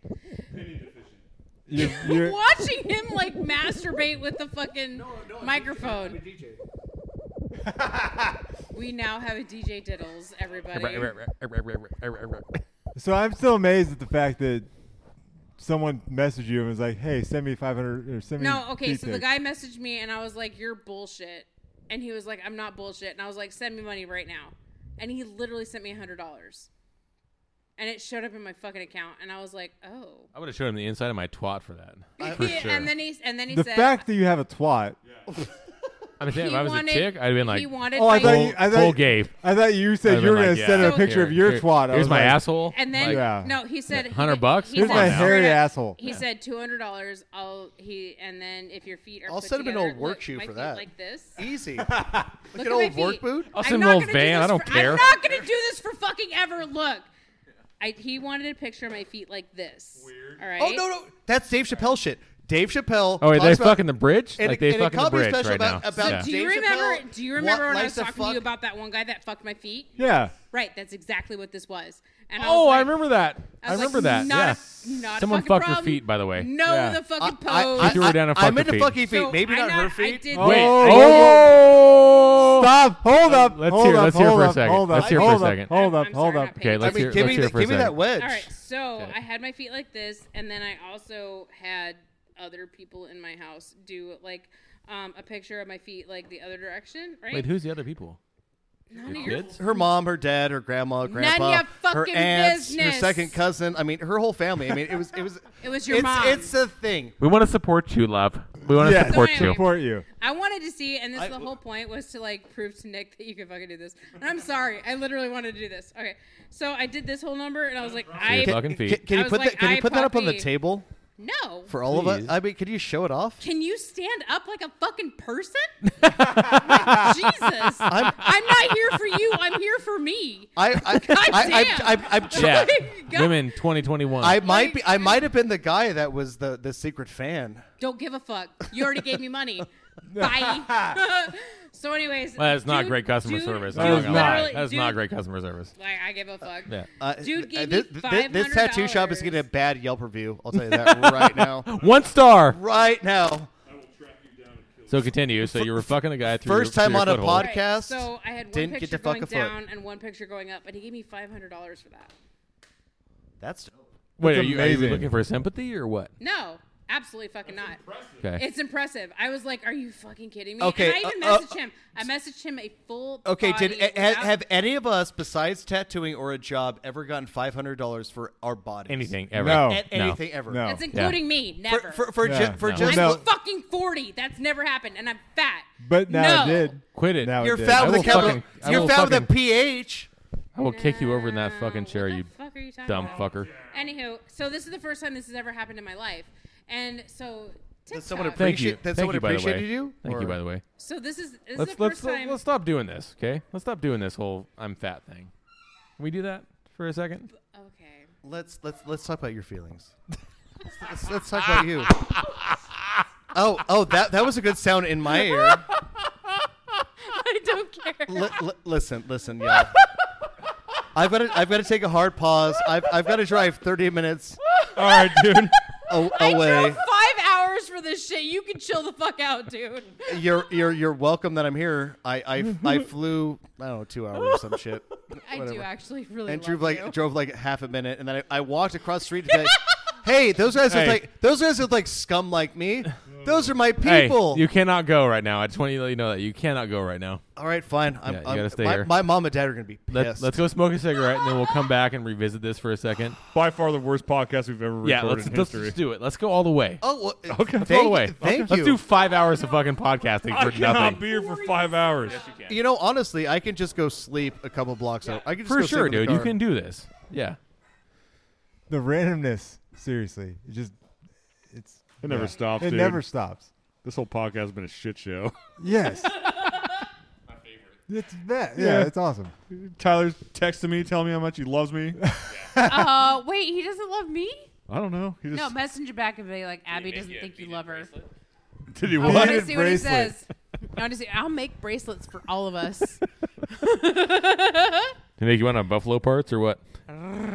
You're, you're, Watching him like masturbate with the fucking microphone. we now have a DJ Diddles, everybody. so I'm still amazed at the fact that someone messaged you and was like, "Hey, send me 500 or send me." No, okay. feet So the pics." guy messaged me and I was like, "You're bullshit," and he was like, "I'm not bullshit," and I was like, "Send me money right now," and he literally sent me a hundred dollars. and it showed up in my fucking account, and I was like, oh. I would have showed him the inside of my twat for that. and then he and then he The said, fact that you have a twat. I mean, he if I was wanted, a chick, I'd have been like, he wanted Oh, I my- thought you. I full, thought, full gay. I thought you I'd said have you were been gonna like, yeah. send him a So- picture of your here- twat. I Here's was my like, asshole. And then Like, Yeah. no, he said he- $100 bucks? He Here's said, my hairy straight up- asshole. He said two hundred dollars. I'll he and then if your feet are I'll put send him an together, old work look, shoe my for feet that. Like this. Easy. Look at Look at my old work feet. boot. I'll I'm send him not an old gonna do van. I this don't for- care. I'm not gonna do this for fucking ever. Look, I, he wanted a picture of my feet like this. Weird. All right. Oh no, no, that's Dave Chappelle shit. Dave Chappelle. Oh, wait, talks they about- fucking the bridge? and like, a- they and a fucking the comedy bridge special right about- now. about- yeah. Do you Dave remember? Chappelle Do you wa- remember when I likes was to talking to you fuck- about that one guy that fucked my feet? Yeah. Right. That's exactly what this was. And Oh, I I was like- remember that. I, I was remember like, that. Not Yeah. a, not a Someone fucking fucked her problem. feet, by the way. No, Yeah. the fucking pose. I, I, She threw her down and I, fucked I'm her into feet. fucking feet. So Maybe I not know- her I feet. did Wait. Oh, Oh! Stop. Hold up. Let's hold hear- up, let's hear hold for a up, second. Hold up. Let's hear for a hold up, second. Hold I'm- up. I'm Hold sorry, up. I'm not Okay, paying let's I mean, hear, let's attention. give me, hear the, for give a me that second. wedge. All right, so I had my feet like this, and then I also had other people in my house do like um, a picture of my feet like the other direction, right? Wait, who's the other people? None of Your your kids? Her mom, her dad, her grandma, None grandpa, ya her fucking aunts, her business. second cousin. I mean, her whole family. I mean, it was it was It was your it's, mom. It's a thing. We want to support you, love. We want to Yes. support you. Support you. I wanted to see, and this I- the whole point was to like prove to Nick that you could fucking do this. And I'm sorry, I literally wanted to do this. Okay, so I did this whole number, and I was like, I Your fucking Can, feet. can I you was put like, that? Can I you put that up on the puppy. table no. for all of us? Please. I mean, could you show it off? Can you stand up like a fucking person? Like, Jesus, I'm, not here for you. I'm here for me. I I I, I, I, I, am Yeah. God. Women 2021. I might be. I might have been the guy that was the the secret fan. Don't give a fuck. You already gave me money. Bye. so, anyways, well, that's not dude- great customer dude- service. That I'm not is gonna lie. literally- That is not dude- great customer service. Like, I give a fuck. Yeah. Uh, Dude gave this, me this, this tattoo shop is $500. getting a bad Yelp review. I'll tell you that right now. One star. Right now. So continue. So you were fucking a guy through First your, time through your on a foothold. pod- Right, podcast, So I had one didn't get picture to fuck going a foot. down and one picture going up, and he gave me five hundred dollars for that. That's dope. Wait, It's are you, are you amazing. looking for sympathy or what? No, absolutely fucking not. Okay. It's impressive. I was like, "Are you fucking kidding me?" Okay, And I even uh, uh, messaged him. I messaged him a full. Okay, did body ha, without- have any of us besides tattooing or a job ever gotten five hundred dollars for our bodies? Anything ever? No. A- anything ever? Oh, No. That's including me. Never. For for, for, Yeah. ju- for No. just I'm No. fucking forty. That's never happened, and I'm fat. But now no. it did. Quit it. Now it you're did. I found with will a capital. fucking- I you're will found with a fucking- ph. I will kick you over in that fucking Uh, chair, what you the fuck are you talking dumb about? fucker. Anywho, so this is the first time this has ever happened in my life, and so Does someone TikTok- Thank you. Appreciate- that Thank someone you, by the appreciated way. you, Thank you, or- by the way. So this is this Let's is the let's first time. let's stop doing this, okay? Let's stop doing this whole I'm fat thing. Can we do that for a second? okay. Let's let's let's talk about your feelings. let's, let's talk about you. Oh oh that that was a good sound in my ear. I don't care. Li- li- listen, listen, y'all. I've got to, I've got to take a hard pause. I've, I've got to drive 30 minutes All right, dude. a- I drove away. five hours for this shit. You can chill the fuck out, dude. You're, you're, you're welcome that I'm here. I, I, I flew, I don't know, two hours or some shit. I do Whatever. actually really. And love drove like, you. drove like half a minute. And then I, I walked across the street to be like, hey, those guys look Hey. like, those guys look like scum like me. Those are my Hey, people. you cannot go right now. I just want you to let you know that you cannot go right now. All right, fine. I'm, Yeah, you I'm- gotta stay my, here. my mom and dad are going to be Let, pissed. Let's go smoke a cigarette and then we'll come back and revisit this for a second. By far the worst podcast we've ever recorded yeah, let's, in let's history. just do it. Let's go all the way. Oh, well, Okay. thank, Let's go all the way. Thank let's you. do five hours of fucking podcasting I for cannot nothing. be here for five hours. You know, honestly, I can just go sleep a couple blocks out. I can just for go sure, sleep in the dude. You car. can do this. Yeah. The randomness. Seriously, it just it's. It never stops, It dude. never stops. This whole podcast has been a shit show. Yes. My favorite. It's that. Yeah, Yeah. it's awesome. Tyler's texting me, telling me how much he loves me. Uh, wait, he doesn't love me? I don't know. He just No, messenger back and be like, Abby doesn't think you love her. did he I want to Needed see what he bracelet. says. I want to see. I'll make bracelets for all of us. Nick, you want on buffalo parts or what?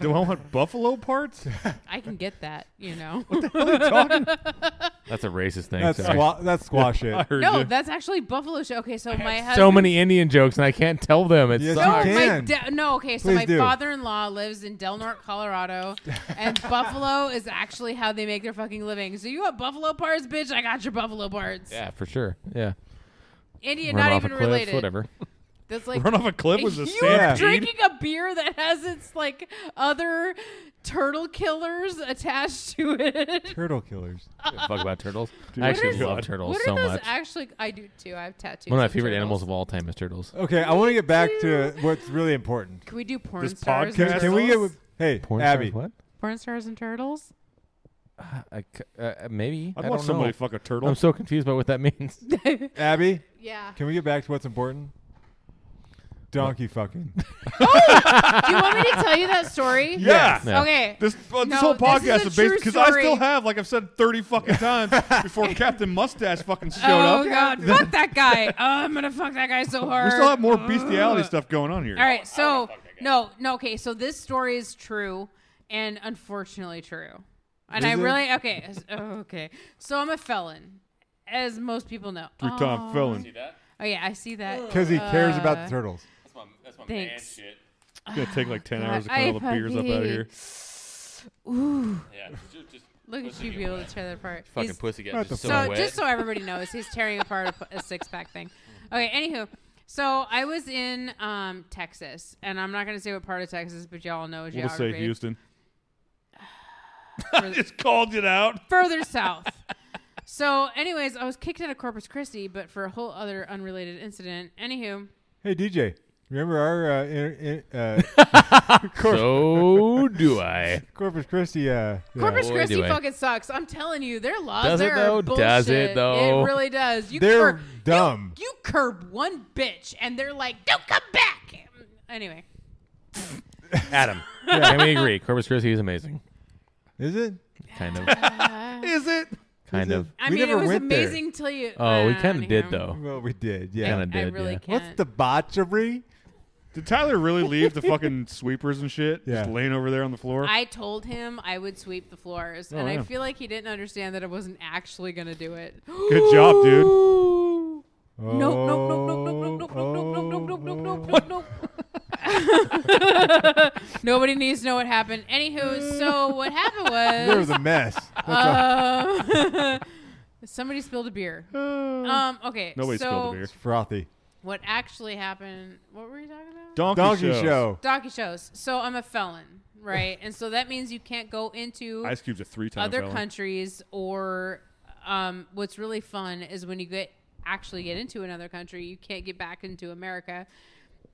Do I want buffalo parts? I can get that, you know. That's a racist thing. That's sorry. squa- that's squash I it. heard no, you. that's actually buffalo show. Okay, so my husband. so many Indian jokes and I can't tell them. It's Yes, so you No, can. my da- no. Okay, so Please my do. father-in-law lives in Del Norte, Colorado, and Buffalo is actually how they make their fucking living. So you want Buffalo parts, bitch? I got your Buffalo parts. Yeah, for sure. Yeah. Indian, Run not off a even cliff, related. whatever. That's like Run off a cliff was a you are stampede? drinking a beer that has its like other turtle killers attached to it. Turtle killers. fuck about turtles. I What actually is- love turtles what are so those much. actually? I do too. I have tattoos. One of my of favorite turtles. animals of all time is turtles. Okay, I want to get back to what's really important. Can we do porn This stars? podcast- And Can we get turtles? with hey Porn Abby? stars, what? porn stars and turtles? I c- uh, uh, maybe. I'd I watch don't somebody know. fuck a I'm turtle. so confused by what that means. Abby, Yeah. can we get back to what's important? Donkey fucking. do you want me to tell you that story? yeah. Yeah. Okay. This, uh, this No, whole this podcast is a is based true because I still story. have, like I've said thirty fucking times before Captain Mustache fucking showed oh up. god, fuck that guy! Oh, I'm gonna fuck that guy so hard. We still have Oh. more bestiality stuff going on here. All right, so no, no, okay, so this story is true and unfortunately true, and I Is it? really okay, s- okay. So I'm a felon, as most people know. Three-time oh. felon. Oh yeah, I see that. Because he cares about Uh, the turtles. Thanks. It's gonna take like ten God, hours to cut all the I beers up out of here. fucking- Ooh. Look at you be able to tear that apart. Fucking He's- pussy What gets the just so So fuck? wet. just so everybody knows, he's tearing apart a, six pack thing. Okay, anywho, so I was in um, Texas, and I'm not going to say what part of Texas, but y'all know We'll just geography. say Houston. I just called it out. Further south. So, anyways, I was kicked out of Corpus Christi, but for a whole other unrelated incident. Anywho, Hey DJ, remember our uh, in, in, uh, so do I. Corpus Christi? Uh, yeah. Corpus Boy, Christi do I. fucking sucks. I'm telling you, their laws Does it there though? are bullshit. Does it though? It really does. You They're curb, dumb. You, you curb one bitch, and they're like, "Don't come back." Anyway, Adam. Can we agree? Corpus Christi is amazing. Is it? Kind of. Is it? kind of. I We mean, never it was went there. amazing till you. Oh, we Uh, kind of did anywho. though. Well, we did. Yeah. Kinda I did, really yeah. can't. What's debauchery? Did Tyler really leave the fucking sweepers and shit? Just Yeah. laying over there on the floor? I told him I would sweep the floors, and Oh, yeah. I feel like he didn't understand that I wasn't actually gonna do it. Good job, dude. no, No, no, no, no, no, no, no, no, no, no, no, no, no, no, no, no. Nobody needs to know what happened. Anywho, so what happened There was was a mess. That's Uh, all. um, somebody spilled a beer. Um, okay, Nobody so spilled a beer. It's frothy. What actually happened? What were you talking about? Donkey, Donkey shows. show. Donkey shows. So I'm a felon, right? and so that means you can't go into Ice Cube's a three-time other felon. countries or um, what's really fun is when you get actually get into another country, you can't get back into America.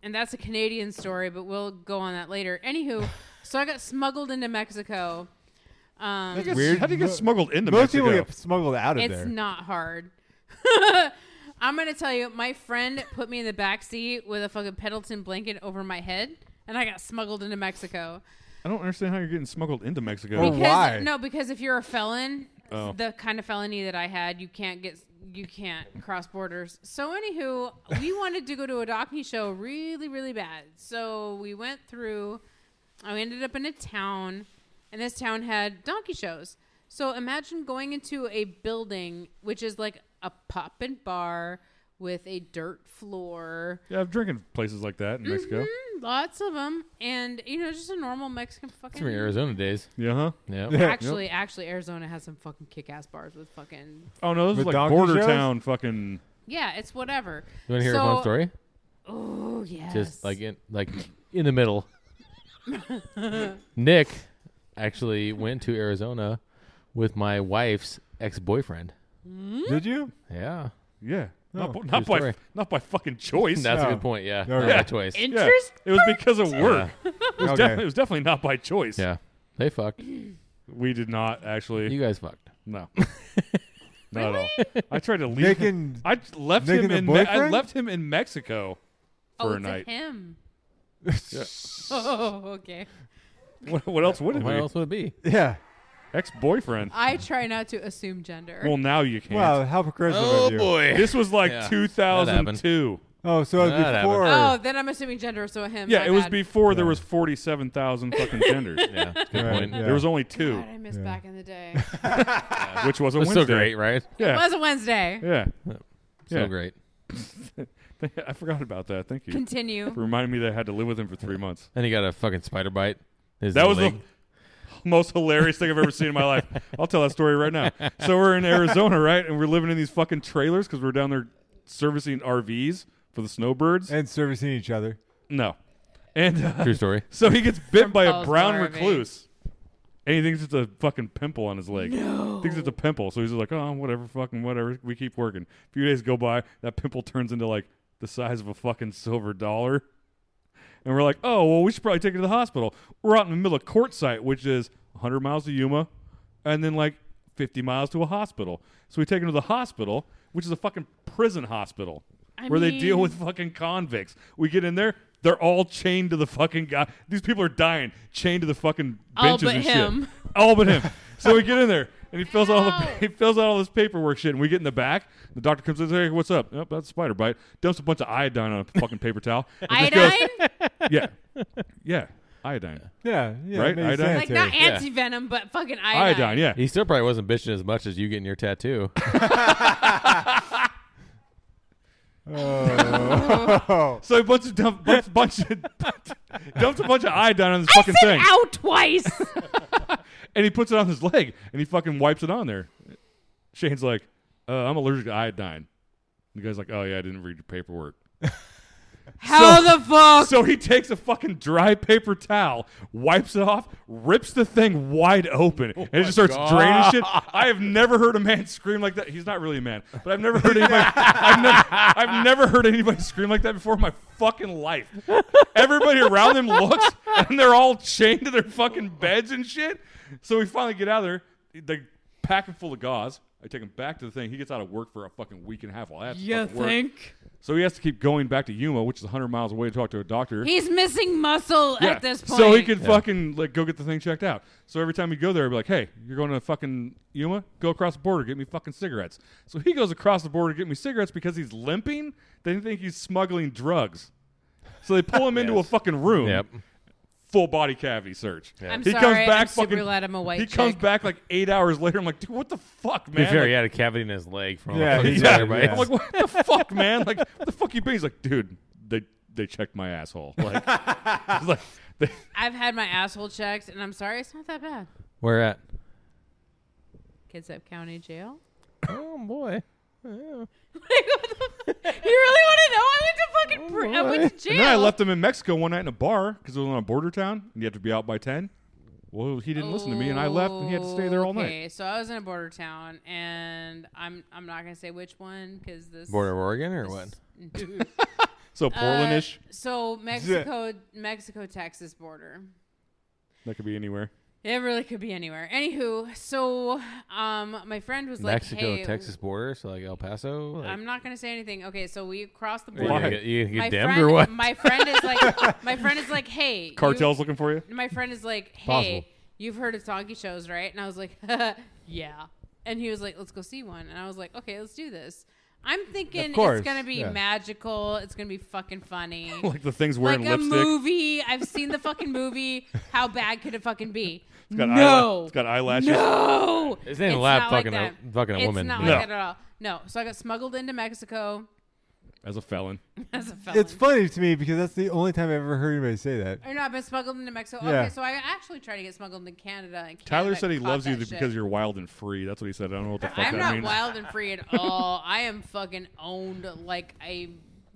And that's a Canadian story, but we'll go on that later. Anywho, so I got smuggled into Mexico. Um, You get- Weird. How do you get smuggled into Most Mexico? people get smuggled out of it's there. not hard. I'm gonna tell you, my friend put me in the back seat with a fucking Pendleton blanket over my head, and I got smuggled into Mexico. I don't understand how you're getting smuggled into Mexico. Well, Because, why? No, because if you're a felon, Oh. the kind of felony that I had, you can't get you can't cross borders. So anywho, we wanted to go to a donkey show really, really bad. So we went through. I ended up in a town, and this town had donkey shows. So imagine going into a building which is like a pop and bar with a dirt floor. Yeah, I'm drinking places like that in Mexico. Mm, Lots of them, and you know, just a normal Mexican fucking. It's from your Arizona days. Yeah, huh? Yeah. Actually, actually, Arizona has some fucking kick-ass bars with fucking. Oh no, this With is like donkey border shows? town fucking. Yeah, it's whatever. You want to hear so, a fun story? Oh yes. Just like in like in the middle. Nick actually went to Arizona with my wife's ex boyfriend. Did you? Yeah. Yeah, not, No, by- true not by story. not by fucking choice. That's No. a good point. Yeah. No, Not yeah. by choice. yeah, Interest it was because of work. It, was Okay. defi- it was definitely not by choice. Yeah. They fucked. we did not actually. You guys fucked. no, not at all. I tried to leave. Nick him. and I left Nick him and the in. Me- I boyfriend? left him in Mexico oh, for a it's night. him. Oh, okay. What, what else would it What be? else would it be? yeah. Ex-boyfriend. I try not to assume gender. Well, now you can't. Oh, Wow, how progressive of you. boy. This was like Yeah, that happened. 2002. Oh, so it was That before. oh, then I'm assuming gender. So him. Yeah, my it was bad. before there was 47,000 fucking genders. Yeah. Good Right, point. yeah. There was only two, God, I miss Yeah. back in the day. which was a That's Wednesday. so great, right? It Yeah. was a Wednesday. Yeah. Yeah. So great. I forgot about that. Thank you. Continue. For reminding me that I had to live with him for three months. And he got a fucking spider bite. His That was the leg. most hilarious thing I've ever seen in my life. I'll tell that story right now. So we're in Arizona, right? And we're living in these fucking trailers because we're down there servicing RVs for the snowbirds. and servicing each other. no, and uh, True story. so he gets bit From by a Paul's brown Army. recluse, and he thinks it's a fucking pimple on his leg. Thinks it's a pimple, so he's just like, oh, whatever, fucking whatever. We keep working. A few days go by, that pimple turns into like the size of a fucking silver dollar, and we're like, oh, well, we should probably take it to the hospital. We're out in the middle of Quartzsite, which is 100 miles to Yuma, and then like 50 miles to a hospital. So we take him to the hospital, which is a fucking prison hospital I where they deal mean- with fucking convicts. We get in there, they're all chained to the fucking guy. These people are dying, chained to the fucking All benches but and him. shit. All but him. so we get in there, and he fills all the Ow. he fills out all this paperwork shit. And we get in the back. The doctor comes in, hey, what's up? Yep, that's a spider bite. Dumps a bunch of iodine on a fucking paper towel. and just goes, Iodine? yeah, yeah, iodine, Yeah, yeah, Right, maybe I don't- like sanitary. not anti venom, but fucking iodine. iodine, yeah. He still probably wasn't bitching as much as you getting your tattoo. So a bunch of dump, bunch, bunch of dumps a bunch of iodine on this I fucking said thing, ow twice. and he puts it on his leg, and he fucking wipes it on there. Shane's like, uh, "I'm allergic to iodine." The guy's like, "Oh yeah, I didn't read your paperwork." How the fuck? So he takes a fucking dry paper towel, wipes it off, rips the thing wide open, Oh and it just starts draining shit. I have never heard a man scream like that. He's not really a man, but I've never heard anybody. I've, never, I've never heard anybody scream like that before in my fucking life. Everybody around them looks, and they're all chained to their fucking beds and shit. So we finally get out of there. They pack him full of gauze. I take him back to the thing. He gets out of work for a fucking week and a half. Well, that's you fucking work. think? So he has to keep going back to Yuma, which is 100 miles away, to talk to a doctor. He's missing muscle Yeah. at this point. So he could fucking like go get the thing checked out. So every time we go there, I'd be like, "Hey, you're going to fucking Yuma? Go across the border, get me fucking cigarettes." So he goes across the border to get me cigarettes because he's limping. They think he's smuggling drugs. So they pull him into a fucking room. Yep. Full body cavity search. I'm he sorry, comes back I'm super fucking. glad I'm a white he comes chick. back like eight hours later. I'm like, dude, what the fuck, man? To be fair, Like, he had a cavity in his leg from all Yeah, the he fucking spider did, bites. yeah. I'm like, what the fuck, man? Like, what the fuck you been? He's like, dude, they they checked my asshole. Like, it's like they, I've had my asshole checked, and I'm sorry, it's not that bad. Where at? Kitsap County Jail. Oh boy. Like, what the fuck? you really want to know? I went to fucking pr- I went to jail. and then I left him in Mexico one night in a bar because it was on a border town, and you have to be out by ten. Well, he didn't listen to me, and I left, and he had to stay there all night. Okay, so I was in a border town, and I'm I'm not gonna say which one because this Border of Oregon or what? So Uh, Portlandish, so Mexico, Mexico, Texas border. that could be anywhere. It really could be anywhere. Anywho, so um, my friend was like, Mexico, "Hey, Texas border, so like El Paso. Like, I'm not gonna say anything. Okay, so we crossed the Are you gonna border. get, you gonna My get damned friend, or what? My friend is like, my friend is like, hey, you- Cartels looking for you. my friend is like, hey, Possible. you've heard of donkey shows, right? And I was like, yeah. And he was like, let's go see one. And I was like, okay, let's do this. I'm thinking course, it's gonna be yeah. magical. It's gonna be fucking funny. Like the things like wearing a lipstick. movie. I've seen the fucking movie. How bad could it fucking be? It's got no. eyela- it's got eyelashes. No, It's ain't allowed not fucking like a- that. fucking a it's woman, not dude. No. like that at all. No, so I got smuggled into Mexico As a felon, as a felon. It's funny to me because that's the only time I've ever heard anybody say that. Or no, I've been smuggled into Mexico. Yeah. Okay, so I actually tried to get smuggled into Canada. And Canada Tyler said he caught loves you that th- shit. because you're wild and free. That's what he said. I don't know what the fuck I'm that not means. wild and free at all. I am fucking owned like a.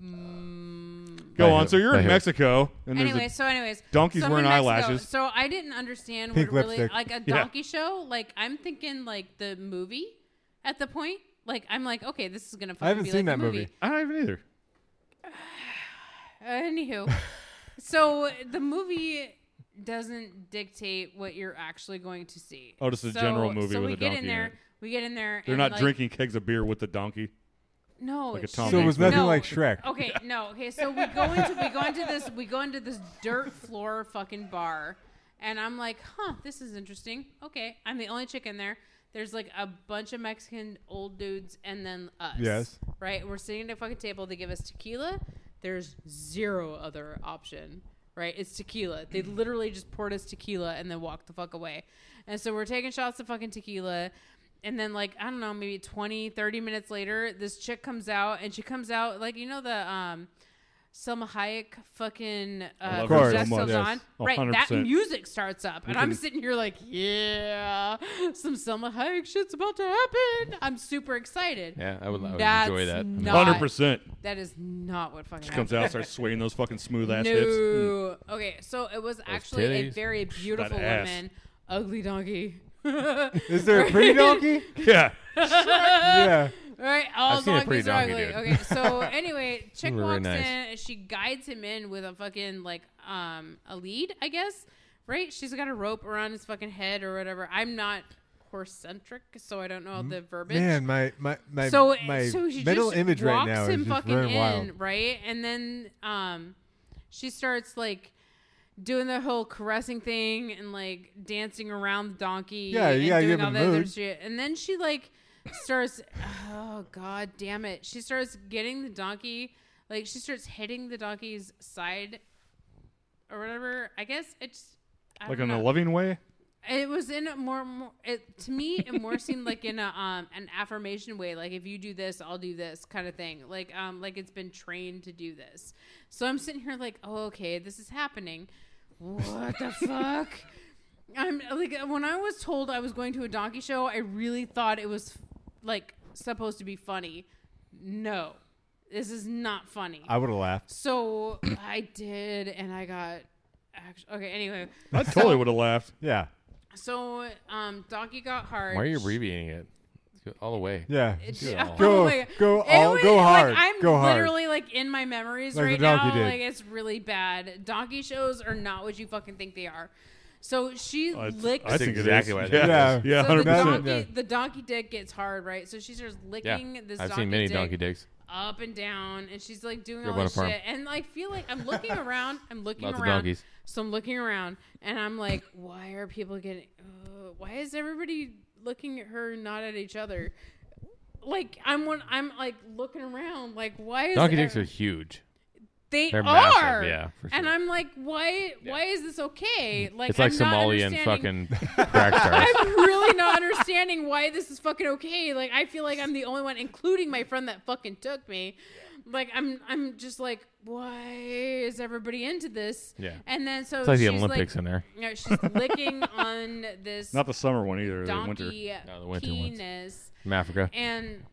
Mm. Go I on. hope- So you're I in hope. Mexico, and there's Anyway, a so anyways, donkeys so I'm in wearing Mexico. eyelashes. So I didn't understand Pink what really lipstick. like a Yeah. donkey show. Like I'm thinking like the movie at the point. Like I'm like, okay, this is gonna. Fucking haven't be seen like a that movie. I don't even either. Anywho, so the movie doesn't dictate what you're actually going to see. Oh, just a So- general movie so with we a get donkey in in there. it. We get in there. They're and, not like- drinking kegs of beer with the donkey. No, like a it's Tom So it was Hanks nothing No. like Shrek. Okay, no. Okay, so we go into we go into this we go into this dirt floor fucking bar, and I'm like, huh, this is interesting. Okay, I'm the only chick in there. There's like a bunch of Mexican old dudes, and then us. Yes. Right. We're sitting at a fucking table. They give us tequila. There's zero other option. Right. It's tequila. They Mm-hmm. literally just poured us tequila and then walked the fuck away. And so we're taking shots of fucking tequila. And then, like, I don't know, maybe 20, 30 minutes later, this chick comes out and she comes out, like, you know, the, um, Selma Hayek, fucking I uh, love her From so Dusk Till much. Dawn. Yes. Oh, Right, that 100%. music starts up, and I'm sitting here like, yeah, some Selma Hayek shit's about to happen. I'm super excited. Yeah, I would, I would That's enjoy that. not- Hundred percent. That is not what fucking She comes out, starts swaying those fucking smooth ass no. hips. Mm. Okay, so it was actually a titties. very beautiful ass. woman, ugly donkey. Is there a pretty donkey? Yeah. yeah. Right, all I've seen a pretty donkeys are donkey, ugly. dude. Okay, so anyway, chick Very walks nice. in and she guides him in with a fucking like um a lead, I guess. Right? She's got a rope around his fucking head or whatever. I'm not horse centric, so I don't know the verbiage. Man, my my my so my so she mental just image right walks now him is just fucking running in, wild. right? And then um, she starts like doing the whole caressing thing and like dancing around the donkey. Yeah, and you gotta doing give all him that other mood. shit. And then she like starts. oh god damn it! She starts getting the donkey. Like she starts hitting the donkey's side or whatever. I guess it's. I Like don't in a know. loving way. It was in a more, more it, to me. It more seemed like in a um an affirmation way, like if you do this, I'll do this kind of thing. Like um like it's been trained to do this. So I'm sitting here like, oh okay, this is happening. What the fuck? I'm like when I was told I was going to a donkey show, I really thought it was like supposed to be funny. No, this is not funny. I would have laughed. so I did, and I got. Actually, okay. Anyway, I totally would have laughed. Yeah. so, um, Donkey got hard. Why are you abbreviating it? All the way. Yeah. It's- Go- Oh my God. go It all- was- go like, hard. I'm Go hard. literally like in my memories Like the right donkey now. did. Like it's really bad. Donkey shows are not what you fucking think they are. So she I, licks. I think exactly it what I is. think it Yeah. is. Yeah. so the Hundred percent. donkey, Yeah. the donkey dick gets hard, right? So she starts licking this. I've donkey seen many dick donkey dicks. up and down, and she's like doing Grew up all on this a farm. shit. And like, feel like I'm looking around, I'm looking Lots of around. donkeys. So I'm looking around, and I'm like, why are people getting? Uh, why is everybody looking at her, not at each other? Like I'm one. I'm like looking around, like why is Donkey ev- dicks are huge. they they're are massive, yeah, for And sure. Mm. I'm like, why? Why is this okay? Like it's like I'm not Somali and understanding- fucking crack stars. I'm really not understanding why this is fucking okay. Like I feel like I'm the only one, including my friend that fucking took me. Like I'm, I'm just like, why is everybody into this? Yeah. And then so It's like the she's Olympics like, in there. you know, she's licking on this Not the summer one either. The winter. donkey No, the winter ones. penis, From Africa. and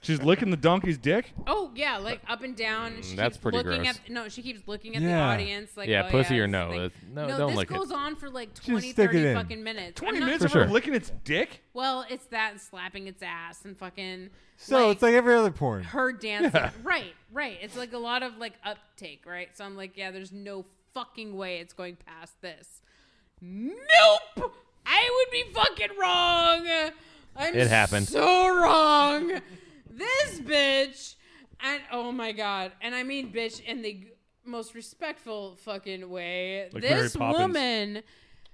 She's licking the donkey's dick. oh yeah, like up and down. and she Mm, that's keeps pretty looking gross. At, no, she keeps looking at the Yeah. audience. Like Yeah, oh, pussy or this no. thing. That's- no, don't this lick it. goes on for like 20, stick it 30 in. fucking minutes. Twenty I'm not minutes For of her sure. licking its dick. Well, it's that and slapping its ass and fucking. So it's like every other porn. her dancing. Right, right. It's like a lot of like uptake, right? So I'm like, yeah, there's no fucking way it's going past this. Nope, I would be fucking wrong. I'm It happened. so wrong. This bitch, and oh my god, and I mean bitch in the g- most respectful fucking way. Like Mary this Poppins. woman.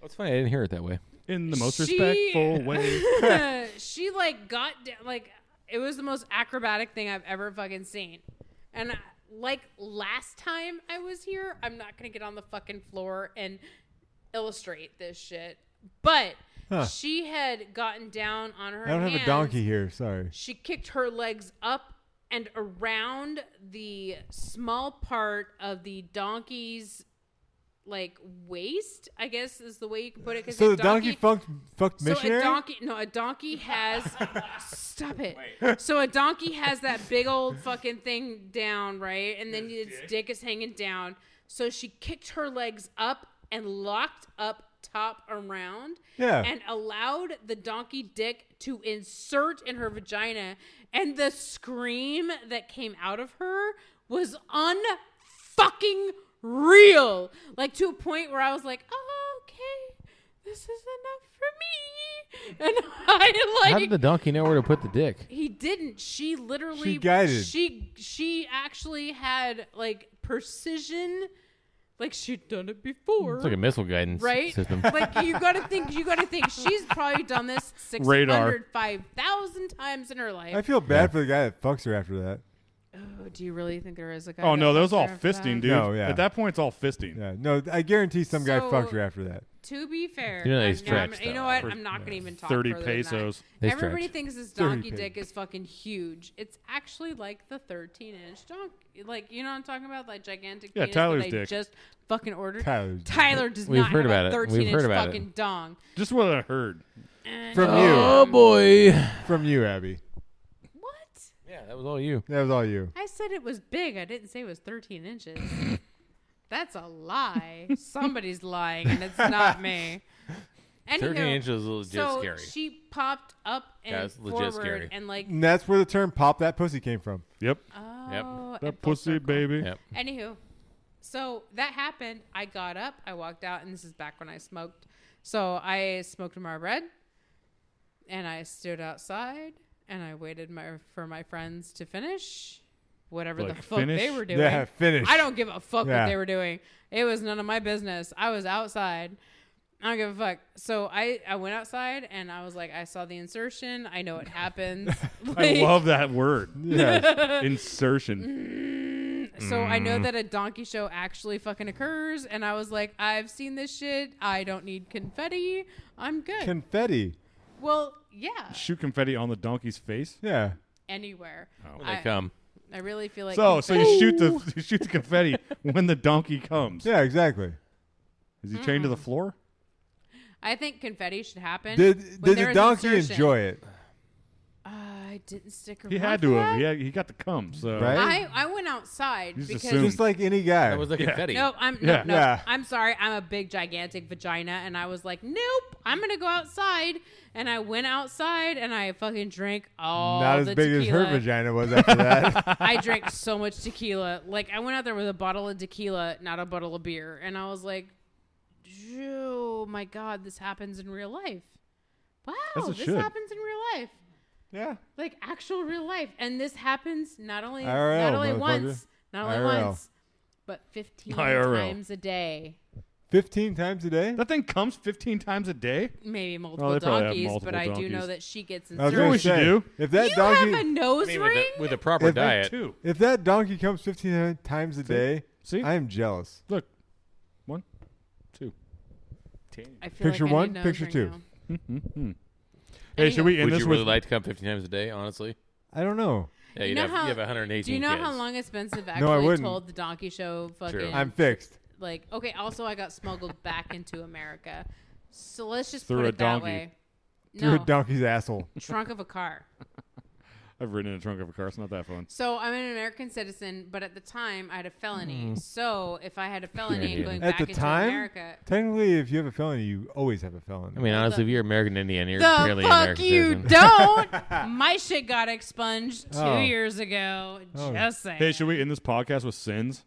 It's funny. I didn't hear it that way. In the most She- respectful way. she like got down like it was the most acrobatic thing I've ever fucking seen. And uh, like last time I was here, I'm not gonna get on the fucking floor and illustrate this shit. But Huh. she had gotten down on her. I don't have a hands. donkey here. Sorry. She kicked her legs up and around the small part of the donkey's like waist. I guess is the way you can put it. 'cause So a the donkey, fucked fucked missionary. so a donkey, no, a donkey has. stop it. So a donkey has that big old fucking thing down, right? And then its dick is hanging down. So she kicked her legs up and locked up top around. Yeah. And allowed the donkey dick to insert in her vagina, and the scream that came out of her was unfucking real. Like to a point where I was like, oh, okay this is enough for me. And I like How did the donkey know where to put the dick? he didn't. She literally She guided. She she actually had like precision, like she'd done it before. It's like a missile guidance Right, system. like you got to think, you got to think. She's probably done this six Radar. hundred five thousand times in her life. I feel bad for the guy that fucks her after that. oh, do you really think there is a guy? Oh no, that was all fucks her after fisting, that? dude. No, yeah. At that point, it's all fisting. Yeah. No, I guarantee some guy So- fucked her after that. To be fair, You know they I'm not- stretched you that know out what? I'm not going to even talk. 30 further than that. pesos. They Everybody stretch. thinks this 30 donkey pesos. dick is fucking huge. It's actually like the 13 inch donkey. Like you know what I'm talking about? That gigantic. Yeah, penis Tyler's that they dick. Just fucking ordered. Tyler's dick. Tyler does We've not heard have about a it. 13 We've inch heard about it. fucking dong. Just what I heard. From Oh boy. you. From you, Abby. What? Yeah, that was all you. That was all you. I said it was big. I didn't say it was 13 inches. That's a lie. Somebody's lying, and it's not me. Anywho, 13 inches is legit so scary. She popped up and That's legit forward scary. and like And that's where the term pop that pussy came from. Yep. oh, and That full pussy circle. baby. Yep. Anywho, so that happened. I got up, I walked out, and this is back when I smoked. So I smoked my bread, and I stood outside, and I waited my, for my friends to finish whatever the Like, fuck they finish? were doing. Yeah, finish. I don't give a fuck Yeah. what they were doing. It was none of my business. I was outside. I don't give a fuck. So I, I went outside and I was like, I saw the insertion. I know it happens. I Like- love that word. Yes. Mm-hmm. Insertion. So I know Mm. that a donkey show actually fucking occurs, and I was like, I've seen this shit. I don't need confetti. I'm good. Confetti. well, yeah, Shoot confetti on the donkey's face. Yeah. anywhere. Oh. When I, they come. I really feel like So, so you confetti- shoot the you shoot the confetti when the donkey comes. Yeah, exactly. Is he chained to Mm-hmm. the floor? I think confetti should happen. Did, when did there the is donkey insertion. enjoy it? Uh, I didn't stick around. He had for to have. that. He, had, he got to come. So Right? I I went outside He's because assumed. Just like any guy. That was the Yeah. confetti. No, I'm no, Yeah. no. Yeah. I'm sorry. I'm a big gigantic vagina, and I was like, nope. I'm gonna go outside, and I went outside, and I fucking drank all Not as the big as tequila. her vagina was after that. I drank so much tequila. Like I went out there with a bottle of tequila, not a bottle of beer, and I was like, "Oh my god, this happens in real life! Wow, As it this should. happens in real life, yeah. like actual real life." And this happens not only IRL, not only motherfucker. once, not only IRL. once, but fifteen IRL. times a day. 15 times a day? that thing comes 15 times a day. Maybe multiple they probably have donkeys, multiple but I do donkeys. know that she gets I was inserted. You know what gonna we should say, do? If that you donkey have a nose I mean, with, ring. a, with a proper If they diet. Two. if that donkey comes 15 times a day, See? I am jealous. Look. One, two. I feel Picture like I one, need a nose picture ring two. now. Hey, should we end Would this you really with? like to come 15 times a day, honestly? I don't know. Yeah, You you'd know have, how- you have 118 Do you know kids. how long it's been since I've No, I actually wouldn't. told the donkey show fucking I'm fixed. like okay, also I got smuggled back into America. So let's just Through put a it that donkey. way. Through No, a donkey's asshole. trunk of a car. I've ridden in the trunk of a car. It's not that fun. So I'm an American citizen, but at the time I had a felony. So if I had a felony and idiot. going Hmm. At back the into time? America, Technically, if you have a felony, you always have a felony. I mean, honestly, if you're American Indian, you're the clearly an fuck American you citizen. don't. My shit got expunged two Oh. years ago. Just saying. Hey, should we end this podcast with sins?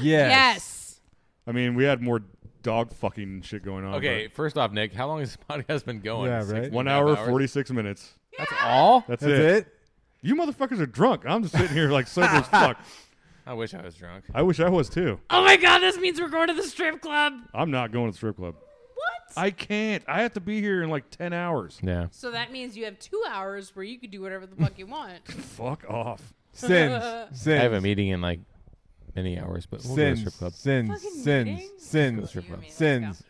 yes. Yes. I mean, we had more dog fucking shit going on. Okay, first off, Nick, how long has this podcast been going? Yeah, Six right? but and a One half hour, hours? 46 minutes. That's all? That's, That's it. it? You motherfuckers are drunk. I'm just sitting here like sober as fuck. I wish I was drunk. I wish I was too. Oh my god, this means we're going to the strip club. I'm not going to the strip club. What? I can't. I have to be here in like 10 hours. Yeah. So that means you have two hours where you could do whatever the fuck you want. Fuck off. Sins. I Sins. have a meeting in like many hours, but we'll go to the Sins. strip club. Sins. Fucking Sins. meeting? Sins. strip club. Let's go. Sins.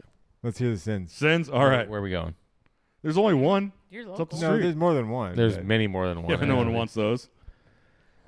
Let's hear the sins. Sins. All right. Where are we going? There's only one. You're It's up local. to No, street. there's more than one. There's but- many more than one. yeah, but no one actually. wants those.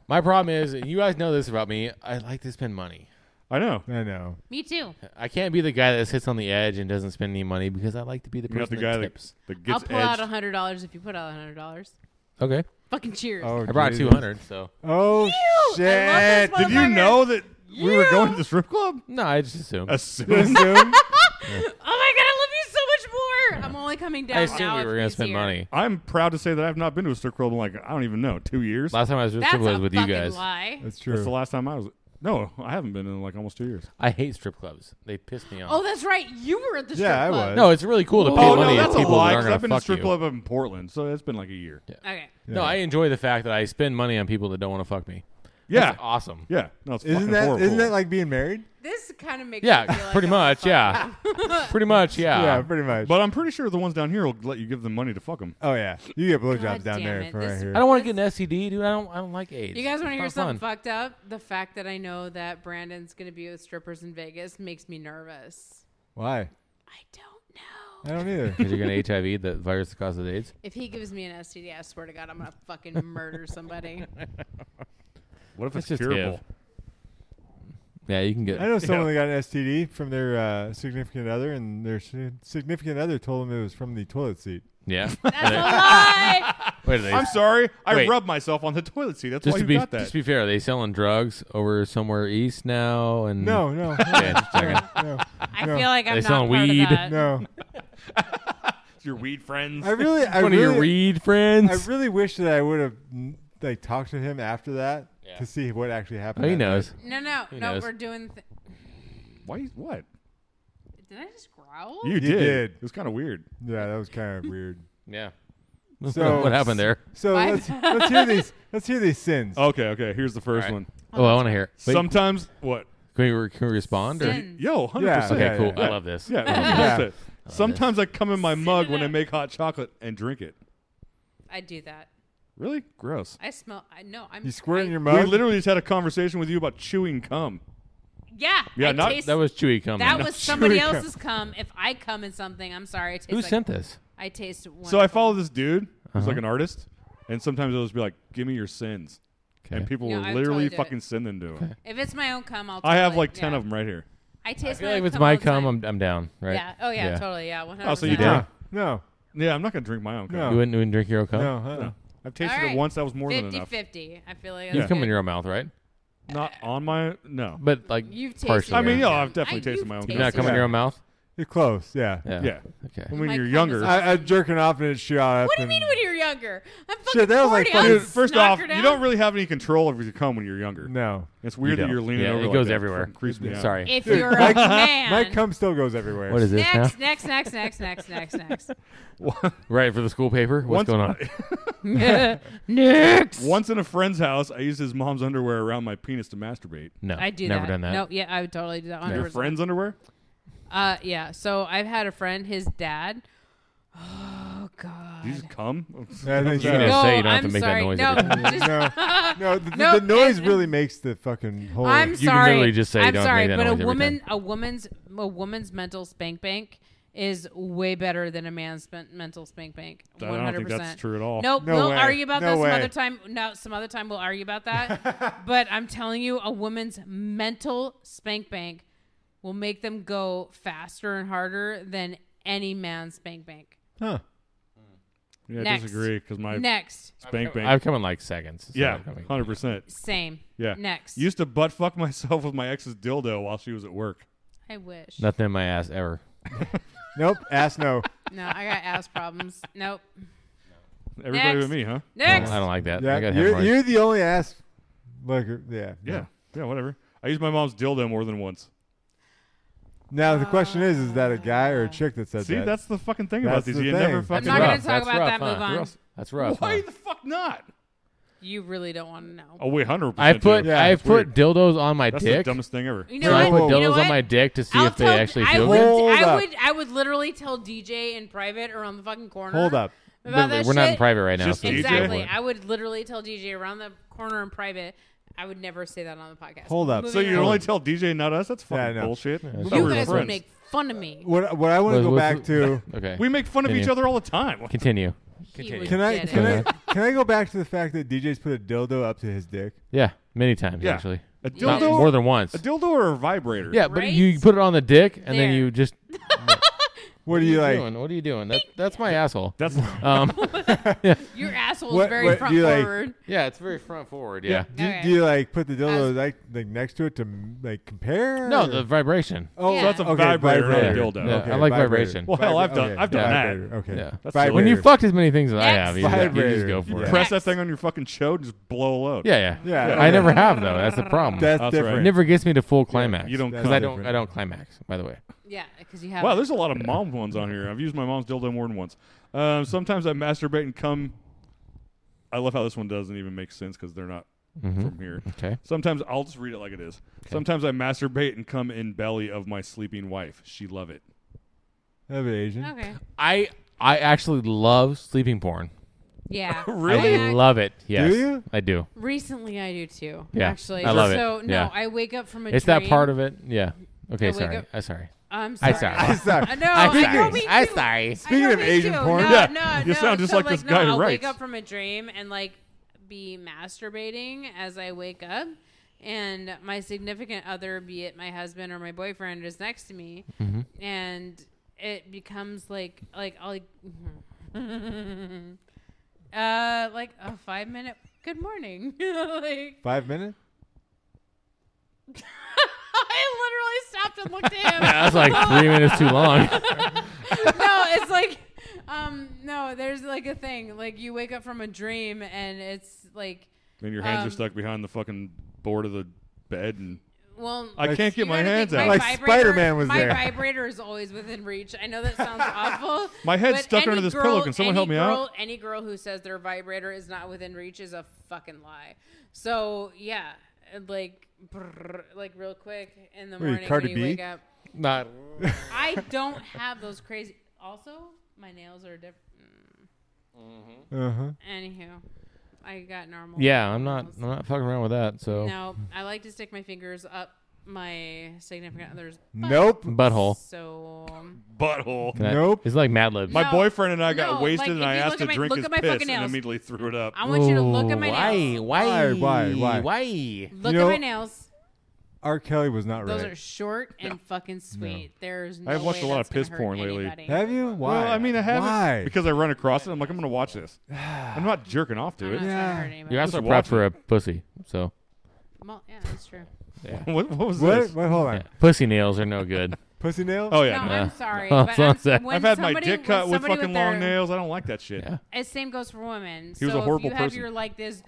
My problem is, and you guys know this about me, I like to spend money. I know. I know. Me too. I can't be the guy that sits on the edge and doesn't spend any money because I like to be the You got person the guy that that, tips. that I'll gets pull out edged. a hundred dollars if you put out a hundred dollars. okay. Fucking cheers. Oh, I brought Jesus. 200, so. Oh this shit! one. Did you Motherfucker. know that we were You- going to the strip club? No, I just assumed. Assume. Assume? Oh my god, I love you so much more. I'm only coming down I assumed now. we if were going to he's spend here. money. I'm proud to say that I've not been to a strip club in like I don't even know two years. Last time I was at a That's strip club a was with you fucking guys. lie. That's That's the true. last time I was. No, I haven't been in like almost two years. I hate strip clubs. They piss me off. Oh, that's right. You were at the strip Yeah, I club. was. no, it's really cool to pay Oh no, money to that's a people lie. that 'cause aren't I've been going to to a fuck strip you. club in Portland, so it's been like a year. Yeah, Okay. No, I enjoy the fact that I spend money on people that don't want to fuck me. yeah, That's awesome. No, it's Isn't fucking that horrible. isn't that like being married? This kind of makes Yeah, me feel like pretty I'm much. fucking- Yeah, pretty much. Yeah. yeah, pretty much. But I'm pretty sure the ones down here will let you give them money to fuck them. oh yeah, you get God blowjobs down damn there it, from this- right here. I don't want to get an STD, dude. I don't. I don't like AIDS. You guys want to It's hear not something fun. fucked up? The fact that I know that Brandon's going to be with strippers in Vegas makes me nervous. Why? I don't know. I don't either. Because you're going to HIV the virus that causes AIDS. If he gives me an STD, I swear to God, I'm gonna fucking murder somebody. What if That's just it's, if. curable? Yeah, you can get. I know someone that got an STD from their uh, significant other, and their si- significant other told them it was from the toilet seat. Yeah. That's a lie. Wait, are they, I'm sorry. I Wait. rubbed myself on the toilet seat. That's just why to you be just got that. to be fair, are they selling drugs over somewhere east now? And No, no, Mm. Yeah, just checking. no, I No. feel like I'm They not selling part weed. weed. of that. no. Your weed friends. I really, I One of your really, Reed friends. I really wish that I would have mm, like talked to him after that Yeah. to see what actually happened. oh, he that night. knows. No, no, He no. knows. We're doing. Th- Why? you- What? Did I just growl? You, did. did. It was kind of weird. Yeah, that was kind of weird. Yeah. So- what happened there? So Why- let's let's hear these let's hear these sins. Oh. Okay. Okay. Here's the first All right. one. Oh, I want to hear. it. Wait, Sometimes what? can we re- can we respond? Or? Sin. Yo, hundred Yeah. percent. Okay, Yeah, cool. yeah, I yeah. love this. Yeah. Yeah. 100%. Oh, Sometimes I come in my mug when I make hot chocolate and drink it. I do that. Really gross. I smell. I no. I'm. You squirt in I- your We mouth. literally just had a conversation with you about chewing cum. Yeah. Yeah, I not- taste, That was Chewy coming. that was somebody Chewy cum. else's cum. If I cum in something, I'm sorry. I taste Who like, sent this? I taste. Wonderful. So I follow this dude who's Uh-huh. like an artist, and sometimes it'll just be like, "Give me your sins," and people Yeah, will I literally totally do fucking send them to him. If it's my own cum, I'll. I have totally- like ten yeah. of them right here. I taste I feel my like if own it's cum my all the time. cum, I'm, I'm down, right? Yeah. Oh yeah, Yeah. Totally. Yeah. 100. Oh, so you no, Yeah. no, Yeah, I'm not gonna drink my own cum. No. You wouldn't, you wouldn't drink your own cum? no, uh-uh. I've tasted All right. it once. That was more than 50 enough. 50. I feel like You've that's come good. in your own mouth, right? Not on my no. But like You've tasted partially. your I mean, own yeah, cum. I've definitely I- tasted you've my own cum. You're tasted not coming in your it. own mouth? You're close. Yeah. yeah. Okay. When My you're cum younger, is I, I'm jerking off and it shit out. What do you mean when you're younger? I'm fucking Shit, that was like 40. I'm fucking- Dude, first off, knockered you out. don't really have any control over your cum when you're younger. No, It's weird You that don't. you're leaning Yeah, over. it like goes that. everywhere. Fucking creeps me out. Sorry. If Dude, you're my- a man. my cum still goes everywhere. What is this now? Next, next, next, next, next, next, next, Right, for the school paper? What's Once- going on? next. next. Once in a friend's house, I used his mom's underwear around my penis to masturbate. No. I do Never that. done that. No, yeah, I would totally do that. 100%. Your friend's underwear? Uh, yeah. So I've had a friend, his dad. Oh God. Did you just cum? I think You so. can just No, say you don't have I'm to make sorry. that noise. No, every time. just- No, no, the, No, the noise it- really makes the fucking whole. I'm You can sorry. literally just say I'm don't make sorry, that but noise a every woman, a woman's, a woman's mental spank bank is way better than a man's men- mental spank bank. I 100%. don't think that's true at all. Nope. No we'll way. argue about No that some way. other time. No, some other time we'll argue about that. but I'm telling you, a woman's mental spank bank will make them go faster and harder than any man's spank bank. huh. Yeah, I Next. disagree because my Next. spank bank. I've come in like seconds. so yeah, I'm coming. hundred percent. Same. Yeah. Next. Used to butt fuck myself with my ex's dildo while she was at work. I wish. No. Nothing in my ass ever. Nope. Ass no. I got ass problems. Nope. Everybody Next. with me, huh? I Next. don't, I don't like that. I Yeah, got you're, hemorrhoids. you're the only ass. Like, yeah. Yeah, yeah, whatever. I used my mom's dildo more than once. Now the question is, is that a guy Uh, or a chick that said See, that? that's the fucking thing That's about these. the You never thing. I'm fucking. not rough. going to talk That's about rough, that. huh? Move on. Rough. That's rough. Why huh? the fuck not? You really don't want to know. Oh wait, hundred I percent. put Yeah, I that's put dildos on my That's the dick. dumbest thing ever. You know So I what? put you know dildos what? on my dick to see I'll if they tell- actually I feel would, good. Hold I up. would, I would literally tell DJ in private or on the fucking corner. Hold up. About that Literally, we're not in shit. private right now. Just so DJ? Exactly. it's- I would literally tell DJ around the corner in private. I would never say that on the podcast. Hold up. So Moving you on. only tell DJ, not us? That's Yeah, I fucking know. bullshit. I it's thought we you were guys would friends. make fun of me. What what I want to What's- go what's- back to Okay. We make fun of each Continue. other all the time. continue. Continue. can I can I can I go back to the fact that DJ's put a dildo up to his dick? Yeah, many times Yeah. actually. A Not dildo- more than once. A dildo or a vibrator? Yeah, but Right? you put it on the dick and There. then you just What do you like? doing? What are you doing? That, that's my asshole. That's Um, Your asshole is What- very what, front you like- forward. yeah, it's very front forward. Yeah. Yeah. Do, Okay. do you like put the dildo As- like like next to it to m- like compare? No, or- the vibration. oh, Yeah. So that's a okay, vibrator, not a Yeah. dildo. Yeah, Okay, I like vibrator. vibration. Well, hell, Vibra- I've done- okay, I've done that. vibrator, Okay, Yeah. That's vibrator. When you fucked as many things as I Next. have, you just, you just Vibrator. go for Yeah. it. Press that thing on your fucking chode and just blow low. Yeah, yeah. Yeah, I okay. never have though. That's the problem. That's, That's different. it never gets me to full climax. you don't because I don't. different. I don't climax. By the way, Yeah, because you have. Wow, there's a lot of mom ones on here. I've used my mom's dildo more than once. Um, sometimes I masturbate and come. I love how this one doesn't even make sense because they're not Mm-hmm. Hmm? from here. Okay. Sometimes I'll just read it like it is. Sometimes I masturbate and come in belly of my sleeping wife. She love it. That'd be Asian. okay. I I actually love sleeping porn. Yeah. Really? I I- love it. Yes, you? I do. Recently, I do too. Yeah, Actually, I love it. so no, Yeah. I wake up from a. It's dream. that part of it. Yeah. Okay. I wake Sorry. up- Uh, sorry. I'm sorry. I sorry. I sorry. Uh, No, I I know sorry. me I too. sorry. Speaking I know of me Asian too. porn- no, Yeah, no, you no. sound just So, like this no, guy who I'll writes. wake up from a dream and like be masturbating as I wake up, and my significant other, be it my husband or my boyfriend, is next to me, Mm-hmm. and it becomes like like I'll like, uh like a five minute good morning like Five minutes? I literally stopped and looked at him. That's like three minutes too long. no, it's like, um, no, there's like a thing. Like you wake up from a dream and it's like, And your hands Um, are stuck behind the fucking board of the bed, and well, I can't get you my gotta think hands my out. Like vibrator- Spider-Man was my there. vibrator is always within reach. I know that sounds awful. My head's but stuck under any this girl- pillow. Can someone any help me out? girl- Any girl who says their vibrator is not within reach is a fucking lie. So yeah, like, brrr, like real quick in the What are you, morning Cardi when you wake B? up. Not. I don't have those crazy. Also, my nails are different. Uh huh. Anywho, I got normal. Yeah, I'm not. nails. I'm not fucking around with that. So No, I like to stick my fingers up my significant other's butt. Nope. butthole. So butthole. Can I- Nope. It's like Mad Libs. My No, boyfriend and I got no, wasted, like, and if I you asked look to at my- drink look his at my piss, fucking and nails. immediately threw it up. I want you to look at my nails. Why? Why, why, why? Why? Look You know- at my nails. R. Kelly was not Those right. are short and fucking sweet. There's no I've watched way a lot of that's gonna piss hurt porn lately. anybody. Have you? Why? Well, I mean, I haven't Why? because I run across it. I'm like, I'm gonna watch this. I'm not jerking off I'm to not it. trying Yeah. to hurt anybody. You're also Just prepped watch for a pussy. So Well, yeah, that's true. What, what was what? this? Wait, hold on. yeah. pussy nails are no good. Pussy nail? Oh No, yeah, no. I'm sorry. Oh, but so I'm, sad. when I've had my somebody, dick when cut with somebody fucking with long their- nails. I don't like that shit. Yeah. And same goes for women. He was so a horrible if you have person. your like this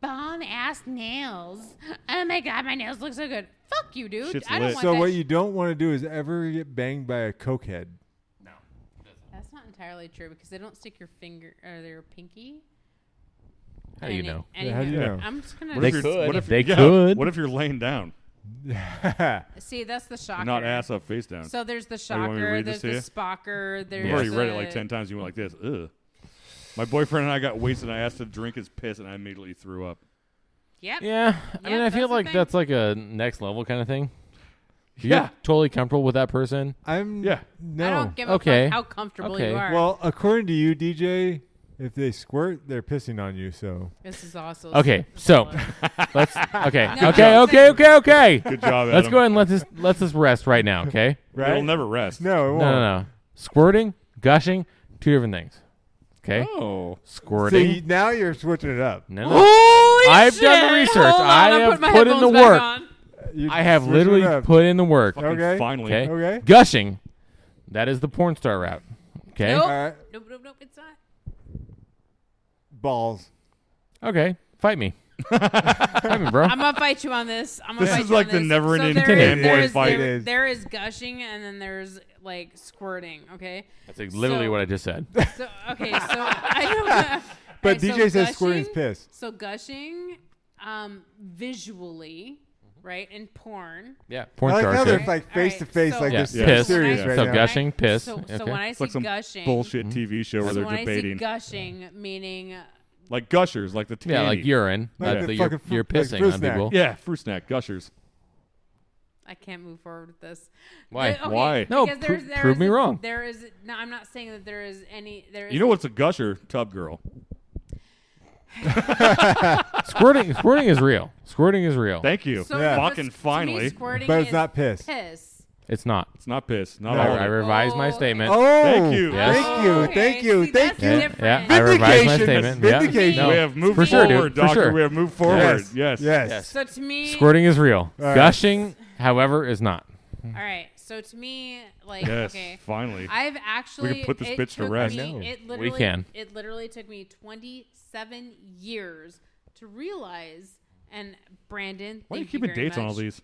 bon ass nails, oh my god, my nails look so good. Fuck you, dude. Shit's I don't lit. want So that. what you don't want to do is ever get banged by a cokehead. That's not entirely true because they don't stick your finger or their pinky. How do you Any- know? anywhere. how do you know? I'm just gonna What They if you're- could. What if, They yeah, could. What if you're laying down, see. That's the shocker. not ass up, face down? So there's the you want me to shocker. read There's this the to spocker. There's I've already read it the- like ten times. You went like this. Ugh. My boyfriend and I got wasted. and I asked to drink his piss, and I immediately threw up. Yep. Yeah, I Yeah, mean, I feel that's a like thing. that's like a next level kind of thing. Do Yeah. You're totally comfortable with that person. I'm Yeah. No. I don't give a Okay. fuck how comfortable Okay. you are. well, according to you, DJ, if they squirt, they're pissing on you. So this is also Okay, so let's. Okay, No, okay, I'm okay, saying- okay, okay. Good job, Adam. Let's go ahead and let this let this rest right now. Okay. right? It'll never rest. no, it No, won't. no, no. Squirting, gushing, two different things. Okay. Oh. So Squirting. you, now you're switching it up. no, no. Holy I've shit. done the research. Hold on, I I'll have put, my put in the headphones back work. on. You I have switching literally it up. put in the work. Fucking Okay. Finally. Okay. Okay. Gushing. That is the porn star route. Okay. Nope. All right. Nope. Nope. Nope. It's not. balls. Okay. Fight me. Fight me, bro. I'm gonna fight you on this. I'm gonna This fight is you like on the this. never-ending so there is- fanboy there is- fight. there- It is. there is gushing, and then there's like squirting. Okay. That's like literally So- what I just said. So okay, so I don't. But Okay, so DJ says squirting's gushing- piss. So gushing, um, visually, right, in porn. Yeah. Porn I like star how they're shit. like face to face, so- like Yeah. they're super Piss. serious Yeah. right So now. gush- Gushing, piss, So, so okay. when I It's see like some gushing, Mm-hmm. bullshit TV show where so they're when I see debating, gushing, meaning like gushers, like the Yeah, like candy. urine. Like That's the the- you're, fucking fr- you're like pissing fruit on snack. people. yeah, fruit snack gushers. I can't move forward with this. Why? Uh, okay, Why? No, because pro- there's- there prove me is- wrong. There is no. I'm not saying that there is any. There is You know what's a gusher? Tub girl. squirting. Squirting is real. Squirting is real. Thank you. So Yeah. what's- Fucking to me, finally. squirting But it's is not piss. piss. it's not. it's not piss. Not No, all. I, of I it. revised my Oh, statement. Oh, Thank you. Yes. Thank you. Okay, Thank you. see, thank that's you. Yeah, different. yeah, I revised my Vindication. statement. Vindication. Yeah, no. We have moved for sure, forward, dude. For doctor. sure. We have moved forward. Yes. Yes. Yes. So to me, Squirting is real. All right. Gushing, however, is not. All right. So to me, like, Yes, okay, Finally. I've actually put this it bitch to took rest. me- No. It literally, can. It literally took me 27 years to realize. And Brandon, Why are you thank keeping very dates on all much. these?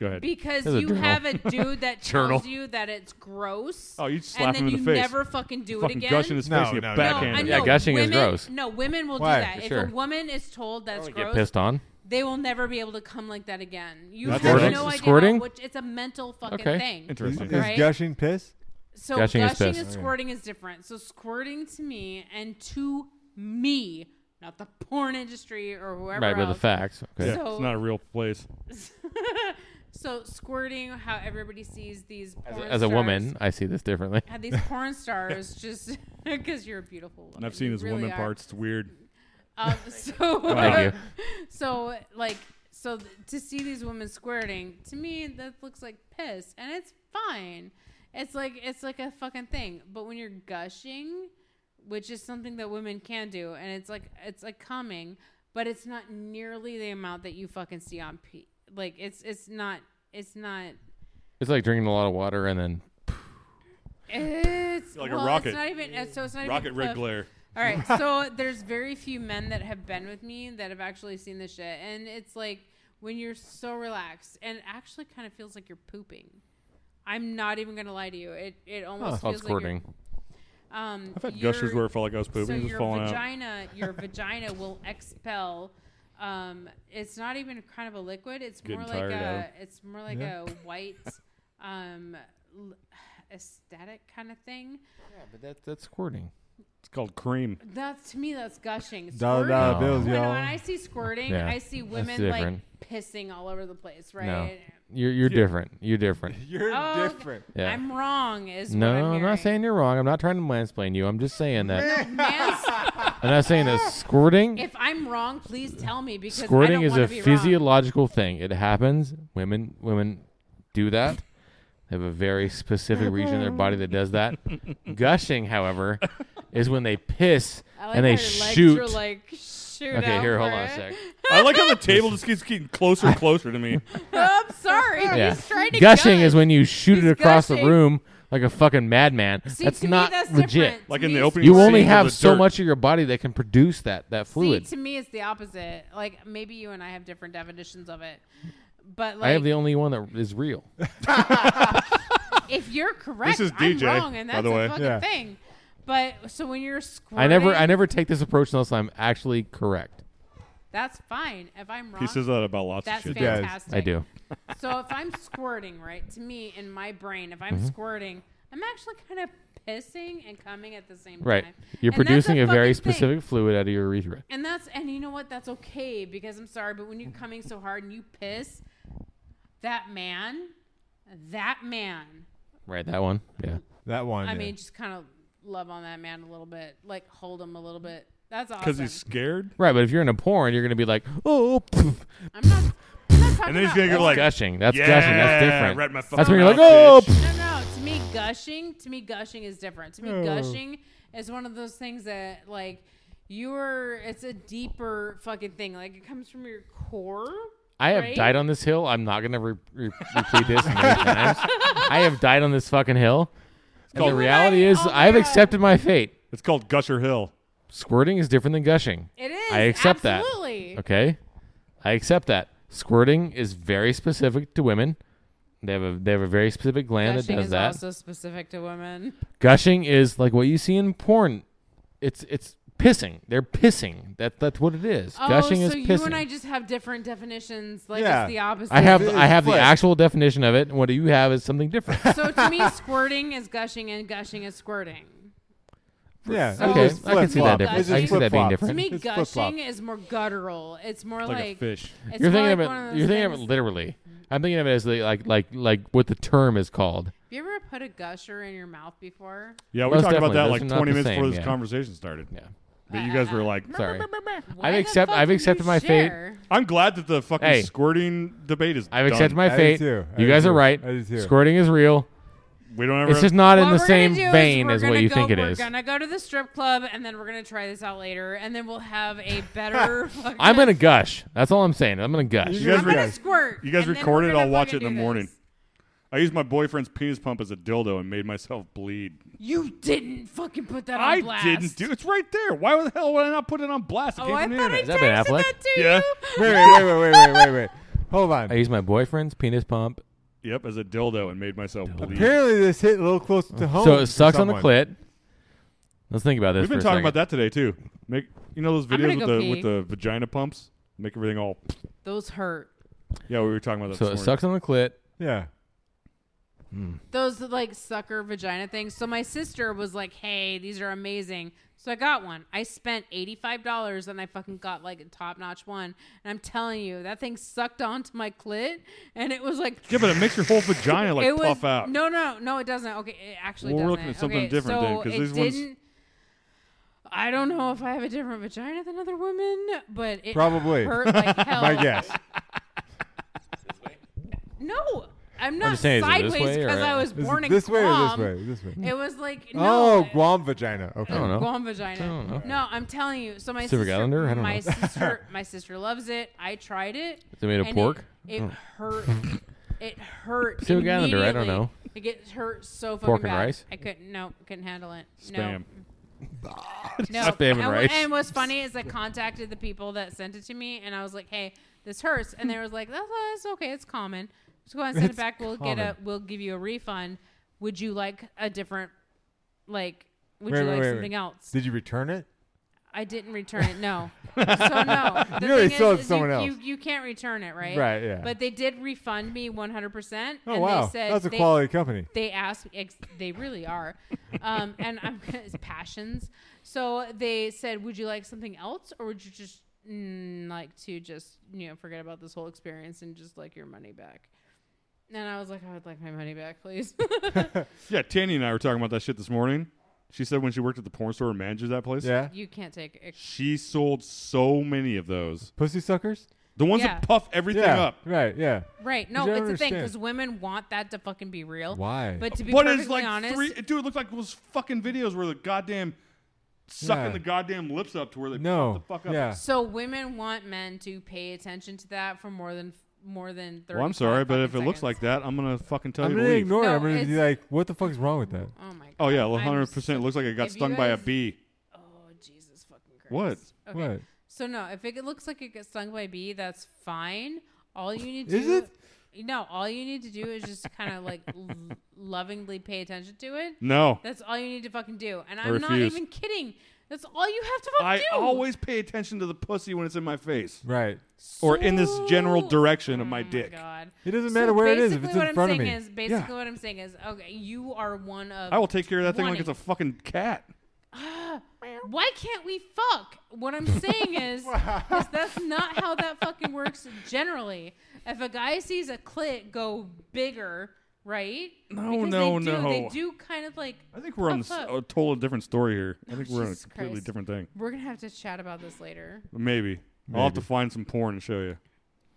Go ahead. Because There's a you journal. have a dude that Journal. tells you that it's gross. Oh, you slap and then him in you the face. never fucking do Fucking it again. gushing his No, face. and you no, no. backhand I him. know, Yeah, gushing is women, gross. No, women will Why? do that. Sure. If a woman is told that's Get gross, pissed on. they will never be able to come like that again. You That's have correct. no idea Squirting? how, which it's a mental fucking Okay. thing. Is, Interesting. is Right? gushing piss? So Gushing gushing, is piss. Oh, and squirting is different. So squirting to me and to me, not the porn industry or whoever Right, but the else. facts. Okay. Yeah, So- it's not a real place. So, So squirting, how everybody sees these As porn a, as a woman, stars- I see this differently. Had these porn stars just because you're a beautiful woman. And I've seen You his really woman are. parts. It's weird. Um, so Thank you. So like so th- to see these women squirting to me that looks like piss and it's fine. It's like it's like a fucking thing. But when you're gushing, which is something that women can do, and it's like it's like coming, but it's not nearly the amount that you fucking see on P. Like it's it's not it's not. It's like drinking a lot of water and then It's Like a well, rocket. It's not even. it's- So it's not Rocket even red close. glare. All right, so there's very few men that have been with me that have actually seen this shit, and it's like when you're so relaxed, and it actually kind of feels like you're pooping. I'm not even gonna lie to you. It it oh, almost it's called feels like squirting. you're, um. I've had your- gushers where it felt like I was pooping. So it was your falling out. vagina, your vagina will expel. Um, it's not even kind of a liquid. It's more Getting like tired, a. Adam. It's more like Yeah. a white, um, l- aesthetic kind of thing. Yeah, but that's that's squirting. It's called cream. That's to me. That's gushing. Dollar Squirting- dollar bills, when, y'all. when I see squirting, Yeah, I see that's women like different. pissing all over the place, right? No. You're you're different. You're different. You're Oh, different. Yeah. I'm wrong. Is no, what I'm, I'm, not hearing. saying you're wrong. I'm not trying to mansplain you. I'm just saying that. Man's- I'm not saying that squirting if I'm wrong, please tell me because I squirting don't is wanna a be wrong. physiological thing. It happens. Women women do that. They have a very specific region of their body that does that. Gushing, however, is when they piss I like and how they your Legs shoot. are like shoot. okay, out here, hold for on a it. sec. I like how the table just keeps getting closer and closer to me. Oh, I'm sorry. Yeah. He's trying to Gushing gush. is when you shoot it He's across gushing. the room like a fucking madman. See, that's to not me, that's legit. Different. Like To in the me, opening You Seeing only all have the so dirt. much of your body that can produce that that fluid. See, to me, it's the opposite. Like maybe you and I have different definitions of it, but like I have the only one that is real. if you're correct, is DJ, I'm wrong, and by that's the way. a fucking Yeah. thing. But so when you're squirting, I never I never take this approach unless I'm actually correct. That's fine. If I'm wrong, He says that about lots that's of shit. does. fantastic. I do. So if I'm squirting, right, to me in my brain, if I'm Mm-hmm. squirting, I'm actually kind of pissing and coming at the same Right. time. You're And that's producing a, very fucking thing. specific fluid out of your urethra. And that's and you know what? That's okay because I'm sorry, but when you're coming so hard and you piss, that man, that man. Right, that one. Yeah. That one. I yeah. mean, just kind of love on that man a little bit, like hold him a little bit. That's awesome. Because he's scared. Right, but if you're in a porn, you're gonna be like, oh, pff, I'm not. I'm not talking And then he's about gonna go like, gushing. That's yeah, gushing. That's different. right in my That's fucking when you're like, oh, mouth, bitch." pff. No, no. To me, gushing. To me, gushing is different. To me, Oh. gushing is one of those things that like you're. It's a deeper fucking thing. Like it comes from your core. I have Right? died on this hill. I'm not gonna re- re- repeat this many times. I have died on this fucking hill. And the called- reality is, Oh my I've God. accepted my fate. It's called Gusher Hill. Squirting is different than gushing. It is. I accept that. absolutely. Okay, I accept that. Squirting is very specific to women. They have a they have a very specific gland Gushing that does is that. also specific to women. Gushing is like what you see in porn. It's it's pissing. They're pissing. That that's what it is. Gushing oh, is so pissing. you and I just have different definitions. Like Yeah. it's the opposite. I have It's I have the flipped. actual definition of it, and what you have is something different. So to me, squirting is gushing, and gushing is squirting. yeah. So- it's okay, just I can see that flip-flop. difference. It's I can just see that being flip-flop. different. To me, It's gushing flip-flop. is more guttural. It's more Like, like, a fish. It's You're more thinking of like one of it. those You're thinking of things- it literally. I'm thinking of it as the, like like like what the term is called. Have you ever put a gusher in your mouth before? Yeah, we Most talked about definitely. that Those like are not 20 the minutes same, before this yeah. conversation started. Yeah. But you guys were like, Sorry. Why I've the accept- fuck I've do you accepted my fate. share? I'm glad that the fucking Hey. squirting debate is I've done. accepted my I do fate. too. I You do guys are too. right. I do too. Squirting is real. We don't ever. It's just not in What the we're gonna same do is vein we're as what gonna you go- think it We're is. gonna go to the strip club and then we're gonna try this out later, and then we'll have a better. fucking- I'm gonna gush. That's all I'm saying. I'm gonna gush. you I'm guys, gonna re- squirt. you guys and then record we're it. gonna I'll watch fucking it in the do this. morning. I used my boyfriend's penis pump as a dildo and made myself bleed. You didn't fucking put that on I blast. didn't do. It's right there. Why the hell would I not put it on blast? It Oh, came I from the thought I that internet. Ben texted Affleck? that to Yeah. you. Wait, wait, wait, wait, wait, wait, wait, wait. Hold on. I use my boyfriend's penis pump, Yep, as a dildo and made myself bleed. Apparently, this hit a little close to home. so it sucks for on the someone. clit. Let's think about this. We've been for a talking about second. that today too. Make you know those I'm gonna videos with go the pee. with the vagina pumps, make everything all. Those hurt. Yeah, we were talking about that. So it this morning. sucks on the clit. Yeah. Those like sucker vagina things. So my sister was like, "Hey, these are amazing." So I got one. I spent eighty five dollars and I fucking got like a top notch one. And I'm telling you, that thing sucked onto my clit, and it was like Yeah, but it makes your whole vagina like it was, puff out. No, no, no, it doesn't. Okay, it actually Well, doesn't. we're looking at something okay, different so then, 'cause it these ones- didn't. I don't know if I have a different vagina than other women, but it Probably. hurt like hell. My guess. No, I'm not just saying, is it this sideways way or- uh, because I was Is born it in this way or this Guam. way? This way. It was like Oh, no, Guam vagina. Okay. I don't know. Guam vagina. don't know. No, I'm telling you. So my Pacific sister, Islander? I don't my know. sister, my sister loves it. I tried it. Is it made of and pork? Oh. It, it hurt. It hurt. Pacific Islander, I don't immediately. know. It gets hurt so fucking Pork and bad. rice? I couldn't. No, couldn't handle it. Spam. No, no. Spam and wha- rice. And what's funny is I contacted the people that sent it to me, and I was like, "Hey, this hurts," and they was like, "That's, that's okay. It's common. Just go ahead and send It's it back. We'll get a. common. We'll give you a refund. Would you like a different, like?" Would Wait, you wait, like wait, wait. something else? Did you return it? I didn't return it. No. so no. The You already thing is, sold it is to someone you, else. You, you can't return it, right? Right, yeah. But they did refund me 100%. Oh and wow, They said that's a they, quality company. They asked. Ex- they really are. Um, and I'm it's passions. So they said, "Would you like something else, or would you just mm, like to just you know forget about this whole experience and just like your money back?" And I was like, "I would like my money back, please." Yeah, Tanya and I were talking about that shit this morning. She said when she worked at the porn store and managed that place, Yeah. you can't take. Ex- she sold so many of those. Pussy suckers. The ones Yeah. that puff everything yeah. up. Right. Yeah. right? No, You it's don't the thing understand. because women want that to fucking be real. Why? But to be But perfectly it's like honest, three. Dude, it looked like those fucking videos where the goddamn sucking Yeah. the goddamn lips up to where they no. puff the fuck up. Yeah. So women want men to pay attention to that for more than more than thirty. Well, I'm sorry, but if it looks like that, I'm gonna fucking tell I'm you to gonna leave. ignore it. No, I'm gonna be it's- like, what the fuck is wrong with that? oh my god, Oh yeah, I'm 100. percent so- Looks like it got if you stung by a guys- bee. Oh Jesus fucking Christ! What? Okay. What? So no, if it looks like it gets stung by a bee, that's fine. All you need to Is do, no, all you need to do is just kind of like l- lovingly pay attention to it. No, That's all you need to fucking do, and I I'm not Mm. refuse. even kidding. That's all you have to fucking I do. always pay attention to the pussy when it's in my face. Right. or in this general So- direction of my Oh dick. God. It doesn't So matter where it is. If basically it's in what I'm front of saying me. Is, basically Yeah. what I'm saying is, okay, you are one of. I will take care of that thing like 20. it's a fucking cat. Why can't we fuck? What I'm saying is, is that's not how that fucking works generally. If a guy sees a clit go bigger, right? No, Because no, they do, They no. do kind of like. I think we're on puff s- oh. up. a total different story here. I think we're on a Jesus completely Christ. different thing. We're gonna have to chat about this later. Maybe. I'll have to find some porn and show you.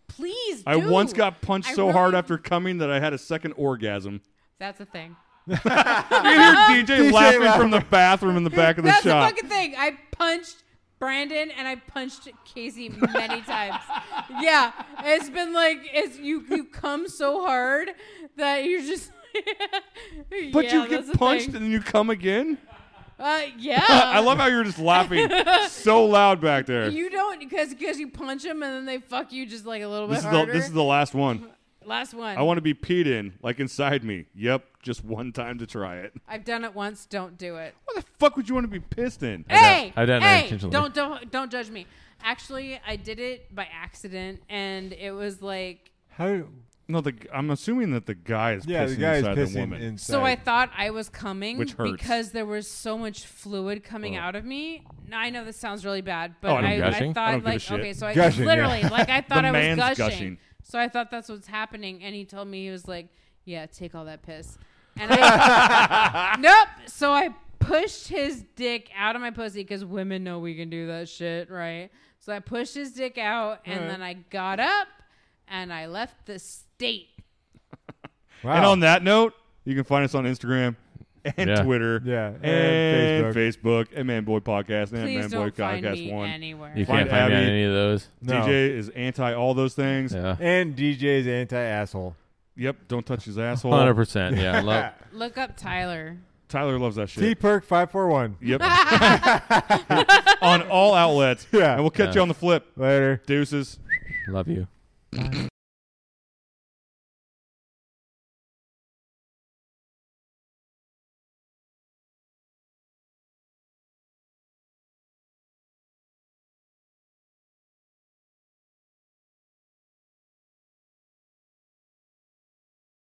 Please. I do. once got punched I so hard really- after coming that I had a second orgasm. That's a thing. You hear DJ DJ laughing from the bathroom in the back of the That's shop. the fucking thing. I punched Brandon and I punched Casey many times. yeah, it's been like it's you you come so hard that you're just. but Yeah, you that's get the punched thing. and then you come again? Uh, yeah, I love how you were just laughing so loud back there. You don't because because you punch them and then they fuck you just like a little this, is bit the, harder. this is the last one. last one. I want to be peed in, like inside me. Yep, just one time to try it. I've done it once. Don't do it. What the fuck would you want to be pissed in? hey, I've done it hey, intentionally. don't don't don't judge me. Actually, I did it by accident, and it was like How? No, the I'm assuming that the guy is Yeah, pissing the guy is inside the pissing woman. inside. So I thought I was coming Which hurts. because there was so much fluid coming out of me. Now, I know this sounds really bad, but Oh, I don't- I, gushing? I I thought don't give a like shit. okay, so I Gushing, yeah. literally like I thought I was man's gushing. gushing. So I thought that's what's happening, and he told me he was like, "Yeah, take all that piss." And I nope. So I pushed his dick out of my pussy because women know we can do that shit, right? So I pushed his dick out, and then I got up and I left the state. Wow. And on that note, you can find us on Instagram and Yeah. Twitter, Yeah, and, and Facebook. and Man Boy Podcast, and Please Man Boy don't find Podcast me One. anywhere. You Find can't find me on Abby. any of those. No. DJ is anti all those things. Yeah. And DJ's anti asshole. Yep, don't touch his asshole. 100%. Yeah. Love, Look up Tyler. Tyler loves that shit. T Perk five four one. Yep. on all outlets. Yeah. And we'll catch Yeah. you on the flip. Later. Deuces. love you.